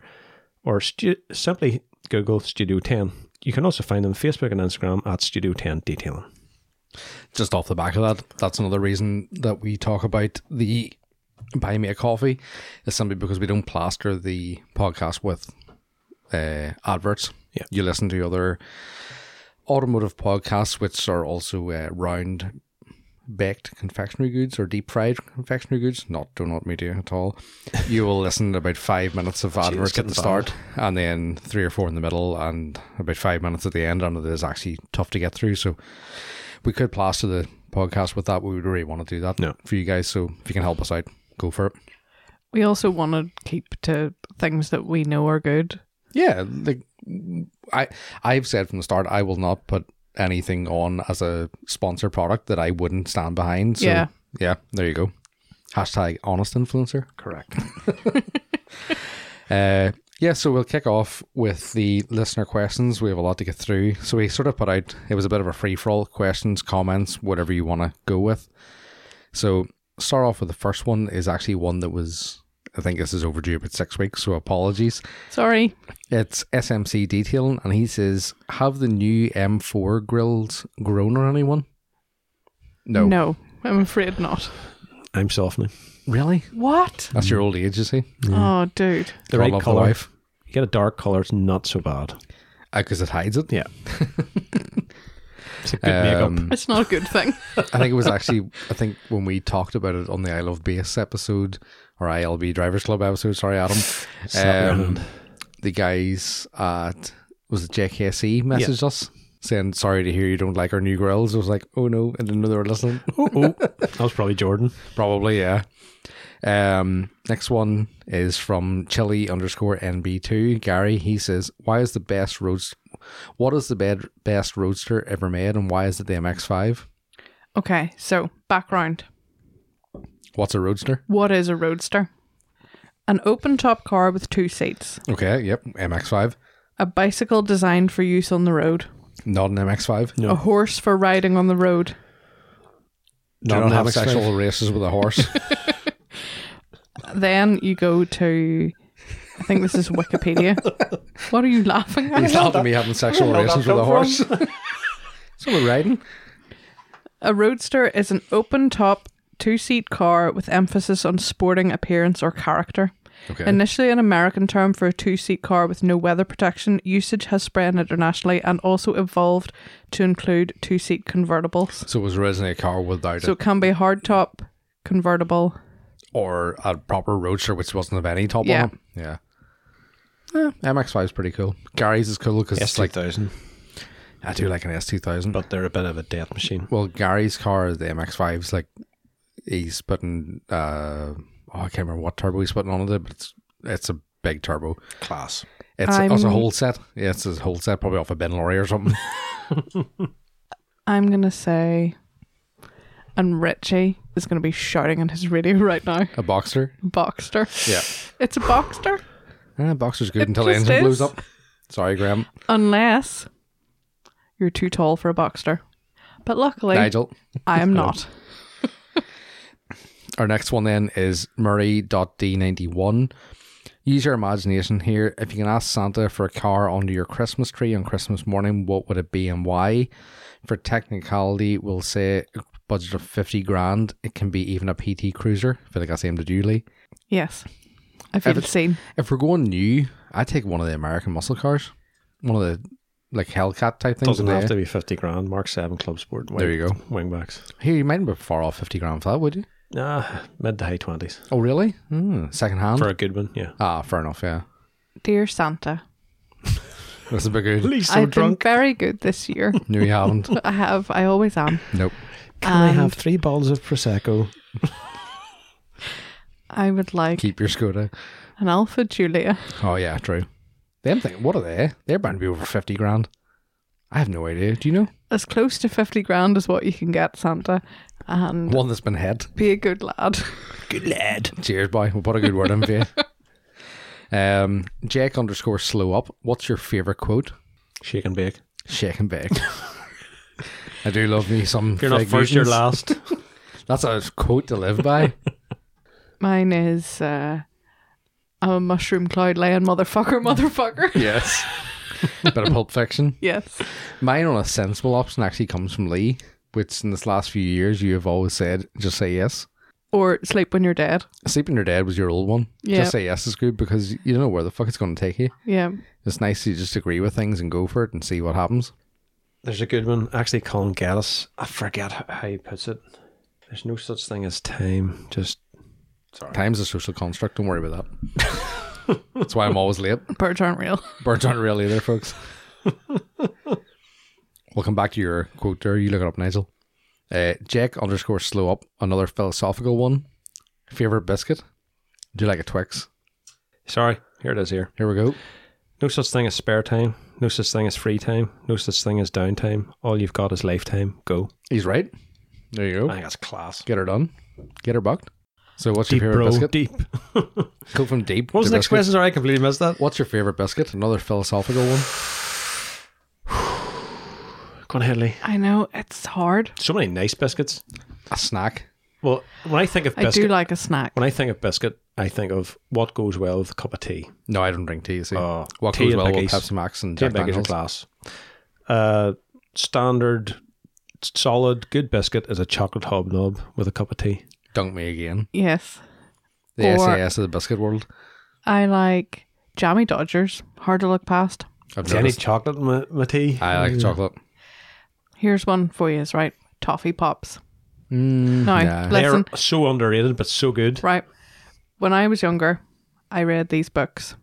S3: or stu- simply Google Studio 10. You can also find them on Facebook and Instagram at Studio 10 Detailing.
S1: just off the back of that, that's another reason that we talk about the buy me a coffee is simply because we don't plaster the podcast with uh, adverts.
S3: Yeah.
S1: You listen to other automotive podcasts, which are also uh, round baked confectionery goods or deep fried confectionery goods. Not do not media at all. You will listen to about five minutes
S3: [LAUGHS]
S1: of adverts at
S3: Oh, getting
S1: the start, and then three or four in the middle, and about five minutes at the end. And it is actually tough to get through. So we could plaster the podcast with that. We would really want to do that
S3: No.
S1: for you guys. So if you can help us out, go for it.
S2: We also want to keep to things that we know are good.
S1: Yeah, like I I've said from the start, I will not put anything on as a sponsor product that I wouldn't stand behind. So
S2: Yeah.
S1: yeah, there you go. Hashtag honest influencer. Correct. [LAUGHS] uh, yeah, so we'll kick off with the listener questions. We have a lot to get through. So we sort of put out it was a bit of a free for all questions, comments, whatever you want to go with. So start off with the first one is actually one that was I think this is overdue about six weeks, so apologies.
S2: Sorry.
S1: It's SMC Detailing, and he says, "Have the new M4 grills grown on anyone?" No,
S2: No, I'm afraid not.
S3: I'm softening.
S1: really.
S2: What?
S1: That's your old age, you see.
S2: Oh, dude.
S3: Mm.
S1: God
S3: The right
S1: love the
S3: color.
S1: wife.
S3: You get a dark color, it's not so bad.
S1: because Uh, it hides it.
S3: Yeah. [LAUGHS] it's a good makeup. [LAUGHS]
S1: Um,
S2: It's not a good thing.
S1: I think it was actually. I think when we talked about it on the I Love Bass episode or ILB Drivers Club episode. Sorry, Adam.
S3: [SIGHS] Slap your
S1: um,
S3: hand.
S1: the guys at was it JKSE messaged us saying, "Sorry to hear you don't like our new grills." I was like, "Oh no," I didn't know they were listening.
S3: Oh, that was probably Jordan.
S1: Probably, yeah. Um, next one is from Chili underscore NB2. Gary, he says, Why is the best roadster what is the bed, best roadster ever made and why is it the MX five?
S2: Okay, so background.
S1: What's a roadster?
S2: What is a roadster? An open top car with two seats,
S1: Okay, yep, MX five.
S2: a bicycle designed for use on the road,
S1: Not an MX five.
S3: No.
S2: a horse for riding on the road,
S1: Do
S3: Not
S1: not
S3: an
S1: have
S3: MX-5.
S1: sexual races with a [LAUGHS] horse.
S2: Then you go to, I think this is Wikipedia. what are you laughing
S1: He's
S2: at?
S1: not to be having sexual
S3: where that
S1: relations with a
S3: come
S1: horse. [LAUGHS] so we're riding.
S2: A roadster is an open top, two seat car with emphasis on sporting appearance or character.
S1: [LAUGHS] Okay.
S2: Initially an American term for a two seat car with no weather protection, usage has spread internationally and also evolved to include two seat convertibles.
S1: so it was originally a car without it
S2: So it can be hardtop, convertible.
S1: or a proper roadster which wasn't of any top
S2: Yeah.
S1: on it. Yeah. Yeah, MX five is pretty cool. Gary's is cool because it's like
S3: 2000.
S1: I do like an S two thousand.
S3: But they're a bit of a death machine.
S1: Well, Gary's car, the MX 5s like he's putting. Uh, oh, I can't remember what turbo he's putting on it, but it's it's a big turbo.
S3: Class.
S1: It's, oh, it's a
S2: I'm-
S1: whole set. Yeah, it's a whole set, probably off a bin lorry or something.
S2: I'm going to say, and Richie is going to be shouting on his radio [LAUGHS] right now.
S1: a Boxster. [LAUGHS]
S2: Boxster.
S1: Yeah,
S2: It's a Boxster.
S1: Eh, Boxster's good
S2: It
S1: until the
S2: just
S1: engine blows
S2: is.
S1: up. Sorry, Graham.
S2: Unless you're too tall for a Boxster. But luckily,
S1: Nigel.
S2: I am not.
S1: Our next one then is Murray.d91. Use your imagination here. If you can ask Santa for a car under your Christmas tree on Christmas morning, what would it be and why? For technicality, we'll say a budget of 50 grand. It can be even a PT Cruiser. I feel like I say him to Julie.
S2: Yes. I feel it's seen.
S1: If we're going new, I take one of the American muscle cars, one of the like Hellcat type things.
S3: Doesn't
S1: that
S3: have
S1: they-
S3: to be 50 grand. Mark 7 Club Sport. Wing,
S1: There you go.
S3: Wingbacks.
S1: Here, you mightn't be far off 50 grand for that, would you?
S3: Nah, mid to high 20s.
S1: Oh, really? Hmm, second hand?
S3: For a good one, yeah.
S1: ah, fair enough, yeah.
S2: Dear Santa,
S1: That's a bit good.
S3: Lee's
S2: I've been very good this year.
S1: No, you
S3: [LAUGHS]
S1: haven't.
S2: I have. I always am. Um,
S1: Nope.
S3: [COUGHS] Can I have three bottles of Prosecco?
S2: I would like
S1: Keep your Skoda.
S2: an Alpha Julia.
S1: Oh yeah, true. Them thing. What are they? They're bound to be over fifty grand. I have no idea. Do you know
S2: As close to 50 grand as what you can get, Santa. And
S1: one that's been hit?
S2: be a good lad. [LAUGHS]
S3: Good lad.
S1: Cheers, boy. We'll put a good word in for
S3: [LAUGHS]
S1: you. Um, Jake underscore slow up. What's your favorite quote?
S3: Shake and bake.
S1: Shake and
S3: [LAUGHS]
S1: bake. I do love me some.
S3: If you're not
S1: Fig
S3: first, you're
S1: Newtons.
S3: last.
S1: That's a quote to live
S3: [LAUGHS]
S1: by.
S2: Mine is uh, I'm a mushroom cloud laying motherfucker, [LAUGHS] motherfucker.
S1: yes. Bit of Pulp Fiction.
S2: yes.
S1: Mine on a sensible option actually comes from Lee, which in this last few years you have always said, just say yes.
S2: Or sleep when you're dead.
S1: Sleeping Your Dead was your old one.
S2: Yeah.
S1: Just say yes is good because you don't know where the fuck it's going to take you.
S2: Yeah.
S1: It's nice to just agree with things and go for it and see what happens.
S3: There's a good one. Actually, Colin Geddes. I forget h- how he puts it. There's no such thing as time. Just
S1: Time's a social construct. Don't worry about that. That's why I'm always late.
S2: Birds aren't real. [LAUGHS]
S1: Birds aren't real either, folks. we'll come back to your quote there. You look it up, Nigel. Uh, Jake underscore slow up. Another philosophical one. Favorite biscuit? Do you like a Twix?
S3: Sorry, here it is here.
S1: Here we go.
S3: No such thing as spare time. No such thing as free time. No such thing as downtime. All you've got is lifetime. Go.
S1: He's right. There you go.
S3: I think that's class.
S1: Get her done. Get her bucked. So what's
S3: Deep,
S1: your favorite
S3: bro.
S1: biscuit?
S3: Deep. what
S1: Go from deep.
S3: was
S1: to
S3: the next
S1: biscuit.
S3: question? Sorry, I completely missed that.
S1: What's your favorite biscuit? Another philosophical one.
S3: Con Henley.
S2: I know it's hard.
S3: So many nice biscuits.
S1: A snack.
S3: Well, when I think of
S2: I do
S3: biscuit,
S2: like a snack.
S3: when I think of biscuit, I think of what goes well with a cup of tea.
S1: No, I don't drink tea. See,
S3: Oh,
S1: what
S3: tea
S1: goes
S3: and
S1: well with
S3: Biggie's.
S1: Pepsi Max and
S3: Tea
S1: Jack
S3: and Biggie's are
S1: Daniels?
S3: class. Uh, standard, solid, good biscuit is a chocolate hobnob with a cup of tea.
S1: Dunk me again.
S2: Yes.
S1: The
S2: Or-
S1: SAS of the biscuit world.
S2: I like jammy dodgers. Hard to look past.
S1: I've
S3: Is there any
S1: noticed.
S3: chocolate in my, my tea?
S1: I like chocolate.
S2: Here's one for you, is right? Toffee pops.
S1: Mm,
S2: No,
S1: yeah.
S2: let-
S3: They're
S2: Listen.
S3: so underrated, but so good.
S2: Right. When I was younger, I read these books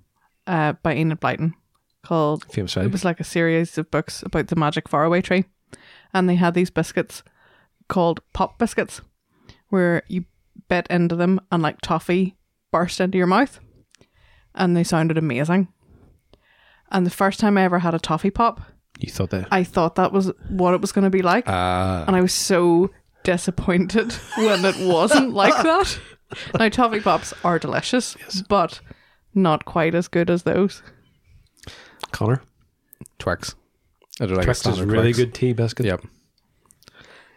S2: uh, by Enid Blyton called
S3: Famous
S2: It
S3: five.
S2: was like a series of books about the magic faraway tree. And they had these biscuits called pop biscuits, where you bit into them and like toffee burst into your mouth. And they sounded amazing. And the first time I ever had a toffee pop,
S3: You thought that?
S2: I thought that was what it was going to be like.
S1: Ah.
S2: and I was so disappointed [LAUGHS] when it wasn't like that. Now, toffee pops are delicious, but not quite as good as those.
S3: Connor.
S1: Twix. I do like
S3: Twix
S1: a
S3: is
S1: standard
S3: really
S1: Twix.
S3: good tea biscuit.
S1: Yep.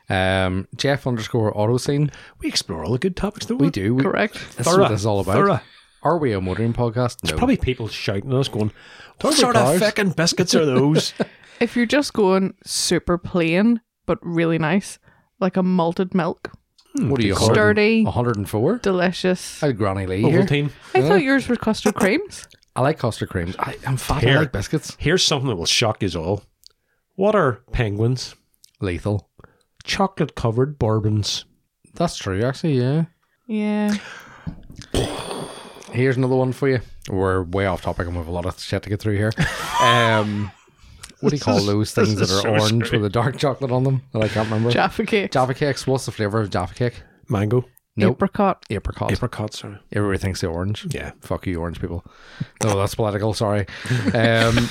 S1: Um, Jeff underscore auto scene.
S3: We explore all the good topics, don't we?
S1: We do. We,
S2: Correct.
S1: That's what this is all about.
S3: thorough.
S1: Are we a motoring podcast? No.
S3: Probably people shouting at us going, what
S1: Totally
S3: sort
S1: cars."
S3: of fucking biscuits
S1: [LAUGHS]
S3: are those?
S2: If you're just going super plain but really nice, like a malted milk,
S1: what are you?
S2: sturdy.
S1: 104.
S2: delicious.
S1: Oh. I had Granny
S3: Oh,
S1: Lee here.
S3: Ovaltine.
S2: I thought yours were custard creams.
S1: I like custard creams. I, I'm fat. I
S3: Here.
S1: like biscuits.
S3: Here's something that will shock you all. What are penguins?
S1: Lethal.
S3: Chocolate covered bourbons.
S1: That's true, actually. Yeah.
S2: Yeah,
S1: Here's another one for you. We're way off topic and we have a lot of shit to get through
S3: [LAUGHS]
S1: here. Um, what do you call
S3: This is-
S1: those things that
S3: this
S1: are
S3: is so
S1: orange
S3: scary.
S1: with a dark chocolate on them that I can't remember?
S2: Jaffa cake,
S1: Jaffa cakes. What's the flavour of Jaffa cake?
S3: Mango.
S1: Nope.
S2: apricot.
S1: Apricot.
S3: Apricots. Sorry.
S1: Everybody thinks they're orange.
S3: Yeah.
S1: Fuck you, orange people. No, that's political. Sorry.
S3: [LAUGHS]
S1: Um,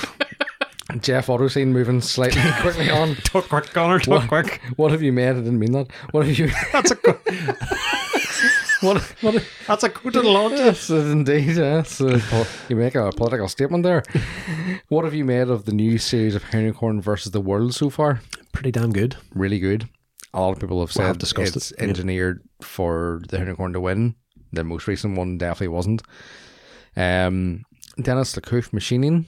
S1: Jeff Autoscene moving slightly [LAUGHS] quickly on.
S3: Talk quick, Connor. Talk quick.
S1: What have you made? I didn't mean that. What have you?
S3: That's a good, [LAUGHS]
S1: What? What? have-
S3: that's a good launch.
S1: Yes, indeed.
S3: [LAUGHS]
S1: Yes, Uh, pol- you make a political statement there. What have you made of the new series of Unicorn versus the World so far?
S3: Pretty damn good.
S1: Really good. A lot of people have said
S3: have discussed
S1: it's
S3: it, yeah.
S1: engineered for the Unicorn to win. The most recent one definitely wasn't. Um, Dennis LeCouf Machining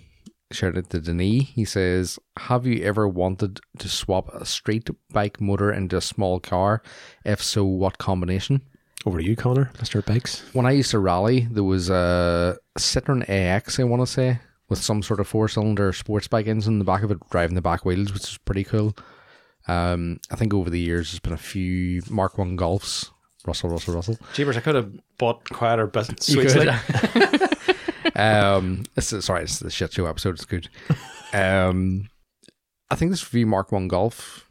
S1: shared it to Denis. He says, Have you ever wanted to swap a street bike motor into a small car? If so, what combination?
S3: Over to you, Connor. Mr. Bikes.
S1: when I used to rally, there was a Citroen AX, I want to say, with some sort of four cylinder sports bike engine in the back of it, driving the back wheels, which is pretty cool. Um, I think over the years, there's been a few Mark 1 Golfs. Russell, Russell, Russell.
S3: Jeepers, I could have bought quieter but
S1: could. um, it's, sorry, it's the shit show episode. It's good. Um, I think this V Mark One Golf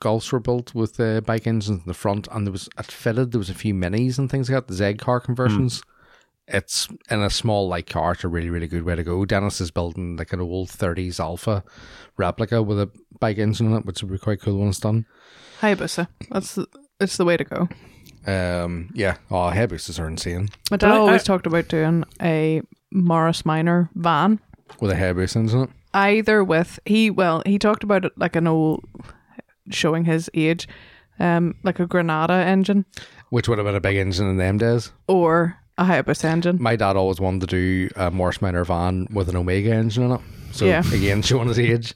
S1: golfs were built with uh, bike engines in the front, and there was it fitted. There was a few minis and things like that. The Z car conversions. It's in a small light car. It's a really really good way to go. Dennis is building like an old '30s Alpha replica with a bike engine in it, which would be quite cool when it's done.
S2: Hayabusa. That's the, it's the way to go.
S1: Um, yeah. Oh, Hayabusa's are insane
S2: My dad
S3: I- I-
S2: always talked about doing a Morris Minor van.
S1: with a Hayabusa engine. In it.
S2: either with he well he talked about it like an old showing his age um like a granada engine
S1: Which would have been a big engine in them days.
S2: or a hayabusa engine
S1: my dad always wanted to do a Morris Minor van with an Omega engine in it. So
S2: Yeah.
S1: again, [LAUGHS] showing his age.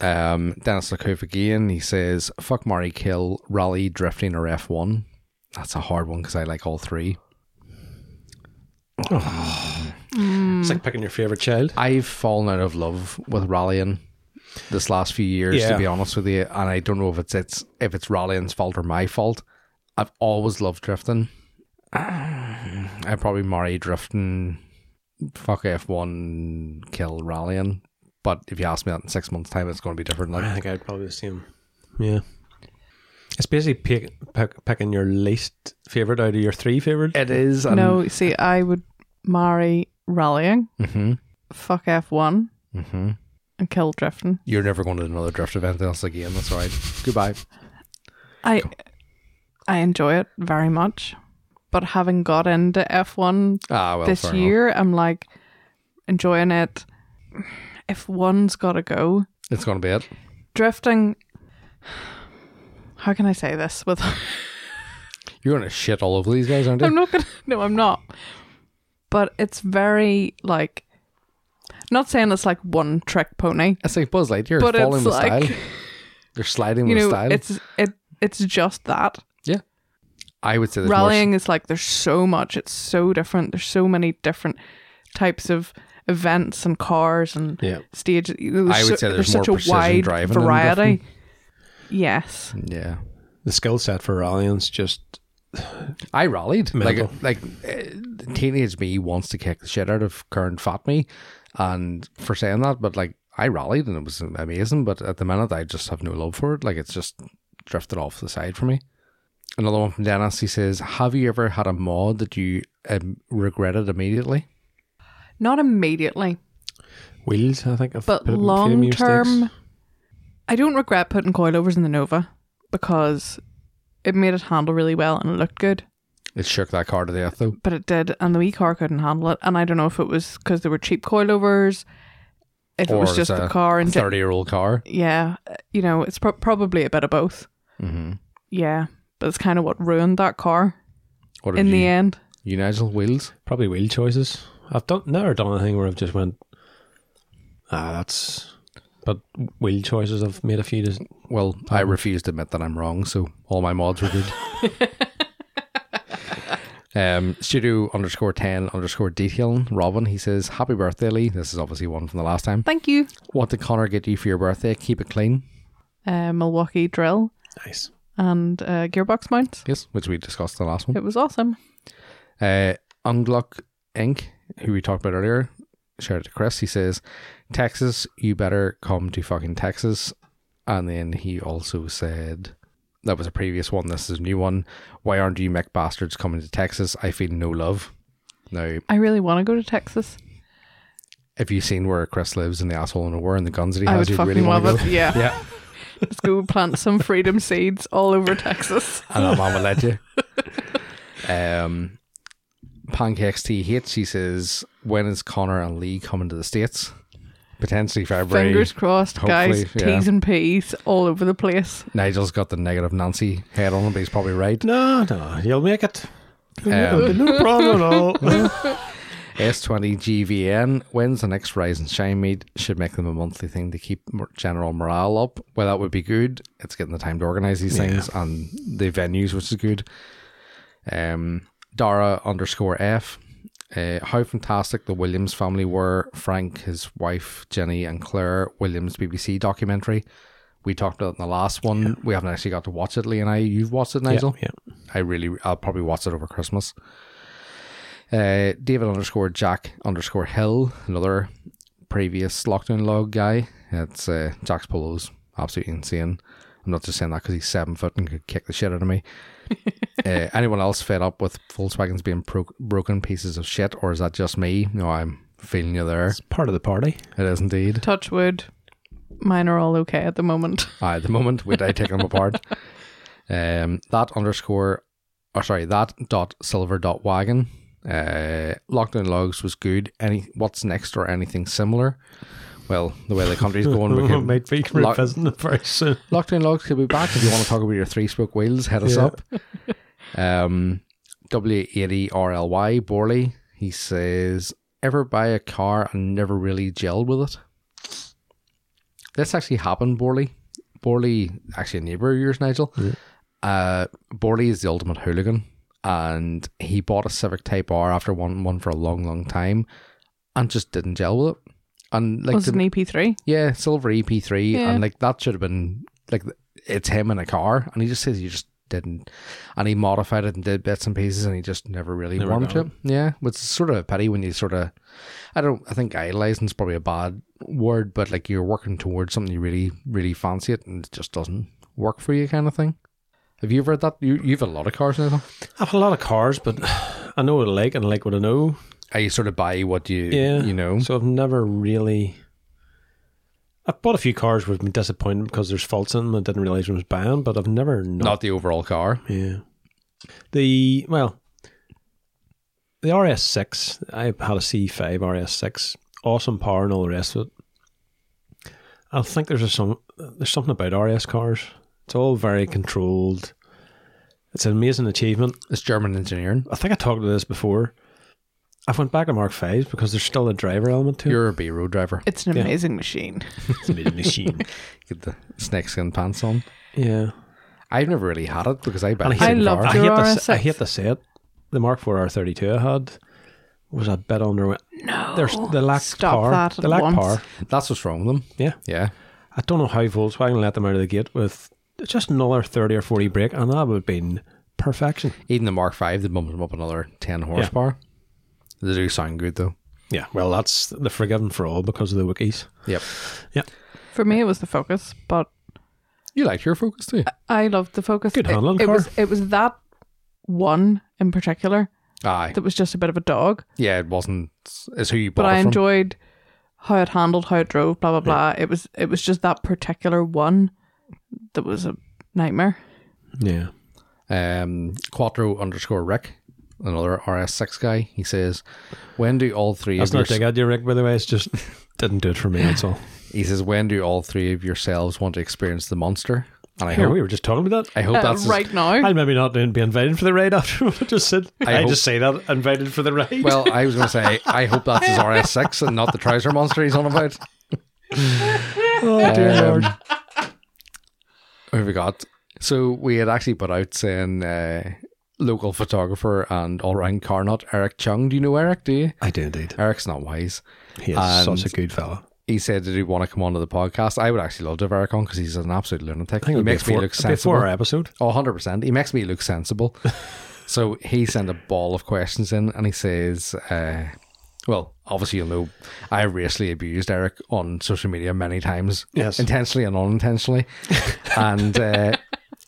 S1: Um, Dennis LeCouf again. He says, "Fuck Murray, kill rally, drifting, or F one." That's a hard one because I like all three.
S3: It's like picking your favorite child.
S1: I've fallen out of love with rallying this last few years, to
S3: Yeah.
S1: be honest with you, and I don't know if it's it's if it's rallying's fault or my fault. I've always loved drifting. [SIGHS] I probably marry drifting, fuck F one, kill rallying. But if you ask me that in six months' time, it's going to be different. Like
S3: I think I'd probably assume. Yeah. It's basically pick, pick, picking your least favorite out of your three favorite.
S1: It is. And,
S2: no, see, I would marry rallying,
S1: hmm
S2: fuck F1,
S1: hmm
S2: and kill drifting.
S1: You're never going to another drift event else again. That's all right. Goodbye.
S2: I I enjoy it very much, but having got into F1
S1: Ah, well,
S2: this
S1: fair enough.
S2: year, I'm like enjoying it. If one's got to go,
S1: It's going to be it.
S2: drifting. How can I say this? With [LAUGHS]
S1: You're going to shit all over these guys, aren't you?
S2: I'm not gonna. No, I'm not. But it's very like. Not saying it's like one trick pony,
S1: It's like Buzz Lightyear.
S2: but
S1: falling
S2: it's
S1: with
S2: like [LAUGHS]
S1: style. They're sliding
S2: you
S1: with
S2: know,
S1: style.
S2: it's it it's just that
S1: I would say there's more
S2: rallying is like there's so much. It's so different. There's so many different types of events and cars and
S3: Yeah.
S2: stage. There's
S1: I would
S2: so-
S1: say there's more
S2: such a
S1: precision
S2: wide
S1: driving than
S2: variety. Yes,
S1: Yeah,
S3: The skill set for rallying's just
S1: I rallied.
S3: Mental.
S1: Like, like uh, teenage me wants to kick the shit out of current fat me, and for saying that, but like I rallied and it was amazing. But at the minute, I just have no love for it. Like it's just drifted off the side for me. Another one from Dennis. He says, "Have you ever had a mod that you um, regretted immediately?"
S2: not immediately,
S3: wheels. I think. I've
S2: but
S3: put up a few
S2: long
S3: mistakes.
S2: term. I don't regret putting coilovers in the Nova because it made it handle really well and it looked good.
S1: It shook that car to death, though.
S2: but it did, and the wee car couldn't handle it. And I don't know if it was because there were cheap coilovers, if
S1: Or
S2: it was
S1: it's
S2: just
S1: a
S2: the car and
S1: Thirty-year-old car.
S2: yeah, you know, it's pro- probably a bit of both.
S1: Mm-hmm.
S2: Yeah, but it's kind of what ruined that car
S1: What
S2: in
S1: did
S2: the
S1: you,
S2: end.
S1: you Nigel wheels?
S3: Probably wheel choices. I've done never done anything where I've just went. Ah, that's. But wheel choices. I've made a few. Just,
S1: Well, I refuse to admit that I'm wrong, so all my mods were good. um, studio underscore 10 underscore detailing. Robin, he says, Happy birthday, Lee. This is obviously one from the last time.
S2: Thank you,
S1: What did Connor get you for your birthday? Keep it clean.
S2: uh, Milwaukee drill
S3: nice.
S2: and uh, gearbox mounts.
S1: Yes, which we discussed in the last one.
S2: It was awesome.
S1: Uh, Ungluck Inc., who we talked about earlier, shout out to Chris. He says, Texas, you better come to fucking Texas. And then he also said, that was a previous one. This is a new one. Why aren't you Mick bastards coming to Texas? I feel no love. Now,
S2: I really want to go to Texas.
S1: have you seen where Chris lives and the asshole in the war and the guns that he
S2: I
S1: has?
S2: would
S1: You'd
S2: fucking
S1: really want
S2: love
S1: to
S2: it.
S1: go.
S2: Yeah,
S1: Yeah,
S2: [LAUGHS] let's go plant some freedom seeds all
S1: [LAUGHS]
S2: over Texas.
S1: and I'm on let
S2: [LAUGHS]
S1: you. Um, Pancakes TH, he says, when is Connor and Lee coming to the States? Potentially February.
S2: Fingers crossed, guys.
S1: Hopefully, yeah.
S2: T's and P's all over the place.
S1: Nigel's got the negative Nancy head on, but he's probably right.
S3: No, no, you'll make it.
S1: Um,
S3: no problem at [LAUGHS] all.
S1: S20GVN, when's the next Rise and Shine meet? Should make them a monthly thing to keep mor- general morale up. Well, that would be good. It's getting the time to organise these things and the venues, which is good. Um, Dara underscore F. Uh, how fantastic the Williams family were. Frank, his wife, Jenny, and Claire Williams BBC documentary. We talked about it in the last one. We haven't actually got to watch it, Lee and I. You've watched it, Nigel?
S3: yeah.
S1: I really, I'll probably watch it over Christmas. Uh, David underscore Jack underscore Hill, another previous lockdown log guy. It's uh, Jack's polos, absolutely insane. I'm not just saying that because he's seven foot and could kick the shit out of me. uh, anyone else fed up with Volkswagens being pro- broken pieces of shit, or is that just me? No, I'm feeling you there.
S3: It's part of the party.
S1: It is indeed.
S2: touch wood mine are all okay at the moment
S1: at the moment we I take them apart. Um, that underscore, or sorry, that dot silver dot wagon. Uh, lockdown logs was good. Any what's next or anything similar? Well, the way the country's going,
S3: [LAUGHS]
S1: we
S3: It
S1: can,
S3: might be
S1: Lock-
S3: revisiting it very soon.
S1: lockdown logs could be back. If you want to talk about your three spoke wheels, head us
S3: Yeah.
S1: up. Um, W eighty R L Y Borley. He says, "Ever buy a car and never really gel with it?" This actually happened, Borley. Borley, actually a neighbour of yours, Nigel. Uh, Borley is the ultimate hooligan, and he bought a Civic Type R after wanting one for a long, long time, and just didn't gel with it. And like
S2: was
S1: to
S2: an E ep3
S1: yeah, silver EP3,
S2: Yeah.
S1: and like that should have been like it's him in a car, and he just says he just didn't, and he modified it and did bits and pieces, and he just never really
S3: Never
S1: warmed to
S3: got
S1: it. Yeah, which is sort of a pity when you sort of, I don't, I think idolizing is probably a bad word, but like you're working towards something you really, really fancy it, and it just doesn't work for you, kind of thing. Have you ever had that? You, you've had a lot of cars now. though.
S3: I've had a lot of cars, but [SIGHS] I know what I like and I like what I know.
S1: I sort of buy what you
S3: Yeah.
S1: you know.
S3: So I've never really. I've bought a few cars which have been disappointed because there's faults in them. I didn't realize it was banned, but I've never not.
S1: Not the overall car.
S3: yeah. The well, the RS6. I had a C5 RS6. Awesome power and all the rest of it. I think there's a, some there's something about RS cars. It's all very controlled. It's an amazing achievement.
S1: It's German engineering.
S3: I think I talked about this before. I went back to Mark Fives because there's still a driver element to it.
S1: You're a B road driver.
S2: It's an
S3: Yeah.
S2: amazing machine.
S3: It's made of machine.
S1: Get the snake skin pants on.
S3: [LAUGHS] yeah.
S1: I've never really had it because I buy
S3: And
S1: the same
S2: I love
S1: car.
S3: I
S2: Your
S3: hate, to, s- I
S2: RS6.
S3: hate to say it. The Mark IV R32 I had was a bit underweight.
S2: No.
S3: There's the lack
S2: Stop
S3: power.
S2: that
S3: the
S2: at
S3: lack
S2: once.
S3: power.
S1: That's what's wrong with them.
S3: Yeah.
S1: Yeah.
S3: I don't know how Volkswagen let them out of the gate with just another 30 or 40 brake, and that would have been perfection.
S1: Even the Mark V, they bumped them up another 10 horsepower. They do sound good though.
S3: Yeah. Well, that's the forgiven for all because of the Wookiees.
S1: Yep.
S2: For me, it was the Focus, but
S1: You liked your Focus too.
S2: I loved the Focus.
S3: Good
S2: It-
S3: handling
S2: it,
S3: car.
S2: was it was that one in particular
S1: Aye.
S2: that was just a bit of a dog,
S1: Yeah, it wasn't. It's who you bought
S2: but I
S1: it from.
S2: enjoyed how it handled, how it drove, blah blah blah. It was it was just that particular one that was a nightmare.
S3: Yeah.
S1: um, Quattro underscore Rick, another RS6 guy. He says, "When do all three
S3: That's
S1: of your
S3: not a dig at you, Rick, by the way. It's just [LAUGHS] didn't do it for me, that's [LAUGHS] all.
S1: he says when do all three of yourselves want to experience the monster?" And I
S3: Yeah,
S1: hope
S3: we were just talking about that.
S1: I hope
S2: Uh,
S1: that's as-
S2: right now,
S3: I'd maybe not be invited for the ride after what I just said.
S1: I
S3: I,
S1: hope-
S3: just say that invited for the ride.
S1: well. I was going to say I hope that's his RS6 and not the trouser monster he's on about.
S3: [LAUGHS] oh, dear
S1: Um,
S3: Lord.
S1: Who have we got? So we had actually put out saying uh, local photographer and all round car nut Eric Chung. Do you know Eric? Do you?
S3: I do indeed.
S1: Eric's not wise.
S3: He is
S1: And-
S3: such a good fella.
S1: He said that he'd want to come onto the podcast. I would actually love to have Eric on because he's an absolute lunatic.
S3: I think
S1: he
S3: it
S1: makes me look sensible.
S3: Before our episode,
S1: Oh, 100%. He makes me look
S3: [LAUGHS]
S1: sensible. so he sent a ball of questions in and he says, uh, well, obviously, you'll know I racially abused Eric on social media many times,
S3: Yes.
S1: intentionally and
S3: [LAUGHS]
S1: unintentionally. and uh,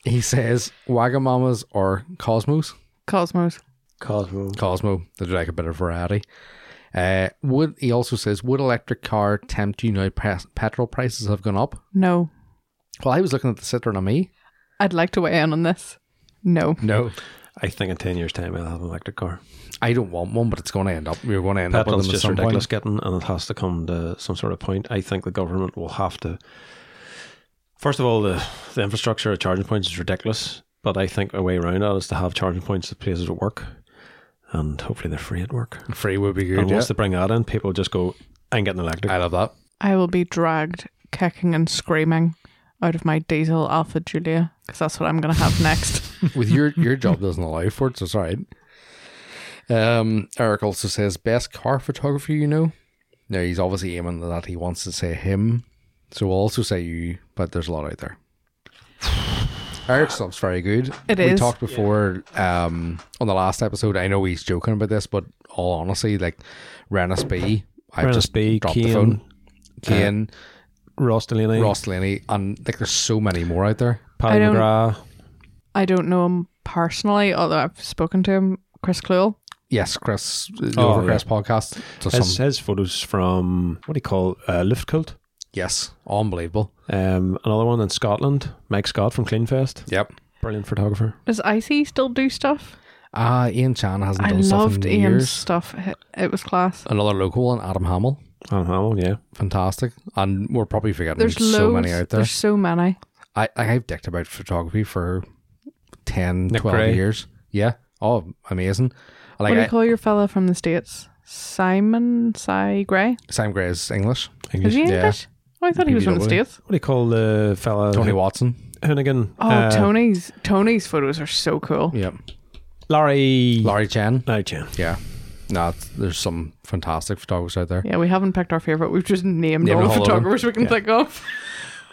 S1: he says, Wagamamas or Cosmos?
S2: Cosmos.
S3: Cosmo.
S1: Cosmo, they do like a bit of variety. Uh, would he also says, would electric car tempt you now? Pres- petrol prices have gone up.
S2: No,
S1: Well, I was looking at the Citroen AMI.
S2: I'd like to weigh in on this. No,
S1: No,
S3: I think in 10 years' time, I'll have an electric car.
S1: I don't want one, but it's going to end up. We're going to end up with
S3: Petrol's
S1: them at
S3: just
S1: some point.
S3: ridiculous getting, and it has to come to some sort of point. I think the government will have to. First of all, the, the infrastructure of charging points is ridiculous, but I think a way around that is to have charging points at places at work, and hopefully they're free at work.
S1: Free would be good.
S3: And
S1: Yeah.
S3: once they bring that in, people just go, I'm getting electric.
S1: I love that.
S2: [LAUGHS] I will be dragged kicking and screaming out of my diesel Alpha Julia because that's what I'm going to have next.
S1: With your your job doesn't allow for it, so it's all right. Um, Eric also says best car photographer you know. Now he's obviously aiming at that he wants to say him, so we'll also say you, but there's a lot out there. [SIGHS] Eric's stuff's very good.
S2: It
S1: we
S2: is.
S1: talked before um, on the last episode. I know he's joking about this, but all honestly, like Renus B, I've
S3: Renus
S1: just
S3: B,
S1: dropped the
S3: Cian,
S1: phone. Kane,
S3: Ross Delaney,
S1: Ross Laney, and like there's so many more out there.
S2: I
S3: Paddy
S2: don't-
S3: McGrath.
S2: I don't know him personally, although I've spoken to him, Chris Cluel.
S1: Yes, Chris, the
S3: Oh,
S1: Overcrest podcast. To
S3: His,
S1: some,
S3: his photos from, what do you call it, uh, Liftcult.
S1: yes, unbelievable.
S3: Um, another one in Scotland, Mike Scott from Cleanfest.
S1: Yep.
S3: Brilliant photographer.
S2: Does Icy still do stuff?
S1: Ah, Ian Chan hasn't
S2: I
S1: done
S2: loved
S1: stuff in
S2: Ian's
S1: years.
S2: stuff. It- It was class.
S1: Another local one, Adam Hamill,
S3: Adam Hamill, yeah.
S1: fantastic. And we're probably forgetting
S2: There's
S1: so
S2: loads.
S1: many out there.
S2: There's so many.
S1: I, I have dicked about photography for 10,
S3: Nick
S1: 12
S3: Gray.
S1: years. Yeah. Oh, amazing. I
S2: what
S1: Like
S2: do you
S1: I,
S2: call your fella from the States? Simon Cy Gray?
S1: Sam Gray is English.
S2: Is
S3: English.
S2: he
S1: Yeah.
S2: English? Oh, I thought he was from the
S1: PBW.
S2: States.
S3: What do you call the fella?
S1: Tony Watson.
S3: Hoonigan.
S2: Oh,
S3: uh,
S2: Tony's Tony's photos are so cool.
S1: Yep.
S3: Larry.
S1: Laurie Chen.
S3: No, Jan.
S1: Yeah. No, it's- there's some fantastic photographers out there.
S2: Yeah, we haven't picked our favorite. We've just named
S1: Named
S2: all the
S1: all of them.
S2: photographers we can think of.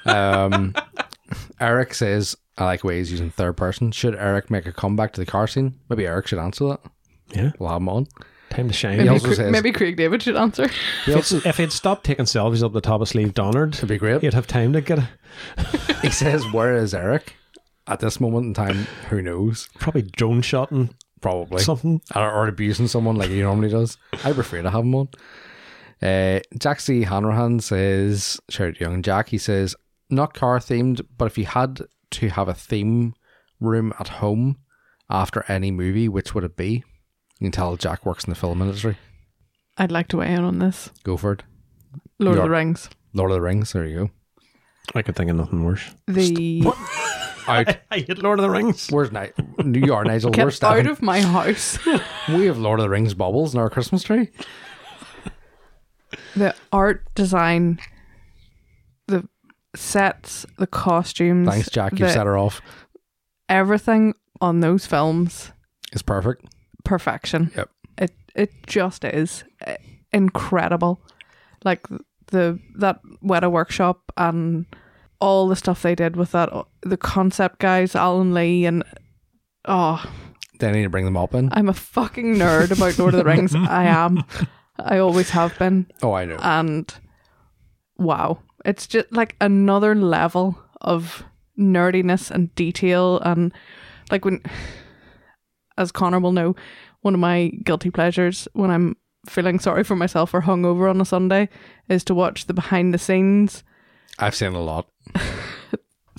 S1: Um, Eric says, I like ways using third person. Should Eric make a comeback to the car scene? Maybe Eric should answer that.
S3: Yeah.
S1: We'll have him on.
S3: Time to shine.
S1: He
S2: Maybe,
S1: also
S2: Cra-
S1: says-
S2: maybe Craig David should answer.
S3: if, he'd, if he'd stopped taking selfies up the top of sleeve Donard,
S1: It'd be great.
S3: he'd have time to get a.
S1: He says, Where is Eric? at this moment in time, who knows?
S3: Probably drone shotting
S1: Probably.
S3: something.
S1: or, or abusing someone like he normally does. I prefer to have him on. Uh, Jack C. Hanrahan says, shout out to Young Jack, he says, not car themed, but if you had to have a theme room at home after any movie, which would it be? You can tell Jack works in the film industry.
S2: I'd like to weigh in on this.
S1: Go for it.
S2: Lord of
S1: You're-
S2: the Rings.
S1: Lord of the Rings, there you go.
S3: I could think of nothing worse.
S2: The
S1: Out.
S3: I hate Lord of the Rings.
S1: Where's Ni- New York,
S2: [LAUGHS]
S1: Nigel?
S2: get
S1: Where's
S2: out
S1: Stephen?
S2: of
S1: [LAUGHS]
S2: my house.
S1: we have Lord of the Rings baubles in our Christmas tree.
S2: the art design, the sets, the costumes.
S1: Thanks, Jack. You've
S2: the-
S1: set her off.
S2: everything on those films.
S1: It's perfect.
S2: perfection.
S1: Yep.
S2: It it just is uh, incredible. Like the that Weta workshop and all the stuff they did with that the concept guys Alan Lee and oh
S1: Then I need to bring them up in.
S2: I'm a fucking nerd about Lord of the Rings. I am. I always have been
S1: Oh, I know.
S2: and wow. It's just like another level of nerdiness and detail and like when as Connor will know, one of my guilty pleasures when I'm feeling sorry for myself or hungover on a Sunday is to watch the behind the scenes
S1: I've seen a lot.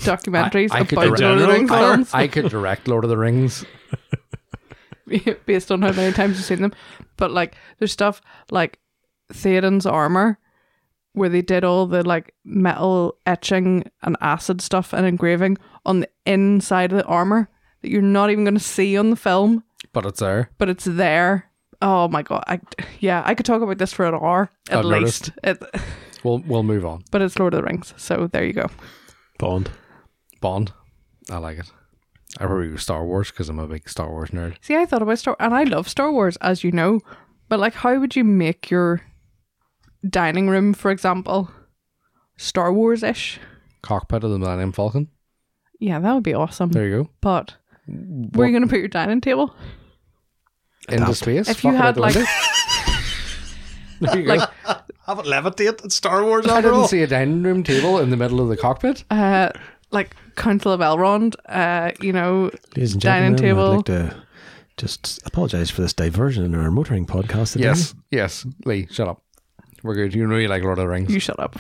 S2: documentaries
S1: I- I could
S2: about
S1: direct-
S2: Lord of the Rings
S1: I-
S2: films
S1: I could direct Lord of the Rings.
S2: [LAUGHS] based on how many times you've seen them. But like there's stuff like Theoden's armor where they did all the like metal etching and acid stuff and engraving on the inside of the armor that you're not even going to see on the film,
S1: but it's there.
S2: but it's there. Oh my god! I, yeah, I could talk about this for an hour at
S1: I've
S2: least. It,
S1: We'll we'll move on.
S2: but it's Lord of the Rings, so there you go.
S3: Bond.
S1: Bond, I like it. I probably go Star Wars because I'm a big Star Wars nerd.
S2: See, I thought about Star, and I love Star Wars, as you know. But like, how would you make your dining room, for example, Star Wars ish?
S1: Cockpit of the Millennium Falcon.
S2: Yeah, that would be awesome.
S1: There you
S2: But where are you going to put your dining table?
S1: go. Into space.
S2: If you
S1: Fuck it,
S2: had
S1: I
S2: like,
S1: don't
S2: [LAUGHS]
S1: know. There you go.
S2: like
S3: Have it levitate at Star Wars
S1: I didn't see a dining room table in the middle of the cockpit.
S2: uh, like Council of Elrond, uh, you know,
S3: Ladies and
S2: Dining
S3: gentlemen, I'd like
S2: table.
S3: to just apologise for this diversion in our motoring podcast today.
S1: Yes, yes. Lee, shut up. We're good. You know you like Lord of the Rings.
S3: [LAUGHS]
S2: you shut up.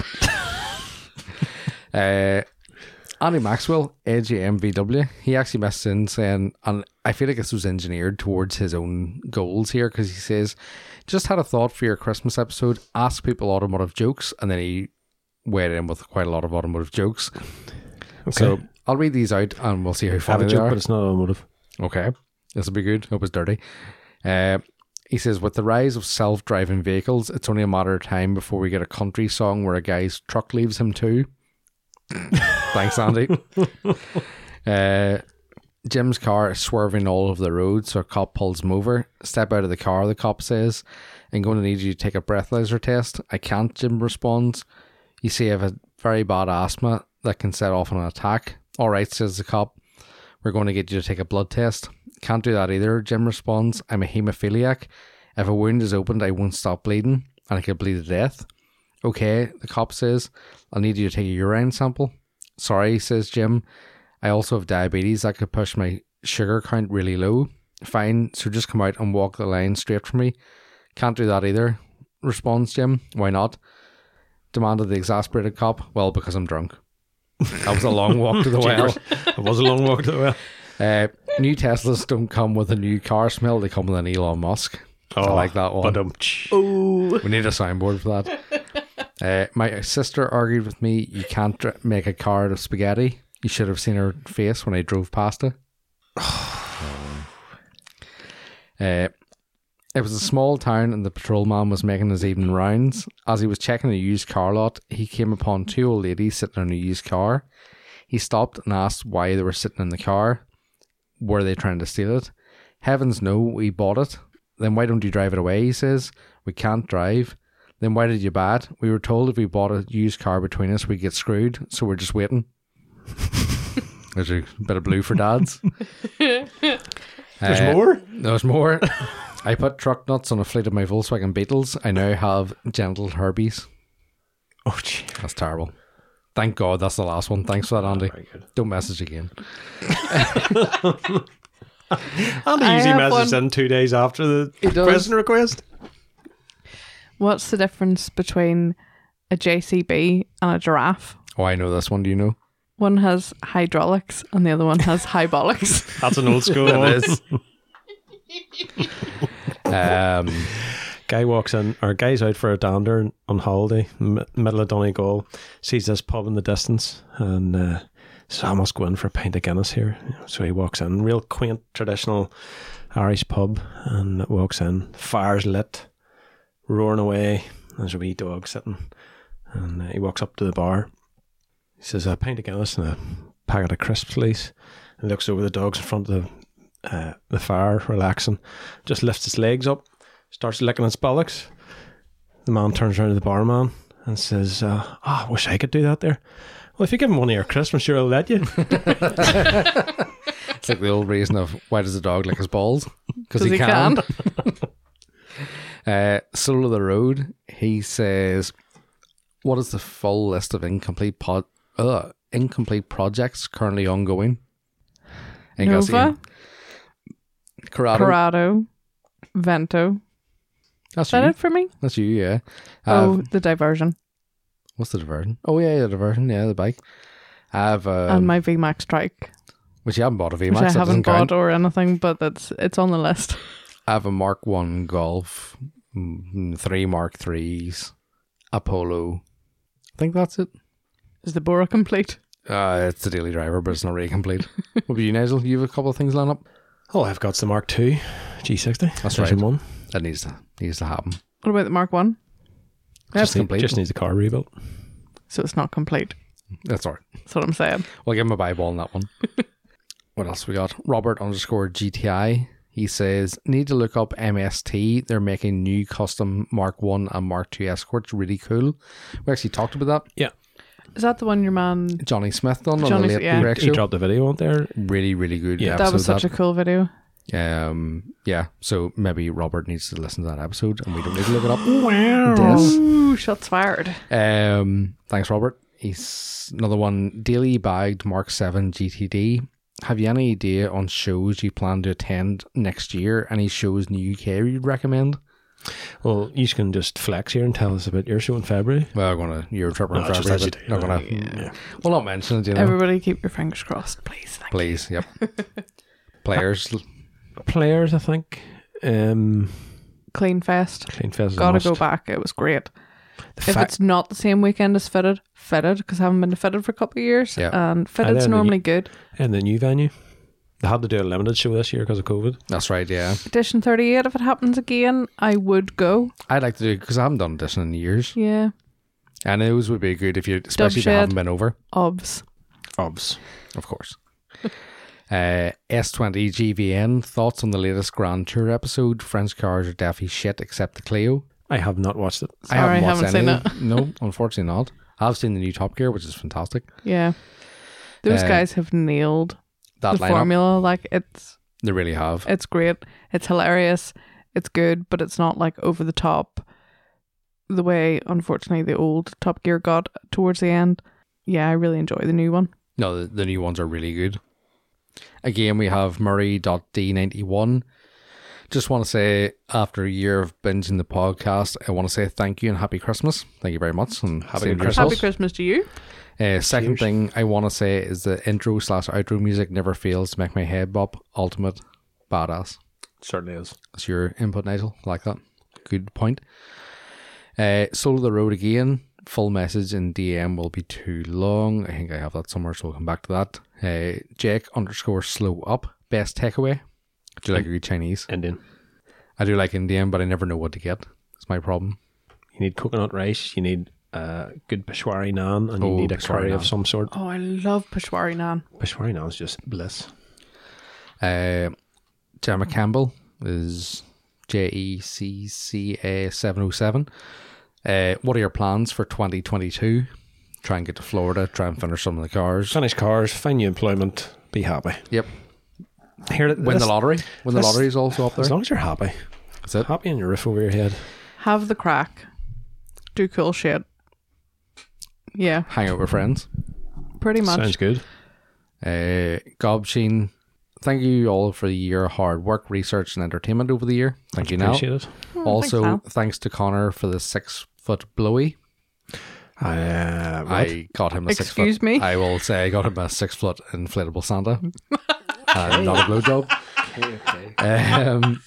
S1: Uh, Andy Maxwell, AJMVW, he actually messed in saying, and I feel like this was engineered towards his own goals here because he says, just had a thought for your Christmas episode, ask people automotive jokes, and then he weighed in with quite a lot of automotive jokes.
S3: Okay.
S1: So I'll read these out and we'll see how
S3: have
S1: funny
S3: a
S1: they
S3: joke,
S1: are.
S3: but it's not automotive.
S1: Okay. This will be good. Hope it's dirty. Uh, he says, with the rise of self driving vehicles, it's only a matter of time before we get a country song where a guy's truck leaves him too. [LAUGHS] Thanks, Andy. uh, Jim's car is swerving all over the road, so a cop pulls him over. Step out of the car, the cop says. I'm going to need you to take a breathalyzer test. I can't, Jim responds. You see, I have a very bad asthma that can set off an attack. All right, says the cop. We're going to get you to take a blood test. Can't do that either, Jim responds. I'm a hemophiliac. If a wound is opened, I won't stop bleeding and I could bleed to death. Okay, the cop says. I'll need you to take a urine sample. Sorry, says Jim. I also have diabetes that could push my sugar count really low. Fine, so just come out and walk the line straight for me. Can't do that either, responds Jim. Why not? Demanded the exasperated cop. Well, because I'm drunk. That was a long walk to the well.
S3: it was a long walk to the well.
S1: Uh, new Teslas don't come with a new car smell; they come with an Elon Musk. [LAUGHS] I like that one.
S3: But um,
S2: Oh,
S1: We need a signboard for that. Uh, my sister argued with me. You can't dr- make a car out of spaghetti. You should have seen her face when I drove past her. Uh, it was a small town, and the patrolman was making his evening rounds. As he was checking a used car lot, he came upon two old ladies sitting in a used car. He stopped and asked why they were sitting in the car. Were they trying to steal it? Heavens no, we bought it. Then why don't you drive it away? He says. We can't drive. Then why did you buy it? We were told if we bought a used car between us, we'd get screwed, so we're just waiting. There's a bit of blue for dads.
S3: there's
S1: Uh,
S3: more.
S1: There's more. [LAUGHS] I put truck nuts on a fleet of my Volkswagen Beetles. I now have gentle Herbies.
S3: Oh, gee.
S1: That's terrible. Thank God that's the last one. Thanks for that, Andy.
S3: Very good.
S1: Don't message again.
S3: And
S2: I
S3: a easy
S2: have
S3: message
S2: one.
S3: in two days after the
S1: He does.
S3: prison request.
S2: What's the difference between a JCB and a giraffe?
S1: Oh, I know this one. Do you know?
S2: One has hydraulics and the other one has hydraulics.
S3: That's an old school one.
S1: [LAUGHS] Um,
S3: Guy walks in, or guy's out for a dander on holiday, m- middle of Donegal, sees this pub in the distance, and uh, says, I must go in for a pint of Guinness here. So he walks in, real quaint, traditional Irish pub, and walks in, fire's lit, roaring away, there's a wee dog sitting, and uh, he walks up to the bar. He says, A pint of Guinness and a packet of crisps, please. And looks over the dogs in front of the, uh, the fire, relaxing, just lifts his legs up starts licking its bollocks. The man turns around to the barman and says, uh, "Ah, I wish I could do that there. Well, if you give him one of your crisps, I'm sure he'll let you.
S1: it's like the old reason of why does the dog lick his balls? Because
S2: 'Cause
S1: he,
S2: he
S1: can. [LAUGHS] uh, Soul of the Road. He says, "What is the full list of incomplete pod, uh, incomplete projects currently ongoing?" And he goes,
S2: Nova,
S1: Corrado.
S2: Corrado, Vento.
S1: That's
S2: Is that
S1: you.
S2: it for me?
S1: That's you. Yeah.
S2: oh,
S1: I've-
S2: the diversion
S1: What's the diversion? Oh yeah, yeah, diversion. Yeah, the bike. I've um,
S2: and my VMAX strike,
S1: which you haven't bought a VMAX.
S2: which I
S1: that doesn't
S2: haven't
S1: count.
S2: bought or anything, but that's it's on the list.
S1: I have a Mark One Golf, mm, three Mark Threes, Apollo. I think that's it.
S2: Is the Bora complete?
S1: Uh, it's the daily driver, but it's not really [LAUGHS] complete. what about you, Nigel? You have a couple of things lined up.
S3: oh, I've got the Mark II G60.
S1: That's
S3: Version
S1: right.
S3: One.
S1: That needs to needs to happen.
S2: What about the Mark One?
S1: That's
S3: just, need-
S1: complete.
S3: just needs a car rebuilt.
S2: So it's not complete.
S1: That's all right.
S2: That's what I'm saying.
S1: We'll give him a ball on that [LAUGHS] one. what else we got? Robert underscore GTI. He says, need to look up MST. They're making new custom Mark 1 and Mark 2 escorts. Really cool. We actually talked about
S2: Is that the one your man?
S1: that. Johnny Smith done on
S2: Johnny-
S1: the late
S2: yeah.
S1: Break
S3: He
S1: show.
S3: dropped the video on there.
S1: Really, really good.
S3: Yeah.
S2: That was
S1: episode,
S2: such a cool video.
S1: that. um, yeah. So maybe Robert needs to listen to that episode, and we don't need to look
S3: [LAUGHS]
S1: it up. Yes.
S2: Ooh, shots fired.
S1: Um, thanks, Robert. He's another one. Daily bagged Mark Seven GTD. Have you any idea on shows you plan to attend next year? Any shows in the UK you'd recommend?
S3: Well, you can just flex here and tell us about your show in February.
S1: Well, I'm gonna Eurotrip
S3: No,
S1: and
S3: just
S1: February,
S3: as you
S1: but
S3: do,
S1: not gonna.
S3: yeah.
S1: Well, not mention it. You know,
S2: Everybody, keep your fingers crossed, please. Thank
S1: please.
S2: [LAUGHS]
S1: Yep. Players.
S3: Players, I think. Um,
S2: you. Clean Fest.
S3: Clean Fez is a
S2: Gotta
S3: must.
S2: go back. It was great.
S3: The
S2: If
S3: fa-
S2: it's not the same weekend as Fitted, Fitted, because I haven't been to Fitted for a couple of years.
S1: Yeah.
S2: And
S3: Either
S2: Fitted's
S3: the-
S2: normally good.
S3: and the new venue. They had to do a limited show this year because of COVID.
S1: That's right. Yeah,
S2: Edition 38, if it happens again, I would go.
S1: I'd like to do because I haven't done this in years,
S2: Yeah.
S1: and those would be good if you, especially if you
S2: Dubshed.
S1: haven't been over.
S2: Obs.
S3: Obs.
S1: of course. [LAUGHS] Uh, S20 GVN, thoughts on the latest Grand Tour episode? French cars are definitely shit except the Clio.
S3: I have not watched it.
S2: Sorry, haven't
S1: watched any. No, unfortunately not. I've seen the new Top Gear, which is fantastic.
S2: Yeah. Those
S1: Uh,
S2: guys have nailed
S1: That
S2: the
S1: lineup,
S2: formula. Like, it's
S1: they really have.
S2: it's great. It's hilarious. It's good, but it's not like over the top the way, unfortunately, the old Top Gear got towards the end. Yeah, I really enjoy the new one.
S1: No, the, the new ones are really good. Again, we have Murray.D91. Just want to say, after a year of binging the podcast, I want to say thank you and happy Christmas. Thank you very much. and
S3: Happy
S1: same to
S3: Christmas.
S1: yourself.
S2: Happy Christmas to you.
S1: Uh, second thing I want to say is the intro slash outro music never fails to make my head bop. Ultimate badass.
S3: Certainly is.
S1: That's your input, Nigel. Like that. Good point. Uh, Soul of the Road again. Full message in DM will be too long. I think I have that somewhere, so we'll come back to that. Uh, Jake underscore slow up. Best takeaway. Do you like a good Chinese?
S3: Indian.
S1: I do like Indian, but I never know what to get. It's my problem.
S3: You need coconut rice. You need uh, good peshwari naan, and you
S1: Oh,
S3: need a
S1: peshwari
S3: curry
S1: naan.
S3: of some sort.
S2: Oh, I love Peshwari Nan.
S3: Peshwari naan is just bliss.
S1: Uh, Gemma Campbell is J E C C A seven oh seven. Uh, what are your plans for twenty twenty two? Try and get to Florida. Try and finish some of the cars.
S3: Finish cars, find new employment, be happy.
S1: Yep.
S3: Here,
S1: Win the lottery. Win the
S3: that's-
S1: lottery is also up
S3: As
S1: there.
S3: long as you're happy,
S1: That's it.
S3: happy in your roof over your head.
S2: Have the crack. Do cool shit. Yeah,
S1: hang out with friends.
S2: pretty much.
S3: Sounds good.
S1: Uh, Gobshin, thank you all for your hard work, research, and entertainment over the year. Thank you, Now.
S3: Appreciate it.
S1: Also,
S2: Al.
S1: thanks to Connor for the six foot blowy.
S3: Uh,
S1: I got him a six foot.
S2: Excuse me?
S1: I will say I got him a six foot inflatable
S2: [LAUGHS]
S1: Santa. uh, not a blowjob. Um,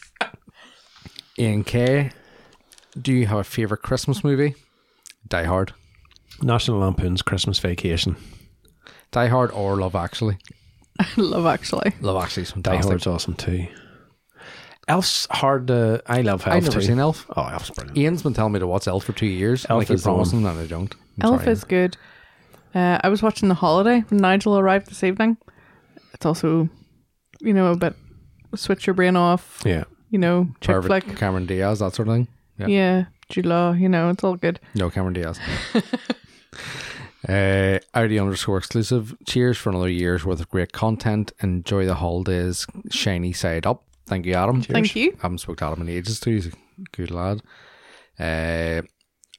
S1: Ian K, do you have a favorite Christmas movie? Die Hard.
S3: National Lampoon's Christmas Vacation.
S1: Die Hard or Love Actually?
S2: [LAUGHS] Love Actually.
S1: Love Actually is
S3: Die
S1: fantastic.
S3: Hard's awesome too. Elf's hard to. I love Elf
S1: I've never
S3: too.
S1: seen Elf.
S3: Oh, Elf's brilliant.
S1: Ian's been telling me to watch Elf for two years.
S3: Elf
S1: and I keep
S3: is the
S1: promising that I don't. I'm
S2: Elf
S1: sorry.
S2: is good. Uh, I was watching The Holiday when Nigel arrived this evening. It's also, you know, a bit switch your brain off,
S3: Yeah.
S2: you know, chick
S1: Perfect.
S2: flick.
S1: Cameron Diaz, that sort of thing. Yeah.
S2: Yeah, Jude Law, you know, it's all good.
S1: No, Cameron Diaz. uh, Audi underscore exclusive. Cheers for another year's worth of great content. Enjoy the holidays. Shiny side up. Thank you, Adam.
S2: Thank you.
S1: I haven't spoke to Adam in ages too. He's a good lad. Uh,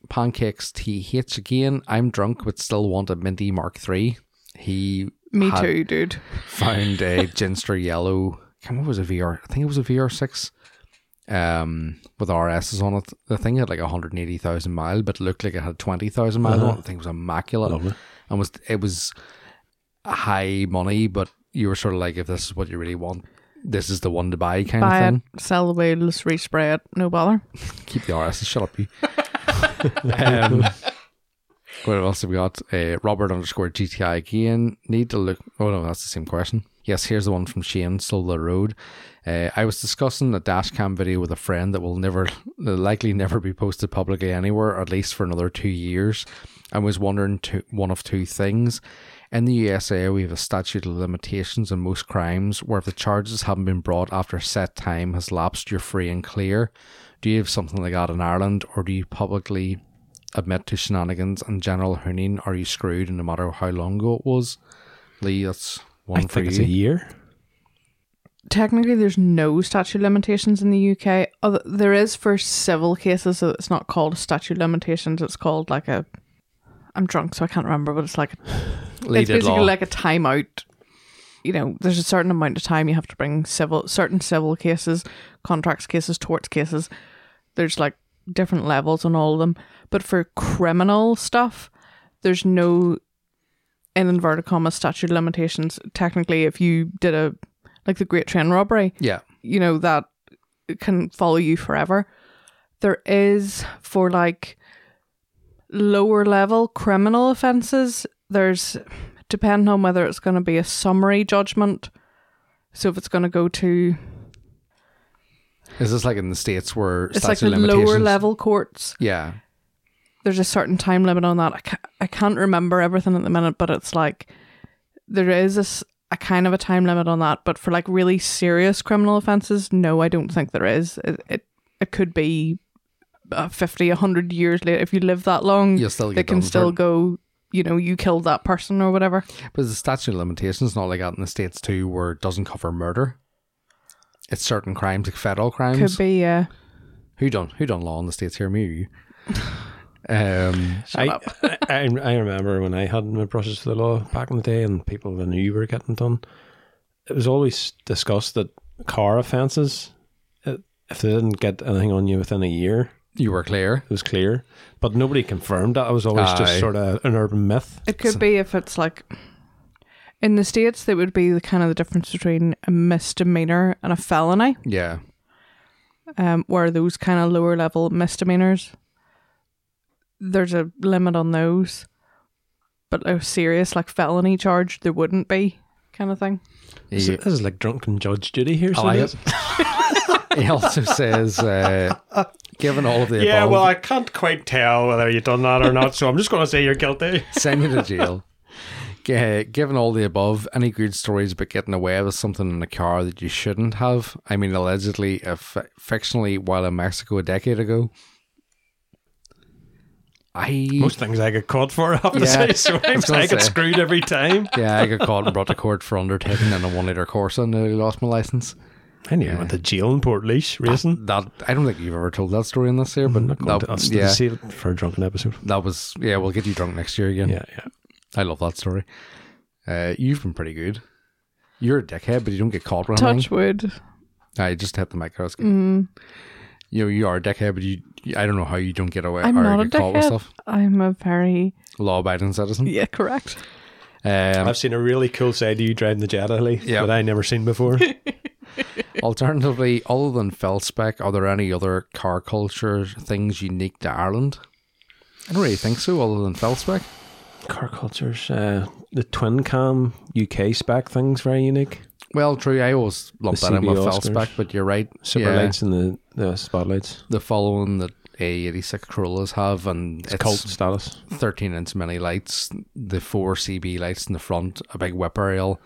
S1: Pancakes TH again. I'm drunk but still want a Minty Mark III. He
S2: Me
S1: had
S2: too, dude.
S1: found a Ginster Yellow. Come what was a VR? I think it was a VR6 um, with RSs on it. The thing had like 180,000 mile, but looked like it had 20,000 mile on it. The thing was immaculate.
S3: Lovely.
S1: And was it was high money, but you were sort of like, if this is what you really want, this is the one to buy kind
S2: Buy
S1: of thing.
S2: it, sell the wheels, respray it, no bother.
S1: Keep the RSs. Shut up, you. um, what else have we got? Uh, Robert underscore GTI again. Need to look. Oh no, that's the same question. Yes, here's the one from Shane Slow the Road. Uh, I was discussing a dash cam video with a friend that will never, that likely never be posted publicly anywhere, or at least for another two years. I was wondering two, one of two things. In the USA, we have a statute of limitations on most crimes where if the charges haven't been brought after a set time has lapsed, you're free and clear. Do you have something like that in Ireland, or do you publicly admit to shenanigans and general hooning? Are you screwed, and no matter how long ago it was? Lee, that's one
S3: I
S1: for
S3: think it's a
S1: you.
S3: year.
S2: Technically, there's no statute of limitations in the UK. Other, there is for civil cases, so it's not called a statute of limitations. It's called like a. I'm drunk, so I can't remember, but it's like a
S1: Lee
S2: it's
S1: did
S2: basically
S1: law.
S2: like a timeout. You know, there's a certain amount of time you have to bring civil, certain civil cases, contracts cases, torts cases. There's like different levels on all of them, but for criminal stuff, there's no in inverted commas statute of limitations. Technically, if you did a like the Great Train Robbery,
S1: yeah,
S2: you know that can follow you forever there is for like lower level criminal offenses there's depending on whether it's going to be a summary judgment so if it's going to go to
S1: is this like in the states where
S2: it's like
S1: statute
S2: the
S1: of limitations?
S2: lower level courts
S1: Yeah,
S2: there's a certain time limit on that I can't, I can't remember everything at the minute but it's like there is a, s- a kind of a time limit on that but for like really serious criminal offenses no i don't think there is it it, it could be uh, 50 100 years later if you live that long
S1: you'll still
S2: they
S1: get
S2: can
S1: done
S2: still
S1: for it.
S2: go you know you killed that person or whatever
S1: But the statute of limitations not like that in the states too, where it doesn't cover murder. It's certain crimes, like federal crimes.
S2: could be uh, yeah
S1: Who done? Who done law in the states here? Me or
S2: [LAUGHS]
S1: you? Um,
S3: I,
S1: [LAUGHS]
S3: I, I I remember when I had my brushes for the law back in the day, and people that knew were getting done. It was always discussed that car offences, uh, if they didn't get anything on you within a year,
S1: you were clear.
S3: it was clear. But nobody confirmed that. It was always
S1: Aye.
S3: just sort of an urban myth.
S2: it could be if it's like in the states that would be the kind of the difference between a misdemeanor and a felony
S1: Yeah,
S2: um, where those kind of lower level misdemeanors, there's a limit on those. But a serious like felony charge, there wouldn't be kind of thing.
S3: This,
S1: You-
S3: is, this is like drunken judge duty here.
S1: Oh, I like
S3: so it is.
S1: He also says, uh, given all of the
S3: [LAUGHS] Yeah,
S1: above,
S3: well, I can't quite tell whether you've done that or not, so I'm just going to say you're guilty.
S1: send me to jail. G- Given all the above, any good stories about getting away with something in a car that you shouldn't have? I mean, allegedly, uh, fi- fictionally, while in Mexico a decade ago. I
S3: [LAUGHS] Most things I get caught for, I have to
S1: Yeah,
S3: say, so
S1: [LAUGHS] I was gonna
S3: I get
S1: say.
S3: screwed every time.
S1: yeah, I got caught and brought to court for undertaking in a one liter Corsa and nearly lost my license.
S3: I knew you
S1: Yeah.
S3: went to jail in Port racing.
S1: That I don't think you've ever told that story in this year, but
S3: I'm not going
S1: that,
S3: to us
S1: yeah,
S3: to see it for a drunken episode.
S1: that was yeah. We'll get you drunk next year again.
S3: Yeah, yeah.
S1: I love that story. Uh, you've been pretty good. You're a dickhead, but you don't get caught running.
S2: Touch wood.
S1: I just hit the mic. I was good.
S2: Mm,
S1: You know, you are a dickhead, but you. I don't know how you don't get away
S2: I'm
S1: or
S2: not a
S1: get caught with
S2: dickhead.
S1: stuff.
S2: I'm a very
S1: Law-abiding citizen.
S2: yeah correct.
S1: Um,
S2: [LAUGHS]
S3: I've seen a really cool side of you driving the Jetta, Lee,
S1: Yeah.
S3: that I never
S1: [LAUGHS]
S3: seen before.
S1: alternatively, other than Felspec, are there any other car culture things unique to Ireland? I don't really think so, other than Felspec.
S3: Car cultures, uh, the twin cam UK spec thing's very unique.
S1: Well, true. I always lump
S3: The
S1: that in with
S3: CBO
S1: Felspec,
S3: Oscars.
S1: but you're right.
S3: Super
S1: yeah,
S3: lights and the, the spotlights.
S1: The following that A86 Corollas have, and
S3: It's, cult status.
S1: 13 inch mini lights, the four CB lights in the front, a big whip rail,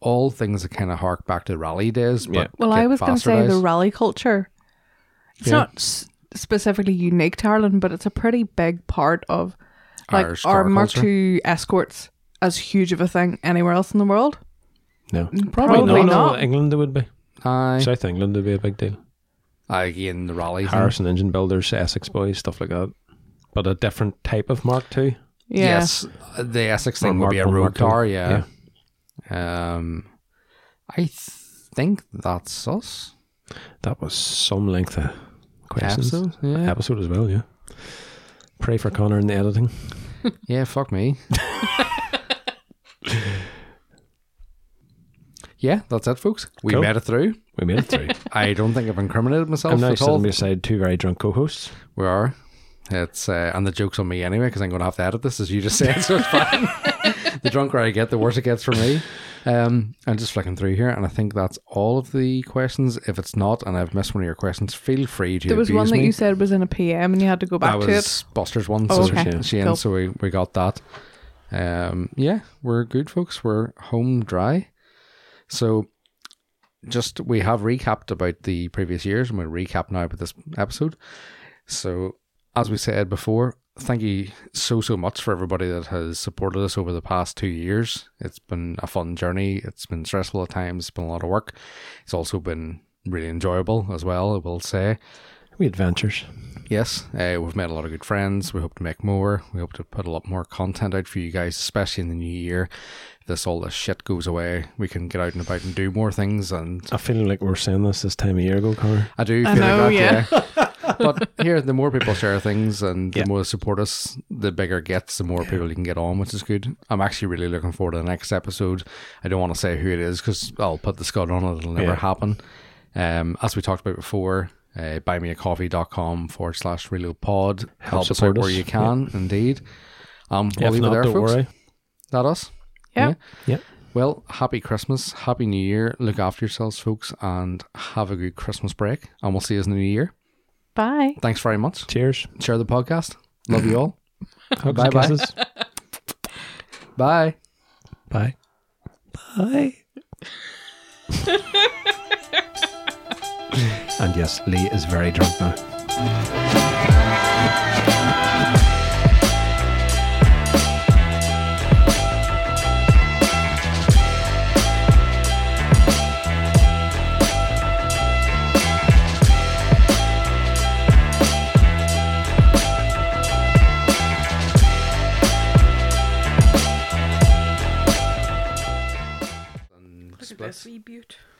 S1: all things that kind of hark back to rally days. But
S3: Yeah.
S2: Well, I
S1: get
S2: was going to say the
S1: bastardised.
S2: rally culture. It's
S1: Yeah.
S2: not s- specifically unique to Ireland, but it's a pretty big part of like
S1: Irish
S2: are
S1: car
S2: Mark
S1: culture.
S2: II escorts as huge of a thing anywhere else in the world?
S3: No.
S2: Probably,
S1: Probably
S3: no,
S2: not.
S3: No, England it would be.
S1: Aye.
S3: South England would be a big deal.
S1: again, the rally. thing.
S3: Harrison engine builders, Essex boys, stuff like that. But a different type of Mark II.
S2: Yeah.
S1: Yes, the Essex
S3: Or
S1: thing would be a
S3: Mark one,
S1: road
S3: Mark two.
S1: car. Yeah. Um, I think that's us.
S3: That was some length of questions.
S1: Episode. Yeah.
S3: Episode as well, yeah. Pray for Connor in the editing.
S1: Yeah, fuck
S3: [LAUGHS]
S1: me. yeah, that's it, folks. We
S3: Cool.
S1: made it through.
S3: We made it
S1: [LAUGHS]
S3: through.
S1: I don't think I've incriminated myself
S3: I'm now
S1: at all.
S3: sitting beside two very drunk co-hosts.
S1: We are. It's uh, and the joke's on me anyway because I'm going to have to edit this as you just said, so it's
S2: [LAUGHS]
S1: fine. the drunker I get, the worse it gets for me. Um, I'm just flicking through here, and I think that's all of the questions. If it's not, and I've missed one of your questions, feel free to
S2: There was one
S1: abuse
S2: that
S1: me.
S2: you said was in a PM and you had to go back
S1: that
S2: to it.
S1: was Buster's one,
S2: Oh,
S1: so
S2: okay.
S1: Shane- Shane,
S2: Cool.
S1: so we, we got that. Um, yeah, we're good, folks. We're home dry. So, just we have recapped about the previous years, and we'll recap now with this episode. So, as we said before, thank you so so much for everybody that has supported us over the past two years. It's been a fun journey. It's been stressful at times. It's been a lot of work. It's also been really enjoyable as well. I will say.
S3: We adventures.
S1: Yes, uh, we've made a lot of good friends. We hope to make more. We hope to put a lot more content out for you guys, especially in the new year. If this all this shit goes away, we can get out and about and do more things. And
S3: I'm feeling like we're saying this this time a year ago, Connor.
S1: I do feel
S2: I know,
S1: like that, yeah. but here, the more people share things and the
S3: Yeah.
S1: more they support us, the bigger it gets, the more people you can get on, which is good. I'm actually really looking forward to the next episode. I don't want to say who it is because I'll put the scud on it. It'll never
S3: Yeah.
S1: happen. Um, as we talked about before, uh, buymeacoffee.com forward slash reload pod. Help, us out
S3: support
S1: where
S3: us.
S1: you can, indeed. Um, we'll
S3: if
S1: leave it
S3: not,
S1: there,
S3: don't
S1: folks.
S3: worry.
S1: That us?
S2: Yeah.
S3: Yeah.
S1: Well, happy Christmas, happy New Year. Look after yourselves, folks, and have a good Christmas break. And we'll see you in the new year.
S2: Bye.
S1: Thanks very much.
S3: Cheers.
S1: Share the podcast. Love you all.
S3: Hugs
S1: Bye-bye.
S3: and kisses.
S1: Bye.
S3: Bye. Bye. [LAUGHS] and yes, Lee is very drunk now.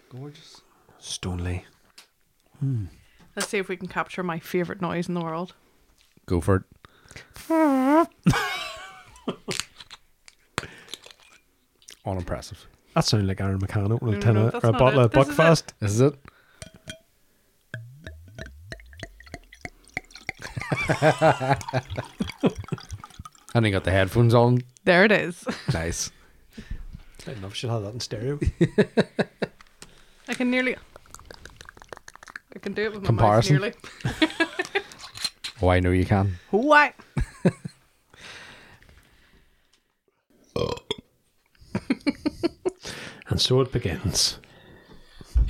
S1: Gorgeous.
S3: Stone Lee.
S2: Let's see if we can capture my favorite noise in the world.
S1: Go for it. [LAUGHS] Unimpressive.
S3: That sounded like Aaron McCann opening
S2: No,
S3: a
S2: no,
S3: tin
S2: Mm, no,
S3: of-
S2: that's
S3: or a
S2: not
S3: bottle
S2: it.
S3: of
S2: This is it.
S3: Buckfast.
S1: This is it. [LAUGHS] and he got the headphones on.
S2: There it is. [LAUGHS]
S1: Nice.
S3: I don't know if she'll have that in stereo.
S2: I can nearly. I can do it with my
S1: Comparison.
S2: mouth
S1: Oh, I know you can.
S2: nearly. What?
S3: and so it begins.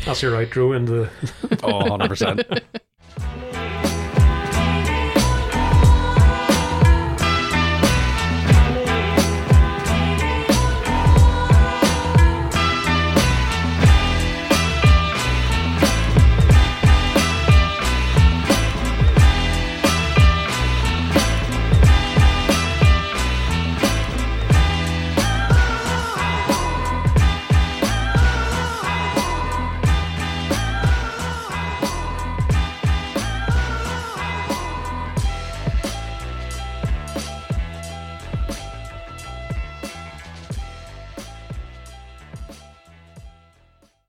S3: That's your outro into the [LAUGHS]
S1: Oh, 100%.